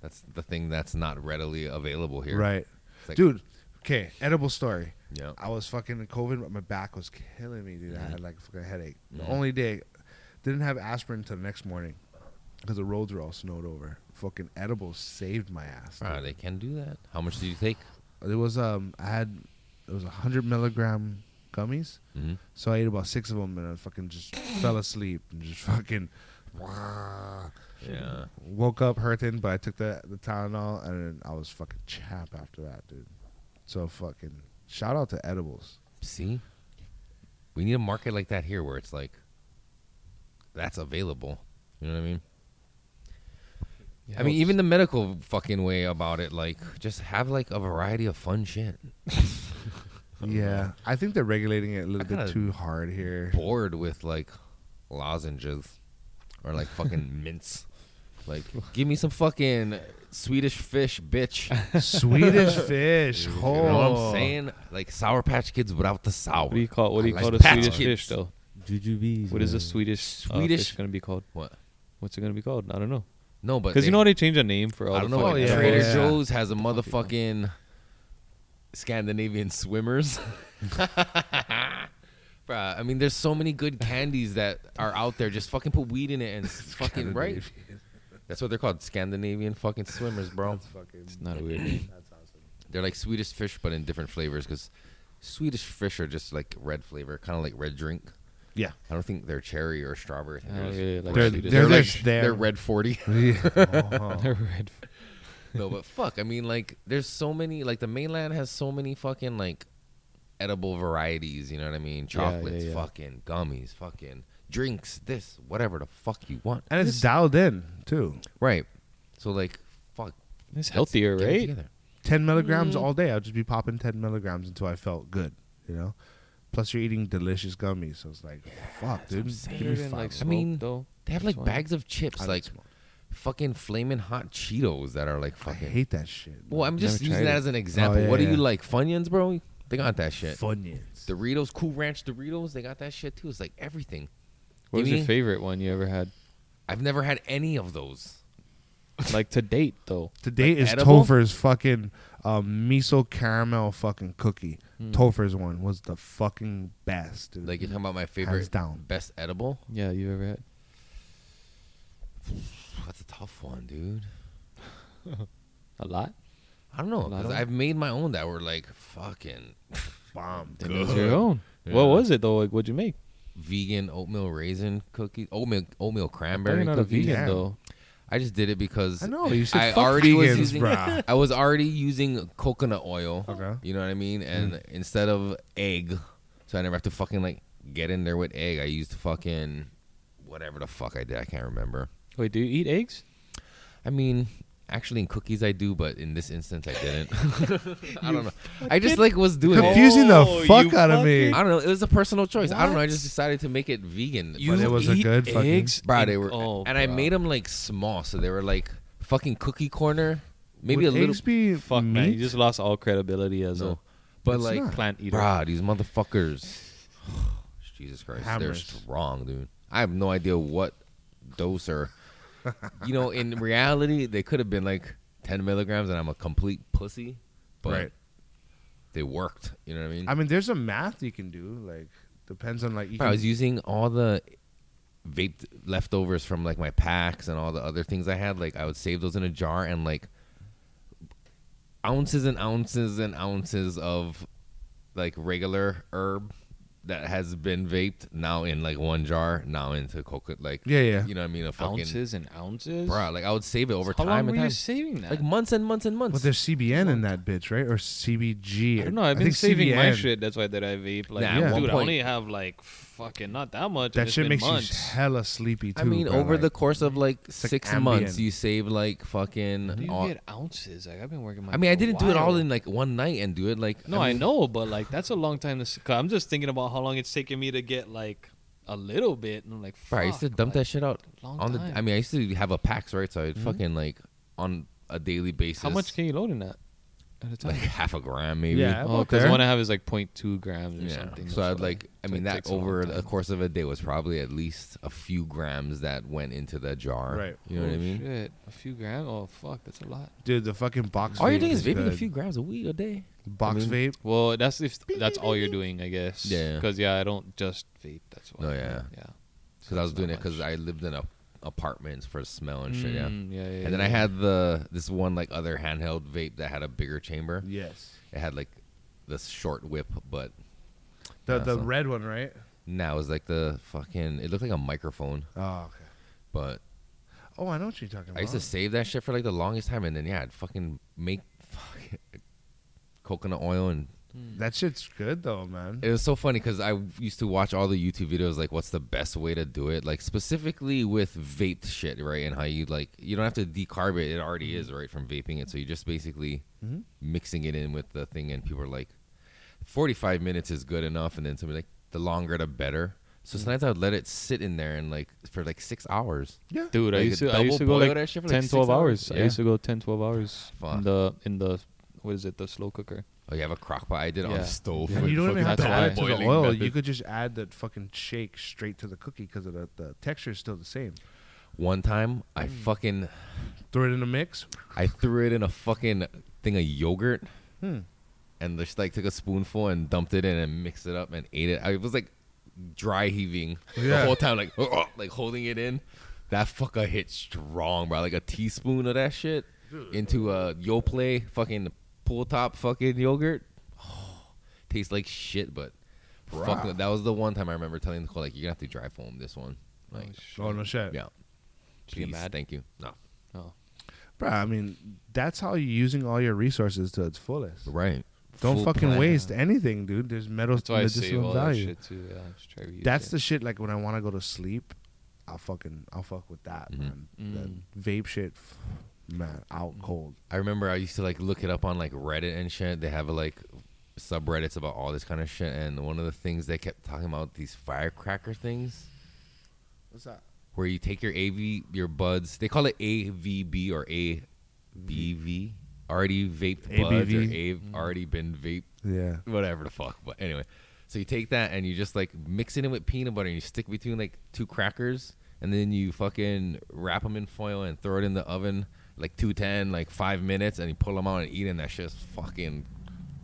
that's the thing that's not readily available here. Right. It's like- Dude, okay, edible story. Yeah. I was fucking in COVID, but my back was killing me, dude. I had like a fucking headache. The Yeah. only day, didn't have aspirin until the next morning because the roads were all snowed over. Fucking edibles saved my ass. Ah, dude. they can do that. How much do you take? It was, um, I had, it was 100 milligram gummies. Mm-hmm. So I ate about six of them and I fucking just fell asleep and just fucking Yeah. woke up hurting. But I took the the Tylenol and I was fucking chap after that, dude. So fucking shout out to edibles. See, we need a market like that here where it's like that's available. You know what I mean? I mean, even the medical fucking way about it, like just have like a variety of fun shit. Yeah, I think they're regulating it a little I bit kinda- too hard here. Bored with like lozenges or like fucking mints. Like, give me some fucking Swedish fish, bitch. Swedish fish, You ho. know what I'm saying? Like Sour Patch Kids without the sour. Oh. What do you call what do you Like call the Patch Swedish Kids. fish though? Jujubes. What is the man. Swedish Swedish Swedish- fish gonna be called? What? What's it gonna be called? I don't know. No, but Because you they- know they changed the name for I all the don't know. fucking Oh, yeah. animals. Trader Yeah. Joe's has a motherfucking Scandinavian swimmers. Bruh, I mean, there's so many good candies that are out there. Just fucking put weed in it and it's fucking right. That's what they're called, Scandinavian fucking swimmers, bro. It's not a weird name. They're like Swedish fish, but in different flavors. Because Swedish fish are just like red flavor, kind of like red drink. Yeah. I don't think they're cherry or strawberry. I think I don't just- really like They're- Swedish they're fish. just there. They're red forty. Yeah. They're red. no, but fuck. I mean, like, there's so many. Like, the mainland has so many fucking like edible varieties. You know what I mean? Yeah, yeah, Chocolates, yeah. fucking gummies, fucking drinks. This, whatever the fuck you want. and it's dialed in too. Right. So like, fuck. It's healthier, get it right? together. Ten milligrams Mm-hmm. all day. I'll just be popping ten milligrams until I felt good. You know. Plus, you're eating delicious gummies, so it's like, fuck, dude. I'm saying. Give me Better than, five. like, I mean, smoke, though. They have That's like why. bags of chips, I don't like smoke. fucking flaming hot Cheetos that are like I fucking. hate that shit. well, I'm just Never tried using that it. as an example. yeah, what do yeah. you like, Funyuns, bro? They got that shit. Funyuns. Doritos, Cool Ranch Doritos, they got that shit too. It's like everything. What was your Gimme- favorite one you ever had? I've never had any of those. Like to date though. Today is edible? Topher's fucking um, miso caramel fucking cookie. Topher's one was the fucking best, dude. Mm. Like you're talking about my favorite, down. best edible. Yeah, you ever had? That's a tough one, dude. A lot? I don't know Lot because of- I've made my own that were like fucking bomb. Then it was your own. What Yeah. was it though? Like what'd you make? vegan oatmeal raisin cookies, oatmeal oatmeal You're cranberry. not a cookies. vegan Damn. though. I just did it because I know, you said I fuck already was vegans, using. bruh. I was already using coconut oil. Okay. Mm. You know what I mean? And instead of egg, so I never have to fucking like get in there with egg. I used fucking whatever the fuck I did. I can't remember. Wait, do you eat eggs? I mean, actually, in cookies I do, but in this instance I didn't. I don't know. I just like was doing it. Confusing Oh, the fuck you out of me. I don't know. It was a personal choice. I don't know. I What? just decided to make it vegan. But it was a eat good fucking- eggs? Bro, And- they were, oh, and I bro. made them like small, so they were like fucking cookie corner, maybe Would a little, eggs be Fuck meat? man, you just lost all credibility as No. but a like, like plant eater. bro, these motherfuckers, Jesus Christ, they're Hammers. strong, dude. I have no idea what dose or, you know, in reality, they could have been like ten milligrams, and I'm a complete pussy, but Right. they worked. You know what I mean? I mean, there's a math you can do. Like, depends on like. You Bro, I can- was using all the vape leftovers from like my packs and all the other things I had. Like I would save those in a jar and like ounces and ounces and ounces of like regular herb that has been vaped now in like one jar now into coconut like Yeah, yeah. you know what I mean a fucking Ounces and ounces. bro like I would save it over How time long and were time you saving that? like months and months and But months. there's CBN in that bitch, right? Or CBG. I don't know. I've been saving my CBN shit. That's why that I vape. Like, Nah, at dude, one I point- only have like fucking not that much. and That it's shit been makes months. you hella sleepy too. I mean, bro, over like- the course of like like six months, Ambien. you save like Do fucking. you all- get ounces? Like I've been working. My I mean, I didn't do it all in like one night and do it like. No, I know, but like that's a long time. To, s- 'cause I'm just thinking about how long it's taken me to get like a little bit, and I'm like, fuck. Bro, I used to dump like, that shit out long on the. time. Mm-hmm. I mean, I used to have a packs right, so I'd fucking like on a daily basis. How much can you load in that at a time? Like half a gram, maybe. Yeah, oh, about because the there. one I have is like 0.2 grams or Yeah. something. So that's I'd why. like. I So mean, it that takes a long over the time. course of a day was probably at least a few grams that went into the jar. Right. You know what I Holy mean? Oh, Shit, a few grams. Oh fuck, that's a lot. dude, the fucking box. All you're vape doing is vaping a good. few grams a week a day. box I mean- vape. Well, that's if that's all you're doing, I guess. Yeah. Because yeah, I don't just vape. That's why. No, yeah. Yeah. Because I was not doing it because much. I lived in a apartments for smell and shit. Yeah. Mm, yeah, yeah. And then I yeah. had the this one like other handheld vape that had a bigger chamber. Yes. It had like this short whip, but The Yeah, the so- red one, right? now it was like the fucking. It looked like a microphone, Oh, okay. but Oh, I know what you're talking about. I used to save that shit for like the longest time, and then yeah, I'd fucking make fucking coconut oil, and that shit's good though, man. it was so funny because I used to watch all the YouTube videos like what's the best way to do it, like specifically with vaped shit, right, and how you like you don't have to decarb it; it already Mm-hmm. is right from vaping it, so you're just basically Mhm. mixing it in with the thing, and people are like, 45 minutes is good enough, and then somebody like the longer the better. So Mm-hmm. sometimes I would let it sit in there and like for like six hours. Dude, I like, used to I double used to go boil like that shit for, 10, like, 12 six hours. hours? I used Yeah. to go 10, 12 hours Fuck. in the in the what is it? The slow cooker. Oh, you have a crock pot? I did it on Yeah. the stove. And you don't even have to that's add it to why- the boiling oil. method. You could just add that fucking shake straight to the cookie because the the texture is still the same. One time, I Mm. fucking Throw it in a mix. I threw it in a fucking thing of yogurt, Hmm. and just like took a spoonful and dumped it in and mixed it up and ate it. I was like dry heaving the Yeah. whole time, like uh, like holding it in. That fucker hit strong, bro. Like a teaspoon of that shit into a Yoplait fucking pool top fucking yogurt. tastes like shit, but fuck, that was the one time I remember telling Nicole like you're gonna have to drive home this one. Like, Oh no shit. yeah. She get Please, mad? Thank you. No. oh. Bro, I mean, that's how you're using all your resources to its fullest. Right. Don't Full fucking plan. waste anything, dude. There's metals That's to why I save medicinal all value. that shit too. Yeah, just try to use That's it. the shit. Like when I want to go to sleep, I'll fucking I'll fuck with that Mm-hmm. man. That vape shit, f- man, out cold. I remember I used to like look it up on like Reddit and shit. They have like subreddits about all this kind of shit. And one of the things they kept talking about these firecracker things What's that? where you take your AV, your buds. They call it AVB or ABV. Already vaped buds or ABV. a- already been vaped, Yeah. whatever the fuck. But anyway, so you take that and you just like mix it in with peanut butter and you stick between like two crackers and then you fucking wrap them in foil and throw it in the oven like 210, like five minutes, and you pull them out and eat it. And that shit's fucking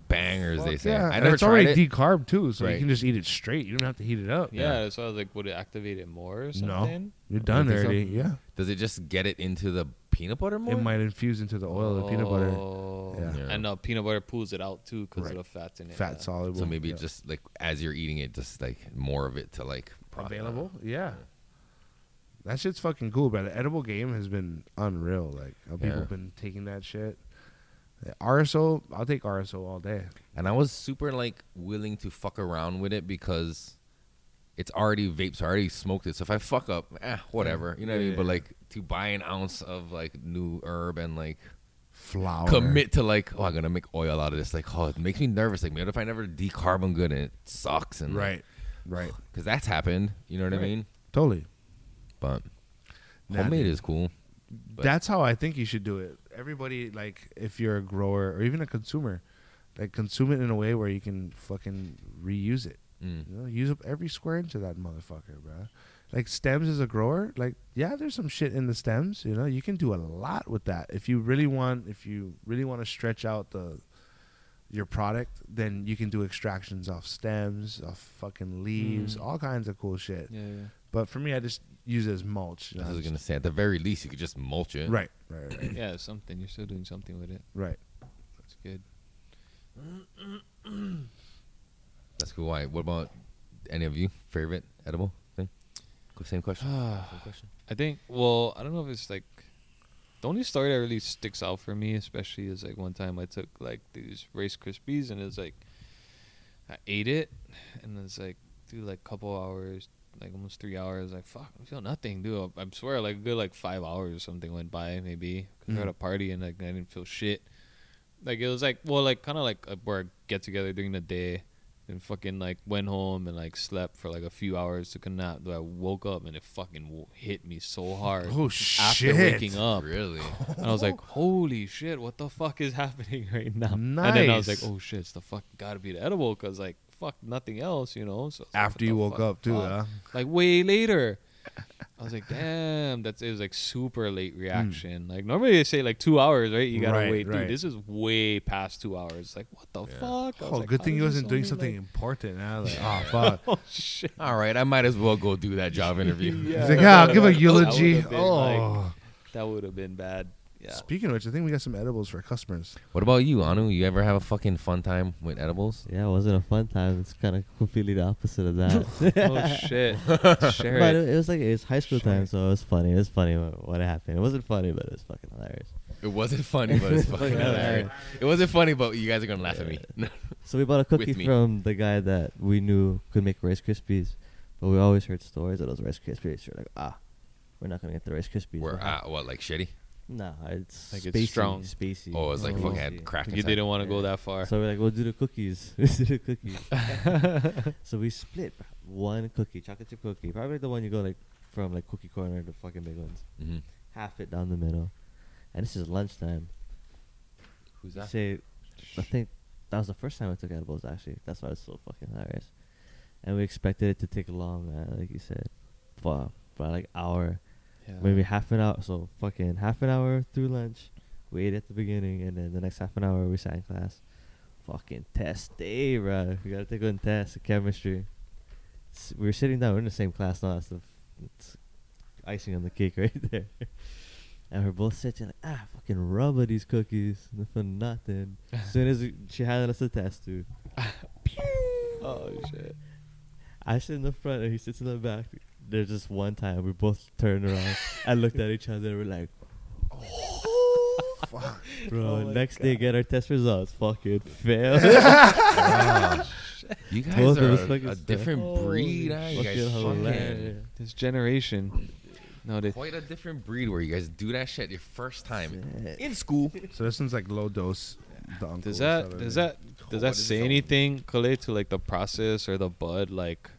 bangers. they say. yeah. I and never it's tried already it. decarb too, so Right. you can just eat it straight. You don't have to heat it up. Yeah, that's why I was like, would it activate it more or something? You're done think so. already. Yeah. Does it just get it into the peanut butter more? It might infuse into the oil of the peanut butter. Oh. Yeah. Yeah. And uh, peanut butter pulls it out too because Right. of the fats in it. Fat yeah. soluble. So maybe yeah. just like as you're eating it, just like more of it to like profit. available. Yeah. That shit's fucking cool, but the edible game has been unreal. Like how people Yeah. have been taking that shit. Yeah, RSO, I'll take RSO all day. And I was super like willing to fuck around with it because it's already vapes. I already smoked it. So if I fuck up, eh, whatever. You know what I mean? But like to buy an ounce of like new herb and like Flower. commit to like, oh, I'm gonna make oil out of this. Like, oh, it makes me nervous. Like, what if I never decarbon good and it sucks? And Right. Right. because that's happened. You know what I mean? Totally. But Nah, homemade dude. is cool. But- That's how I think you should do it. Everybody, like, if you're a grower or even a consumer, like, consume it in a way where you can fucking reuse it. Mm. You know, use up every square inch of that motherfucker, bro. Like stems as a grower, like yeah, there's some shit in the stems. You know, you can do a lot with that if you really want. If you really want to stretch out the your product, then you can do extractions off stems, off fucking Mm. leaves, all kinds of cool shit. Yeah, yeah. But for me, I just use it as mulch. you I know, was just- gonna say at the very least you could just mulch it. right, right, right, Yeah, something. You're still doing something with it. right. That's good. That's cool. Why? What about any of you? Favorite edible thing? Qu- Same question. Same question. I think. Well, I don't know if it's like the only story that really sticks out for me, especially is like one time I took like these Rice Krispies and it's like I ate it and it's like through like couple hours, like almost three hours, like fuck, I feel nothing, dude. I, I swear, like a good like five hours or something went by maybe. 'Cause we were at a party and like I didn't feel shit. Like it was like well, like kind of like a where get together during the day. And fucking like went home and like slept for like a few hours to connect. But I woke up and it fucking wo- hit me so hard. Oh After shit! waking up, Really? and I was like, holy shit, what the fuck is happening right now? And then I was like, Nice. oh shit, it's the fuck, gotta be the edible, because like, fuck, nothing else, you know? So I was like, what After the you woke fuck, up too, fuck? huh? Like, way later. I was like, damn, that's it was like super late reaction. Like, normally they say like two hours, right? You gotta Hmm. Right, wait. Dude, right. this is way past two hours. Like, what the fuck? I was Oh, like, good how thing is you this wasn't doing only, something like- important. Now, like, oh fuck. Oh shit. All right. I might as well go do that job interview. He's like, ah, I'll give a eulogy. been, like, Oh. That would have been bad. Yeah. Speaking of which, I think we got some edibles for customers. What about you, Anu? You ever have a fucking fun time with edibles? Yeah, it wasn't a fun time. It's kind of completely the opposite of that. oh shit. Share But it. it, it was like it was high school time, so it was funny. It was funny what, what happened. It wasn't funny, but it was fucking hilarious. It wasn't funny, but it's fucking hilarious. It wasn't funny, but you guys are gonna laugh at me. So we bought a cookie me. from the guy that we knew could make Rice Krispies, but we always heard stories of those Rice Krispies. We're like, ah, we're not gonna get the Rice Krispies. We're We're at what, like shitty? Nah, it's Like, like it's spacey, strong. spacey. Oh, it's like fucking Spacey. had crack. You inside. didn't want to go that far. So we're like, we'll do the cookies. we do the cookies. so we split bro. one cookie, chocolate chip cookie, probably the one you go like from like cookie corner, the fucking big ones. Mhm. Half it down the middle, and this is lunchtime. Who's You that? Say, I think that was the first time I took edibles. Actually, that's why it's so fucking hilarious. And we expected it to take long, man, like you said, for for like hour, Yeah. maybe half an hour. So fucking half an hour through lunch. We ate at the beginning, and then the next half an hour we sat in class. Fucking test day, bro. We gotta take one test, chemistry. S- we were sitting down. We're in the same class now. That's the it's icing on the cake right there. And we're both sitting like, ah, fucking rub of these cookies for nothing. As soon as we- she handed us the test, dude, Oh shit. I sit in the front and he sits in the back. There's just one time we both turned around and looked at each other. We're like, oh, bro. next day, get our test results. Fucking fail. Mm-hmm. You guys Both of us are fucking a stuff. different breed. huh? You guys fucking fucking hilarious. This generation. No, they, quite a different breed where you guys do that shit your first time in school. So this one's like low dose. The uncle does or that something. does that does that say anything, Kale, to like the process or the bud, like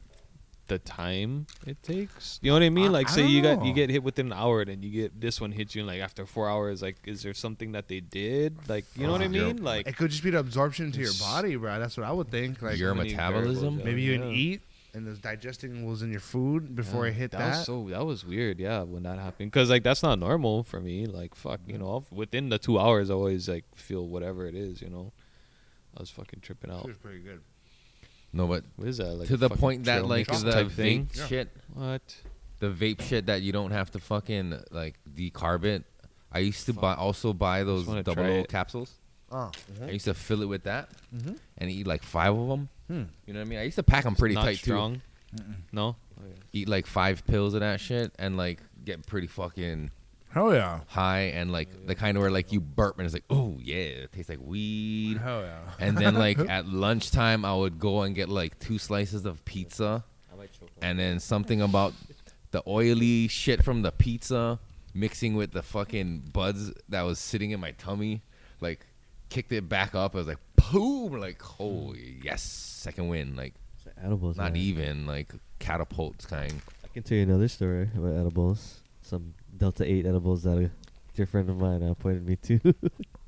the time it takes. You know what I mean? I- Like, I say don't you got know. you get hit within an hour, then you get this one hits you, and like after four hours, like is there something that they did? Like, you know what I mean? Like, It could just be the absorption to your It's- body, bro. That's what I would think. Like Your many metabolism? variables, yeah. maybe you didn't Yeah. eat and the digesting was in your food before Yeah, it hit that. was so that was weird. Yeah, when that happened, because like that's not normal for me. Like fuck, you know, I'll, within the two hours, I always like feel whatever it is. You know, I was fucking tripping out. pretty good. No, but What is that? Like to a the fucking point that trail like the mix type vape thing. shit, What? the vape shit that you don't have to fucking like decarb it. I used to buy also buy those wanna double try O it. Mm-hmm. capsules. Oh, I used to fill it with that and eat like five of them. You know what I mean? I used to pack them pretty Hmm. Not tight strong. too. No. Eat like five pills of that shit and like get pretty fucking hell yeah, high and like the kind of where like you burp and it's like oh yeah, it tastes like weed. hell yeah. And then like at lunchtime, I would go and get like two slices of pizza, and then something about the oily shit from the pizza mixing with the fucking buds that was sitting in my tummy, like kicked it back up. I was like, boom, like oh yes, second win, like It's like edibles. not man. even like catapults kind. I can tell you another story about edibles. Some Delta 8 edibles that a dear friend of mine uh, pointed me to.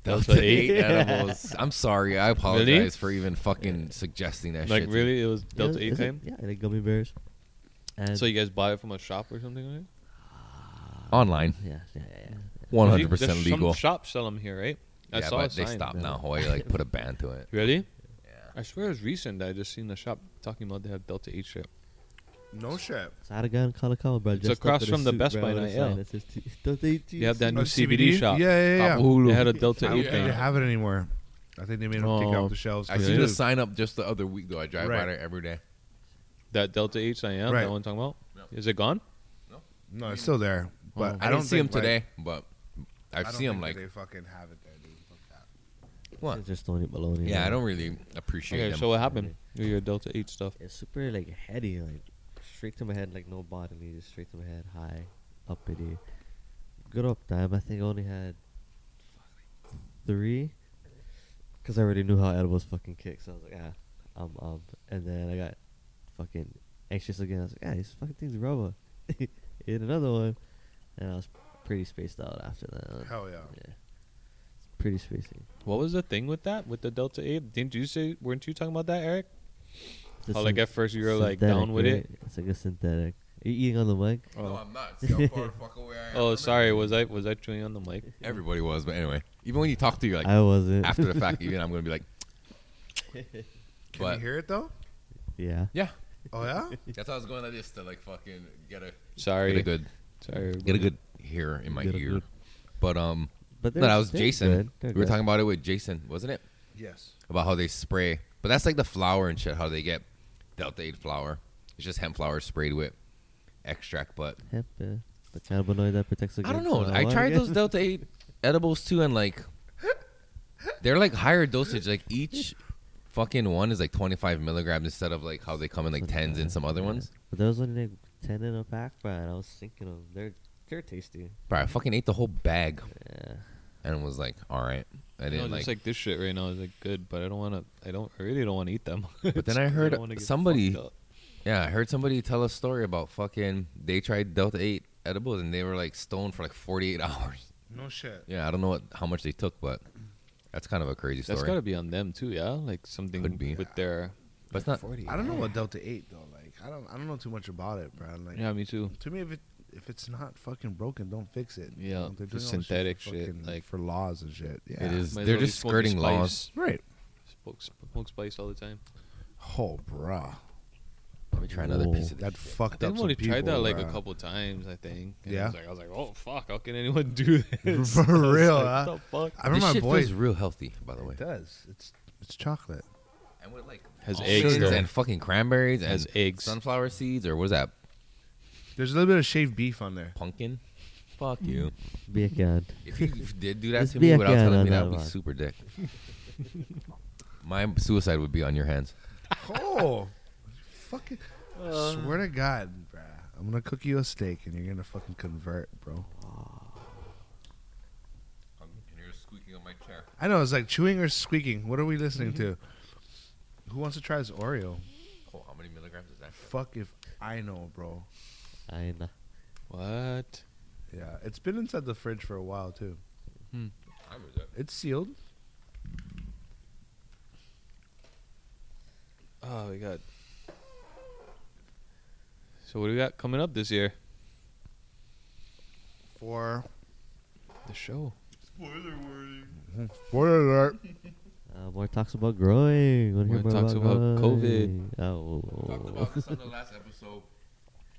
Delta eight animals. I'm sorry, I apologize Really? for even fucking suggesting that Like shit. to- really, it was Delta Yeah, Eight is it? time. Yeah, like gummy bears. And So you guys buy it from a shop or something? Like online, yeah, yeah, yeah, yeah. one that? hundred percent There's legal. Some shops sell them here, right? I yeah, saw a but they sign. stopped now. Hawaii like put a ban to it. Really? I swear it was recent. I just seen the shop talking about they have Delta Eight shit. No shit. It's out of gun, call a call, bro. It's Dressed up across in a from the suit, Best bro, Buy with a now, sign yeah. that says T- Delta 8 You have that new Oh, CBD, shop. Yeah, yeah, yeah. Off They had a Delta I Eight don't think thing. they have it anymore. I think they made them take it Oh. off the shelves. I Yeah. see Dude. the sign up just the other week though. I drive Right. by there every day. That Delta H I am, Right. that one talking about? Is it gone? No, it's still there, but Oh. I, I, don't didn't see him think, like- today, but I I've don't seen him think like that they fucking have it there, dude. Fuck that. what? It's just Tony Baloney. Yeah, I don't really appreciate Okay, them. uh, so what happened? With Your Delta H stuff. It's super like heady, like straight to my head, like no bodily, just straight to my head, high, uppity. Good up time. I think I only had three, cause I already knew how edibles fucking kick. So I was like, ah, I'm up. And then I got fucking anxious again. I was like, ah, these fucking things are rubber. Hit another one, and I was pretty spaced out after that. one. Hell yeah. Yeah, pretty spacey. What was the thing with that? With the Delta 8? Didn't you say, weren't you talking about that, Eric? It's How, like, syn- at first you were, like, synthetic, down with it? right? It's like a synthetic. Are you eating on the mic? No, Oh, I'm not. See how far the fuck away I am Oh, from it? sorry. Was I was I chewing on the mic? Everybody was, but anyway, even when you talk to you like I wasn't. after the fact, even I'm gonna be like, Can but you hear it though? yeah. yeah, Oh yeah. that's how I was going like this to like fucking get a Sorry. get a good Sorry. get a good hear in my Get a ear. good- But um, But no, they're- that was they're Jason. good. We They're were good. talking about it with Jason, wasn't it? yes. about how they spray. But that's like the flower and shit, how they get Delta 8 flower. It's just hemp flower sprayed with extract. But hemp, uh, the cannabinoid that protects I don't against. know. uh, I what tried again? those Delta 8 edibles too, and like, they're like higher dosage. Like, each fucking one is like 25 milligrams instead of like how they come in like 10s and some other ones. But there was only like ten in a pack, bro. And I was thinking of they're they're tasty. Bro, I fucking ate the whole bag Yeah. and was like, all right. I No, didn't just like, like this shit right now is like good, but I don't want to. I don't I really don't want to eat them. But then I heard somebody- Yeah, I heard somebody tell a story about fucking, they tried Delta 8 edibles and they were like stoned for like 48 hours. No shit. Yeah, I don't know what how much they took, but that's kind of a crazy story. That's got to be on them too, yeah. Like something Could be. with their. but it's not. I don't know what Delta Eight though. Like I don't I don't know too much about it, bro. Like Yeah, me too. to me if it if it's not fucking broken, don't fix it. Yeah, they're the doing all this synthetic for shit, fucking- like- for laws and shit. Yeah. It is. Might as They're well be just smoking skirting laws. spice. right. Smoke, smoke spice all the time. Oh, bruh, Let me try another Whoa. piece of that. that fucked I up think I some only people. tried that like a uh, bruh. couple times, I think. And I Yeah? was like, I was like, oh fuck, how can anyone do this? For I was real, like, huh? the fuck? I remember this my shit boys. feels real healthy, by the way. It does. It's it's chocolate. And with like Has almonds eggs though. and fucking cranberries and Has eggs. sunflower seeds or what is that? There's a little bit of shaved beef on there. Pumpkin. Fuck you. Be a can. If you did do that Just to be me a without guy, telling no, me, that no, would be no. super dick. My suicide would be on your hands. Oh, fucking! swear to God, bruh. I'm gonna cook you a steak and you're gonna fucking convert, bro. Um, And you're squeaking on my chair. I know it's like chewing or squeaking. What are we listening to? Who wants to try this Oreo? Oh, I'm many milligrams is that? Fuck if I know, bro. I know. What? Yeah, it's been inside the fridge for a while too. What time is it? It's sealed. Oh, we got. So what do we got coming up this year? For The show. spoiler alert. Uh, more talks about growing. Wanna hear More talks about COVID. growing. Oh, oh, oh. Talked about this on the last episode.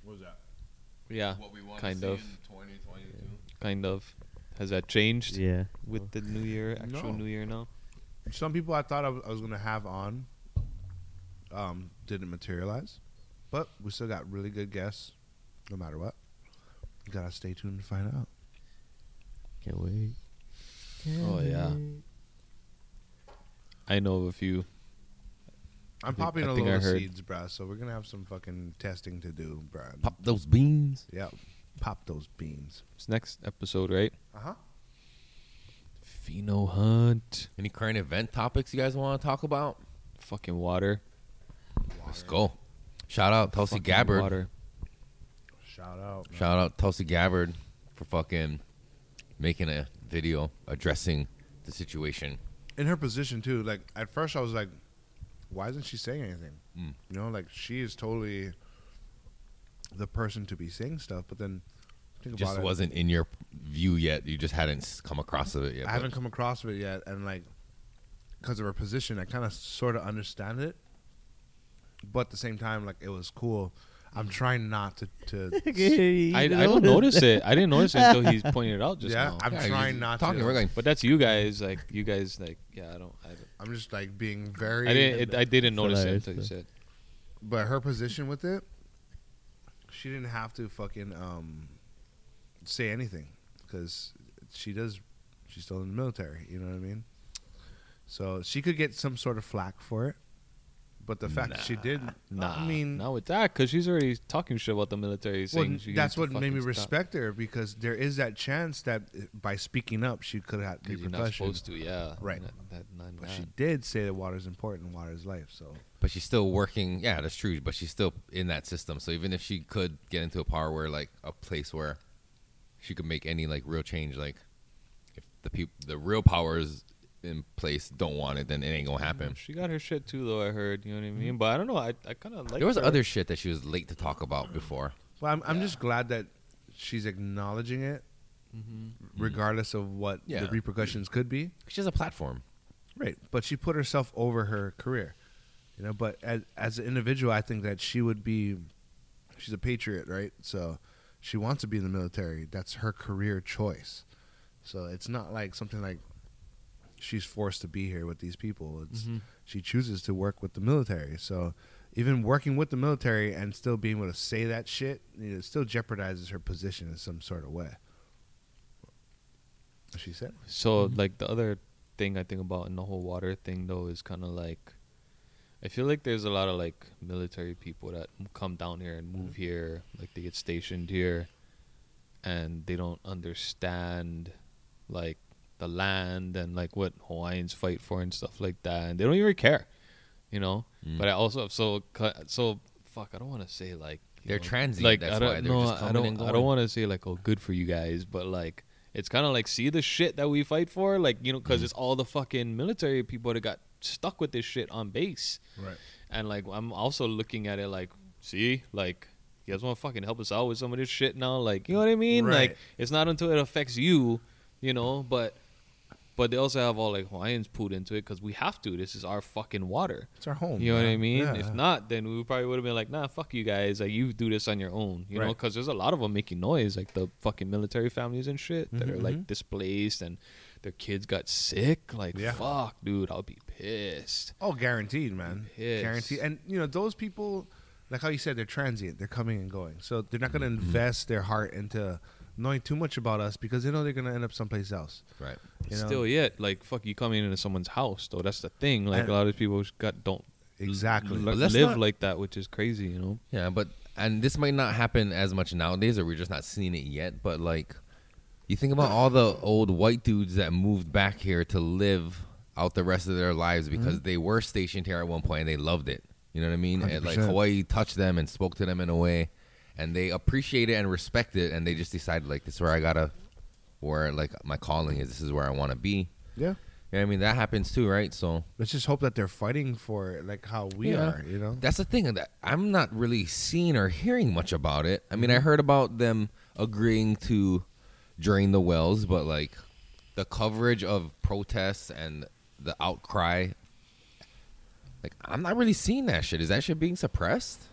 What was that? Yeah, What we want Kind to see of. in 2022. kind of. Has that changed? yeah. With the new year, No. actual new year now. Some people I thought I was, I was gonna have on um, didn't materialize, but we still got really good guests, no matter what. You gotta stay tuned to find out. Can't wait. Oh yeah. I know of a few. I'm think- popping I a think I little heard- seeds, bruh. So we're gonna have some fucking testing to do, bruh. Pop those beans. Yep. Pop those beans. It's next episode, right? Uh huh. Pheno hunt. Any current event topics you guys want to talk about? Fucking water. Let's go. Shout out Tulsi Fucking Gabbard. Water. Shout out. Shout out Tulsi Gabbard for fucking making a video addressing the situation. in her position too. Like at first, I was like, "Why isn't she saying anything?" Mm. You know, like she is totally the person to be saying stuff. But then think Just about wasn't in your view yet. You just hadn't s- come across of it yet. it. I but- haven't come across with it yet, and like because of her position, I kind of sort of understand it. But at the same time, like it was cool. I'm Mm. trying not to. to I, I don't notice it. I didn't notice it until he's pointed it out just yeah, now. I'm Yeah, you're trying just not talking. to. We're going. but that's you guys. Like you guys. Like yeah. I don't. I, don't- I'm just like being very. I didn't. It, I didn't notice it hilarious, until you though. said. but her position with it, she didn't have to fucking um, say anything because she does. She's still in the military. You know what I mean? So she could get some sort of flack for it, but the fact that she did, Nah. I mean, not with that, because she's already talking shit about the military. well, Saying she needs that's to what made fucking me stop. respect her because there is that chance that uh, by speaking up she could have 'Cause You're not repercussions. supposed to. Yeah. Right. Not, that, not, But not. she did say that water is important, water is life. So But she's still working. Yeah, that's true. But she's still in that system. So even if she could get into a power where like a place where she could make any like real change, like if the people, the real powers in place don't want it, then it ain't gonna happen. She got her shit too, though. I heard. You know what I Mm-hmm. mean? But I don't know. I, I kind of like. There was her. other shit that she was late to talk about before. Well, I'm, I'm just glad that she's acknowledging it, Mm-hmm. regardless of what Yeah. the repercussions could be. She has a platform. Right, but she put herself over her career, you know. But as as an individual, I think that she would be, she's a patriot, right? So she wants to be in the military. That's her career choice. So it's not like something like she's forced to be here with these people. It's she chooses to work with the military. So even working with the military and still being able to say that shit, you know, it still jeopardizes her position in some sort of way. She said, So Mm-hmm. like the other thing I think about in the whole water thing though is kind of like, I feel like there's a lot of like military people that m- come down here and move here, like they get stationed here, and they don't understand, like the land and like what Hawaiians fight for and stuff like that, and they don't even care, you know. Mm. But I also so cu- so fuck. I don't want to say like you They're know, transient. Like that's I don't why they're know. just coming I don't. and going. I don't want to say like, oh, good for you guys, but like, it's kind of like see the shit that we fight for, like you know, Mm. because it's all the fucking military people that got stuck with this shit on base, "Right, and like I'm also looking at it like, see, like you guys want to fucking help us out with some of this shit now, like you know what I mean? Right. Like it's not until it affects you, you know, but. But they also have all like Hawaiians put into it because we have to. This is our fucking water. it's our home." You know what I man. mean? Yeah. If not, then we probably would have been like, nah, fuck you guys. Like, you do this on your own. You know? 'Cause know, Right. because there's a lot of them making noise, like the fucking military families and shit that are Mm-hmm. like displaced and their kids got sick. Like, Yeah. fuck, dude, I'll be pissed. Oh, guaranteed, man. Yes. Guaranteed. And you know, those people, like how you said, they're transient. They're coming and going. So they're not going to invest their heart into knowing too much about us because they know they're going to end up someplace else. Right. You know? Still, yet, like, fuck, you coming into someone's house, though. That's the thing. Like, And- a lot of people just got don't Exactly. li- But that's live not- like that, which is crazy, you know? Yeah, but and this might not happen as much nowadays, or we're just not seeing it yet. But like, you think about all the old white dudes that moved back here to live out the rest of their lives because they were stationed here at one point and they loved it. You know what I mean? And, like 100%. Hawaii touched them and spoke to them in a way, and they appreciate it and respect it, and they just decided like this is where I gotta, where like my calling is. This is where I want to be. Yeah. Yeah, I mean that happens too, right? So Let's just hope that they're fighting for it, like how we Yeah. are. You know. that's the thing that I'm not really seeing or hearing much about it. I Mm-hmm. mean, I heard about them agreeing to drain the wells, but like the coverage of protests and the outcry, like I'm not really seeing that shit. Is that shit being suppressed?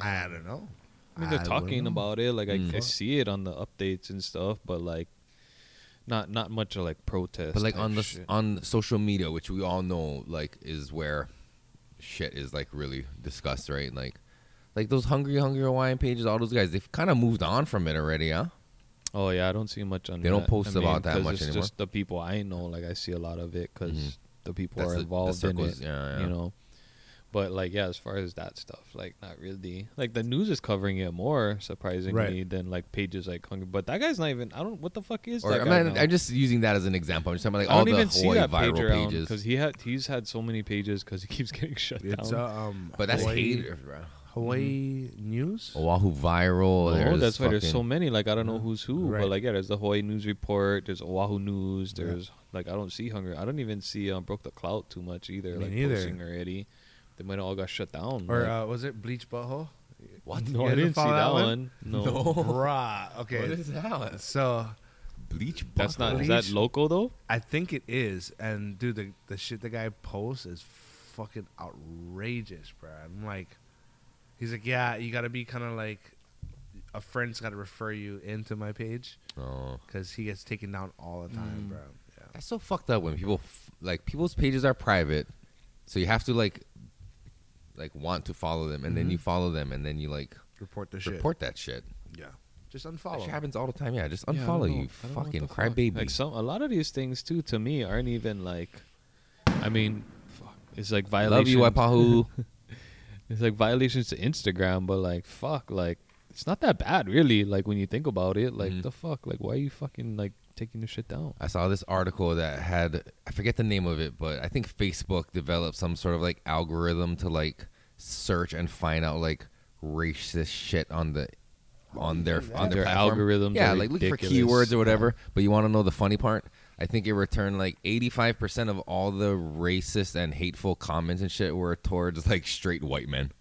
I don't know. I mean, they're I wouldn't talking know. about it. Like I, Mm. I see it on the updates and stuff, but like, not not much of like protest. But like type on the shit. on social media, which we all know, like is where shit is like really discussed, right? Like, like those hungry, hungry Hawaiian pages, all those guys, they've kind of moved on from it already, huh? Oh yeah, I don't see much on. They don't that. post I mean, about that 'cause much it's anymore. Just the people I know, like I see a lot of it because Mhm. the people That's are the- the involved in circles, it. yeah, yeah. You know, but like yeah, as far as that stuff, like not really. Like the news is covering it more surprisingly than like pages like hunger. But that guy's not even. I don't. What the fuck is Or that? I'm, guy not, now? I'm just using that as an example. I'm just talking about like I all don't the even see Hawaii that viral page around pages. because he had he's had so many pages because he keeps getting shut It's down. uh, um. but that's Hawaii, haters, bro. Hawaii news. Oahu viral. Oh, there's that's why there's so fucking- many. Like I don't know who's who, Right. but like yeah, there's the Hawaii News Report, there's Oahu News, there's like I don't see hunger. I don't even see um, broke the clout too much either. Me like neither. posting already, they might all got shut down. Or like- uh, was it bleach butthole? What? no, you I didn't didn't see follow that, that one. one? No, Bruh. What Okay. is that? So Bleach. that's not. butthole. Is that local though? I think it is. And dude, the the shit the guy posts is fucking outrageous, bro. I'm like, he's like, yeah, you gotta be kind of like a friend's gotta refer you into my page Oh. because he gets taken down all the time, bro. Yeah. That's so fucked up when people f- like people's pages are private, so you have to like like want to follow them, and Mm-hmm. then you follow them, and then you like Report the shit. report that shit. Yeah. Just That unfollow. shit him. happens all the time. Yeah, just Yeah, I don't unfollow you, know. I don't know what fucking the fuck. crybaby. Like some, a lot of these things too, to me, aren't even like. I mean, fuck, it's like I violation. love you, Waipahu. It's like violations to Instagram, but like fuck, like it's not that bad really. Like when you think about it, like Mhm. the fuck, like why are you fucking like taking this shit down? I saw this article that had I forget the name of it, but I think Facebook developed some sort of like algorithm to like search and find out like racist shit on the on their on their, Their platform. algorithms Yeah, are like look for ridiculous. keywords or whatever. But you want to know the funny part? I think it returned like eighty five percent of all the racist and hateful comments and shit were towards like straight white men.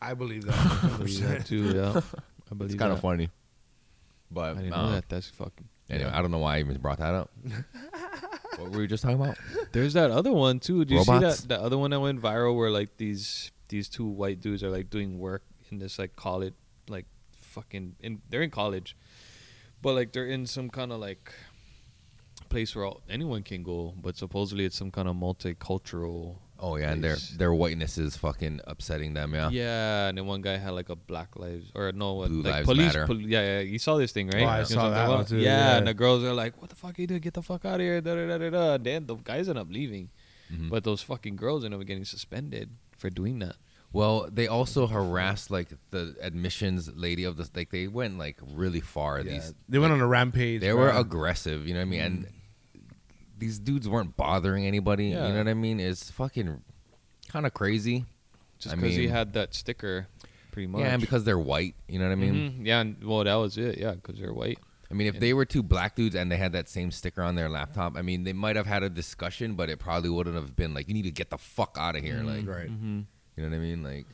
I believe that. I believe that too. Yeah, I believe It's kind of that. funny. But I didn't uh, know that. That's fucking. anyway, I don't know why I even brought that up. what were we just talking about? There's that other one too. Do you Robots? see that? The other one that went viral where like these these two white dudes are like doing work in this like college, like fucking, in they're in college, but like they're in some kind of like place where all, anyone can go, but supposedly it's some kind of multicultural. Oh yeah, and their place. their whiteness is fucking upsetting them. Yeah. Yeah, and then one guy had like a Black Lives or no, what, Blue like Lives police. Matter. pol- yeah, yeah, you saw this thing, right? Oh, I You know saw what I'm that talking one about? too, Yeah, yeah. and the girls are like, "What the fuck are you doing? Get the fuck out of here!" Da da da da da. And Then the guys end up leaving, Mhm. but those fucking girls end up getting suspended for doing that. Well, they also harassed like the admissions lady of the like they went like really far. These they went on a rampage. they were bruh. aggressive. You know what I mean? And these dudes weren't bothering anybody. Mm. Yeah. You know what I mean? It's fucking kind of crazy. Just I because he mean- had that sticker, pretty much. Yeah, and because they're white. You know what I mean? Mhm, yeah, and, well, that was it. Yeah, because they're white. I mean, if they were two black dudes and they had that same sticker on their laptop, I mean, they might have had a discussion, but it probably wouldn't have been like, "You need to get the fuck out of here." Mm-hmm. Like, Right. you know what I mean? Like,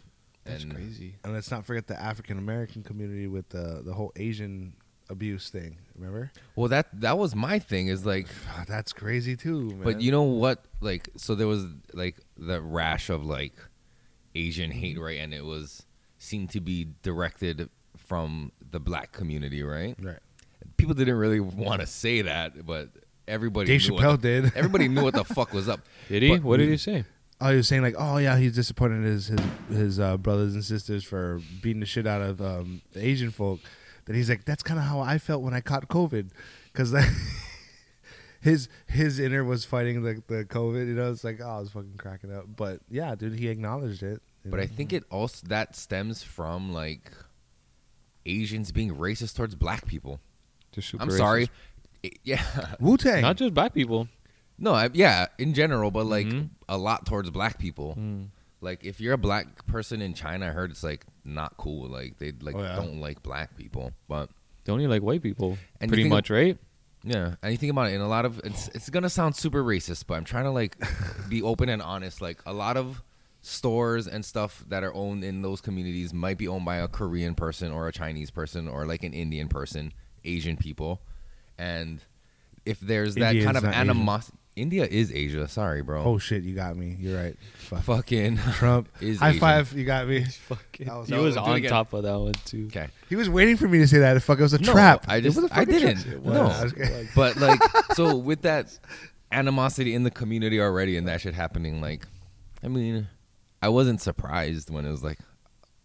That's and- crazy. And let's not forget the African American community with the the whole Asian abuse thing. Remember? Well, that that was my thing. Is like That's crazy too, man. But you know what? Like, so there was like the rash of like Asian hate, right? And it was seemed to be directed from the black community, right? Right. People didn't really want to say that, but everybody Dave knew what the- Chappelle did. everybody knew what the fuck was up. Did he? But- what did he say? Oh, he was saying like, oh yeah, he's disappointed in his his his uh, brothers and sisters for beating the shit out of um, Asian folk. That he's like, that's kind of how I felt when I caught COVID, because his his inner was fighting the the COVID. You know, it's like, oh, I was fucking cracking up. But yeah, dude, he acknowledged it. you But I know? think it also that stems from like Asians being racist towards black people. Just super I'm racist. sorry. It- yeah. Wu Tang. Not just black people. Mm-hmm. No, I, yeah, in general, but like Mhm. Mm. a lot towards black people. Like if you're a black person in China, I heard it's like not cool. Like they like Oh, yeah. don't like black people. But They only like white people, And you pretty think- much, right? yeah, and you think about it, and a lot of it's it's gonna sound super racist, but I'm trying to like be open and honest. Like a lot of stores and stuff that are owned in those communities might be owned by a Korean person or a Chinese person or like an Indian person, Asian people, and if there's that India kind is of not Asian. animosity, India is Asia. Sorry, bro. Oh shit, you got me. You're right. Fuck. fucking Trump. is High Asian. five. You got me. Fucking, That was- he that was- was do it on again. top of that one too. Okay. He was waiting for me to say that. If fuck, it was a No, trap. I It just- was a I fucking trap. didn't. It No. was. Okay. But like, so with that animosity in the community already, and that shit happening, like, I mean, I wasn't surprised when it was like,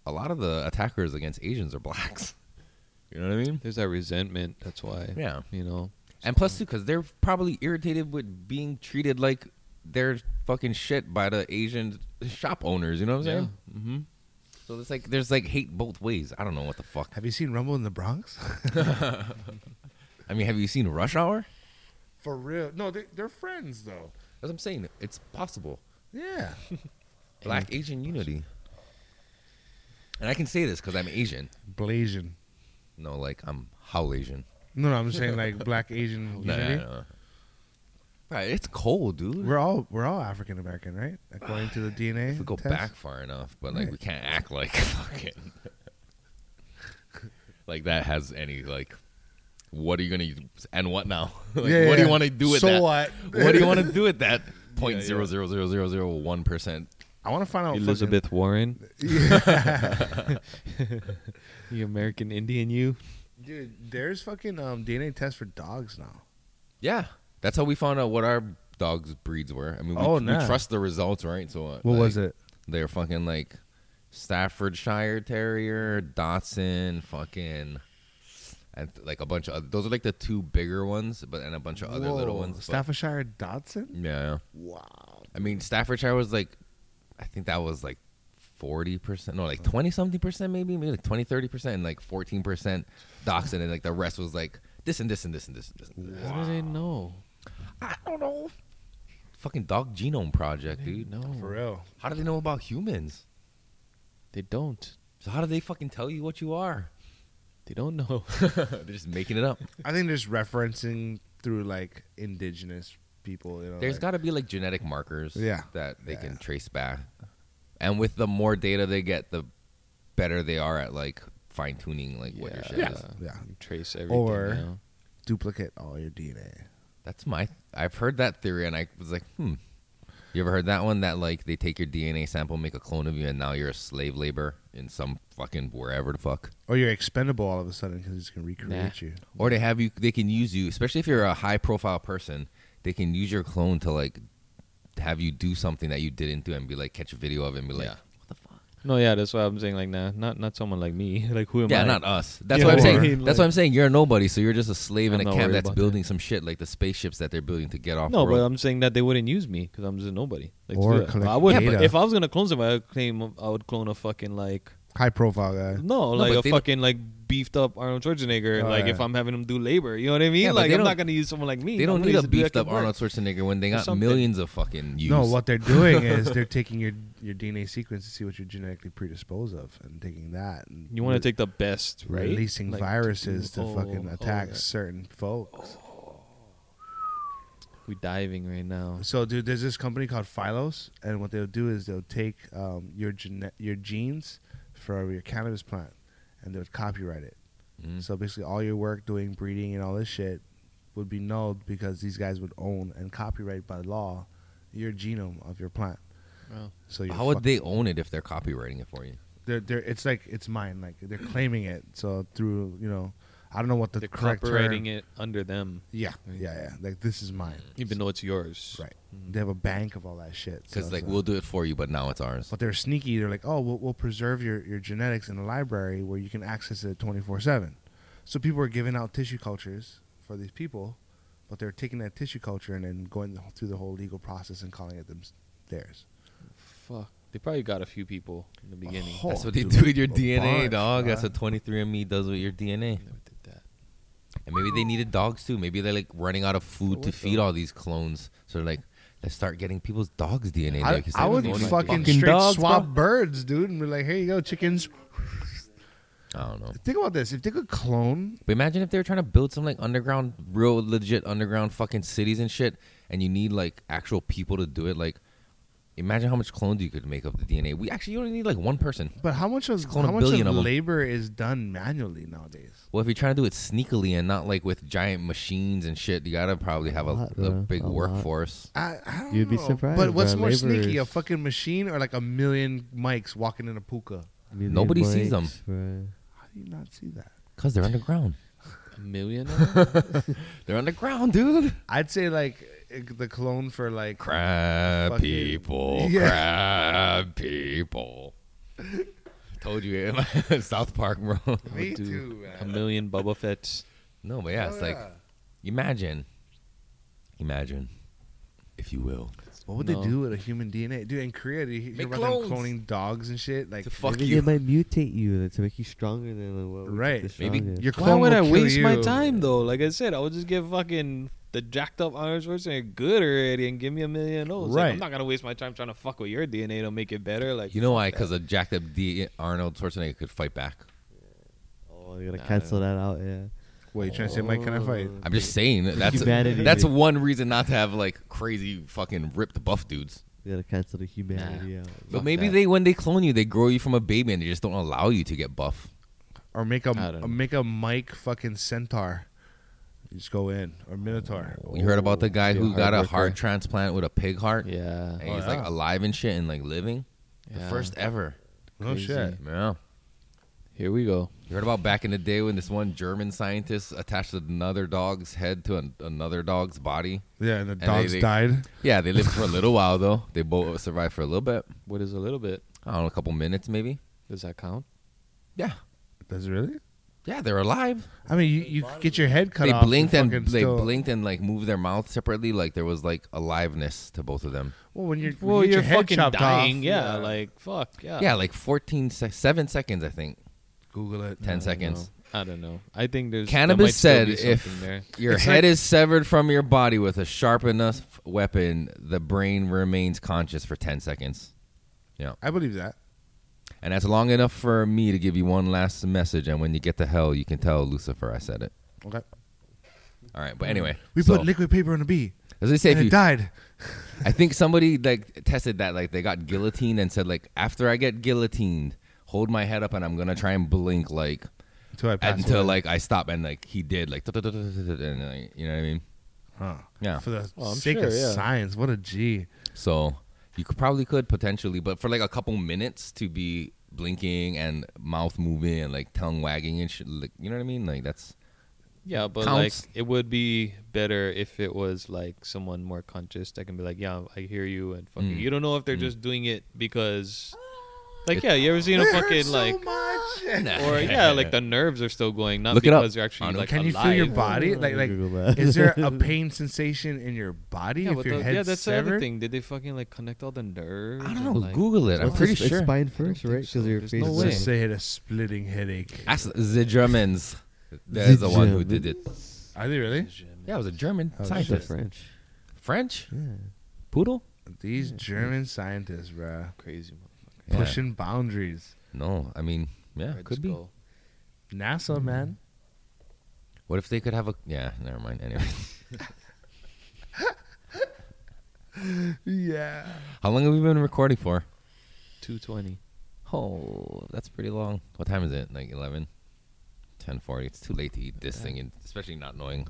a lot of the attackers against Asians are blacks. You know what I mean? There's that resentment. That's why. Yeah. You know. And plus, too, because they're probably irritated with being treated like they're fucking shit by the Asian shop owners. You know what I'm saying? Mm-hmm. So it's like there's like hate both ways. I don't know what the fuck. Have you seen Rumble in the Bronx? I mean, have you seen Rush Hour? For real? No, they, they're friends though. That's what I'm saying. It's possible. Yeah. Black Asian unity. And I can say this because I'm Asian. Blasian. No, like I'm how Asian. No, no, I'm just saying like black Asian No, no, unity. no. Right, it's cold, dude. We're all we're all African American, right? According to the DNA. if we go test. back far enough, but like we can't act like fucking like that has any like. What are you gonna use and what now? like, Yeah, what do yeah. you want to do with So that? what? do you want to do with that? Point zero zero zero zero zero one percent. I want to find out. Elizabeth Warren. the American Indian, you. fucking- dude, there's fucking um, DNA tests for dogs now. Yeah, that's how we found out what our dogs' breeds were. I mean, we, Oh, we nah. trust the results, right? So uh, What was like, it? They're fucking like Staffordshire Terrier, Dotson, fucking, and like a bunch of other, those are like the two bigger ones, but and a bunch of other little Whoa, ones. but- Staffordshire Dotson. yeah, Wow. I mean Staffordshire was like, I think that was like. 40% no like 20 something percent maybe maybe like 20 30% and like 14% dachshund and like the rest was like this and this and this and this and this, and this. How do they know? I don't know. Fucking dog genome project, They dude. know. For real. How do they know about humans? They don't. So how do they fucking tell you what you are? They don't know. They're just making it up. I think just referencing through like indigenous people. You know, There's like- got to be like genetic markers Yeah. that they Yeah, can yeah. trace back. And with the more data they get, the better they are at like fine tuning like what your shit Yeah. is. yeah. You trace everything. Or- now. Duplicate all your DNA. That's my I've heard that theory and I was like, "Hmm. You ever heard that one that like they take your DNA sample, make a clone of you and now you're a slave labor in some fucking wherever the fuck?" Or you're expendable all of a sudden because it's gonna recreate you. or they have you they can use you especially if you're a high profile person they can use your clone to like have you do something that you didn't do and be like catch a video of it and be like Yeah. No, yeah, that's why I'm saying like, nah, not not someone like me. like, who am yeah, I? not uh, us that's Yeah, what i'm or- saying I mean, that's what i'm saying you're a nobody so you're just a slave I'm in a not camp worried that's about building some shit like the spaceships that they're building to get off No, but world. I'm saying that they wouldn't use me because I'm just a nobody. Like, to Or do that. collect I would. Yeah, but- if I was gonna clone somebody, I would claim I would clone a fucking like High profile guy. No, no, like but a they don't- fucking like beefed up Arnold Schwarzenegger. Oh, like yeah. if I'm having him do labor, you know what I mean? Yeah, but like they I'm not don't- gonna use someone like me. they don't Somebody need a needs to do that beefed up good work. arnold schwarzenegger when they got something. millions of fucking views No, what they're doing is they're taking your your DNA sequence to see what you're genetically predisposed of, and taking that. And You want re- to take the best, right? releasing Like, viruses to oh, fucking oh, attack yeah. Oh. certain folks. We diving right now. So, dude, there's this company called Phylos, and what they'll do is they'll take um, your gene- your genes from your cannabis plant, and they would copyright it. Mm. So basically, all your work doing breeding and all this shit would be nulled because these guys would own and copyright by law your genome of your plant. Wow. So you're how would fucked. they own it if they're copywriting it for you they're, they're it's like it's mine like they're claiming it so through you know i don't know what the They're correct copywriting term- it under them, yeah yeah yeah like this is mine even though it's yours. right they have a bank of all that shit so because it's like we'll do it for you but now it's ours but they're sneaky they're like oh we'll, we'll preserve your, your genetics in a library where you can access it 24-7 so people are giving out tissue cultures for these people but they're taking that tissue culture and then going through the whole legal process and calling it them theirs Fuck. They probably got a few people in the beginning. whole- that's what they dude, do with your a dna bunch, dog that's man. what 23andme does with your dna Never did that. And maybe they needed dogs too. Maybe they're like running out of food to feed all these clones. So they're like, Let's start getting people's dogs' DNA. I, there, 'cause I they would don't fucking, know anything. straight dogs, swap bro. birds, dude, and be like, here you go, chickens. I don't know. Think about this. If they could clone, But imagine if they were trying to build some like underground, real legit underground fucking cities and shit, and you need like actual people to do it. Like, imagine how much clones you could make of the DNA. We actually only need like one person. but how much of, clone how a much billion of of 'em. labor is done manually nowadays? Well, if you're trying to do it sneakily and not like with giant machines and shit, you gotta probably have a, A lot, a bro. big A lot. workforce. I, I don't You'd be know. surprised, But what's bro. more Labor sneaky, a is- fucking machine or like a million mics walking in a puka? Nobody sees them. How do you not see that? Cause they're underground. A million? of 'em? They're underground, dude. I'd say like it- the clone for like Crab Fucking- people. Yeah. Crab people. Told you, South Park, bro. me dude. too, a man. million Boba Fetts. No, but yeah, it's like yeah. imagine, imagine, if you will, What would No. they do with a human DNA, dude? In Korea, do you hear Make about them clones. cloning dogs and shit? Like, to fuck Maybe you. they might mutate you to make you stronger than what we Right. think the Maybe strongest. your clone Why would I will kill waste my you. time though? Like I said, I would just give fucking the jacked up Arnold Schwarzenegger good already and give me a million of those. Like, Right. I'm not gonna waste my time trying to fuck with your DNA to make it better. Like You know why? Because a jacked up D Arnold Schwarzenegger could fight back. Oh, you're gonna cancel that out, yeah. Wait, you trying to say, Mike, can I fight? I'm just saying that that's Humanity. that's one reason not to have like crazy fucking ripped buff dudes. You gotta cancel the humanity out. But maybe that. they when they clone you, they grow you from a baby and they just don't allow you to get buff. Or make a, I don't know. a make a Mike fucking centaur? You just go in or minotaur. You heard about the guy Be a who hard got a worker. heart transplant with a pig heart, Yeah. and he's like alive and shit and like living. The Yeah. first ever. No shit. Yeah. Here we go. You heard about back in the day when this one German scientist attached another dog's head to an, another dog's body? Yeah, and the they- dogs they- died. Yeah, they lived for a little while though. They both survived for a little bit. What is a little bit? I don't know, a couple minutes maybe. Does that count? Yeah, That's really. yeah, they're alive. I mean, you, you could get your head cut they off. you blinked and fucking they still- blinked and like moved their mouth separately. Like there was like aliveness to both of them. Well, when you're Well, when you you're get your head fucking chopped dying. off, yeah, like fuck. Yeah. Yeah, like 14 sec- seven seconds I think. Google it. 10 I don't seconds. know. I don't know. I think there's there might Cannabis still said be if something there. your It's head like- is severed from your body with a sharp enough weapon, the brain remains conscious for 10 seconds. I believe that. And that's long enough for me to give you one last message. And when you get to hell, you can tell Lucifer I said it. Okay. All right, but anyway, We so, put liquid paper on a bee, as they say, and if it you, died. I think somebody like tested that, like they got guillotined and said, like after I get guillotined, hold my head up and I'm gonna try and blink like Until I passed until away. like I stop and like he did like and like, you know what I mean? Huh. Yeah. For the Oh, I'm sake sure, of yeah. science, what a G. So you could probably could potentially, but for like a couple minutes to be blinking and mouth moving and like tongue wagging and shit, like you know what I mean? Like that's Yeah, but counts. like it would be better if it was like someone more conscious that can be like, yeah, I hear you, and fucking, Mm. you don't know if they're just doing it because, like, yeah, you ever seen a It fucking hurts so like, much. or yeah, like the nerves are still going, not Look it up. because they're actually Arnold, like Can you alive. feel your body? Oh, Like, like, Google that. is there a pain sensation in your body Yeah, if but your the- head's yeah, that's the other severed? thing. Did they fucking like connect all the nerves? I don't and, know. like- Google it. I'm What's pretty the sp- it's sure. spine first, think right? so. Because your There's face no is way. Let's say it a splitting headache. That's the Germans. There's the one who did it. Are they really? Yeah, it was a German Oh, It's scientist. French. French Yeah. poodle. These German scientists, bruh. Crazy. man. Yeah. Pushing boundaries. No, I mean, yeah, Red could be. Skull. NASA, Mm. man. What if they could have a? Yeah, never mind. Anyway, Yeah. how long have we been recording for? 220. Oh, that's pretty long. What time is it? Like 11? 10:40. It's too late to eat this thing, and especially not knowing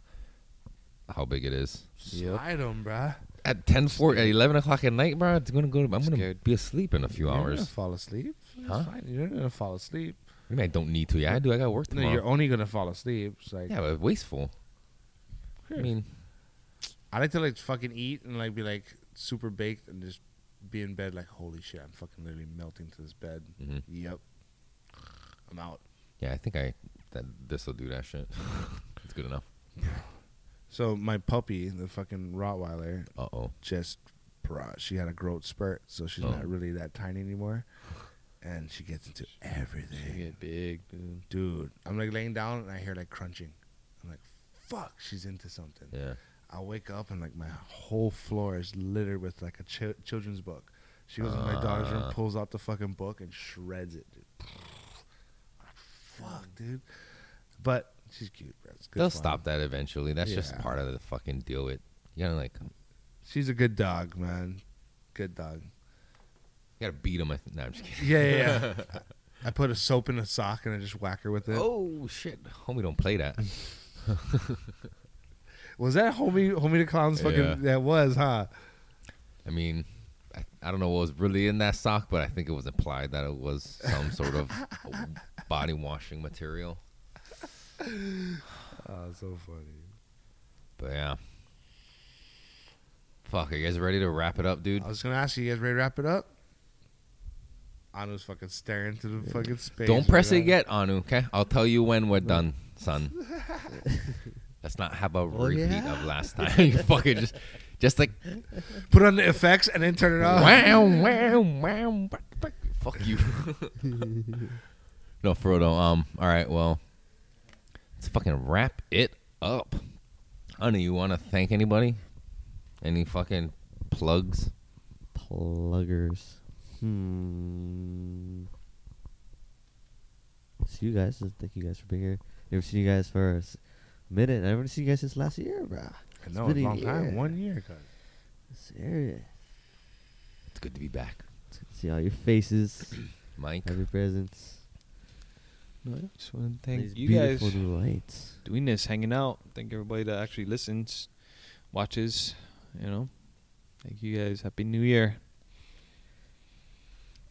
how big it is. Yep. Slide 'em, bruh. At 10:40, at 11 o'clock at night, bro, it's gonna go. To, I'm gonna Scared. be asleep in a few You're not gonna hours. fall asleep. It's Huh? fine. You're not gonna fall asleep. I mean, I don't need to. Yeah, I do. I got work No, tomorrow. you're only gonna fall asleep. It's like yeah, but wasteful. I mean, I like to like fucking eat and like be like super baked and just be in bed like holy shit, I'm fucking literally melting to this bed. Mhm. Yep. I'm out. yeah, I think I that this will do that shit. it's good enough. So my puppy, the fucking Rottweiler, Uh oh. just brought she had a growth spurt, so she's Oh. not really that tiny anymore. And she gets into You everything. get big, dude. Dude, I'm like laying down and I hear like crunching. I'm like, fuck, she's into something. Yeah. I'll wake up and like my whole floor is littered with like a ch- children's book. She goes in my daughter's Ah. room, pulls out the fucking book and shreds it, dude. Fuck, dude. But she's cute, bro. It's good They'll fun. stop that eventually. That's just Yeah. part of the fucking deal. It you gotta like you She's a good dog, man. Good dog. gotta beat them. No, I'm just kidding. Yeah, yeah. yeah. I put a soap in a sock and I just whack her with it. Oh shit, homie, don't play that. Was that homie homie the clown's fucking? Yeah. That was, huh? I mean, I, I don't know what was really in that sock, but I think it was implied that it was some sort of body washing material. Oh, so funny. But yeah. Fuck, are you guys ready to wrap it up, dude? I was gonna ask you, you guys ready to wrap it up? Anu's fucking staring to the fucking space. Don't press right it yet, Anu. Okay, I'll tell you when we're done, son. Let's not have a repeat of last time. you fucking just, just like, now. Put on the effects and then turn it off. wow, wow, wow. buck, buck. Fuck you. no, Frodo. Um. All right. Well, let's fucking wrap it up. Anu, you want to thank anybody? Any fucking plugs? Pluggers. Hmm. See you guys. Thank you guys for being here. Never seen you guys for a s- minute. I haven't seen you guys since last year, bro. I know, It's a been a long time. year. One year. cuz. Serious. It's good to be back, It's good to see all your faces, Mike. have your presence, No, I just want to these thank you guys beautiful new lights. doing this, hanging out. Thank everybody that actually listens, watches. You know, thank you guys. Happy New Year.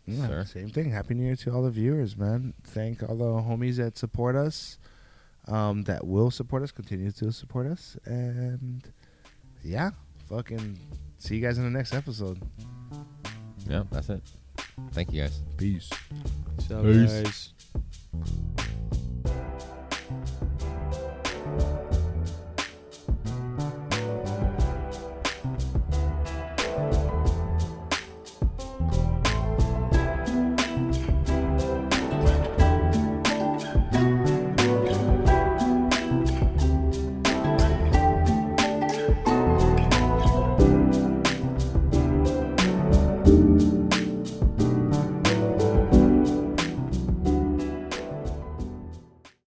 Yeah, Sir. same thing. Happy New Year to all the viewers, man. Thank all the homies that support us, um, that will support us, continue to support us, and yeah, fucking see you guys in the next episode. Yeah, that's it. Thank you guys. Peace. So Peace. guys.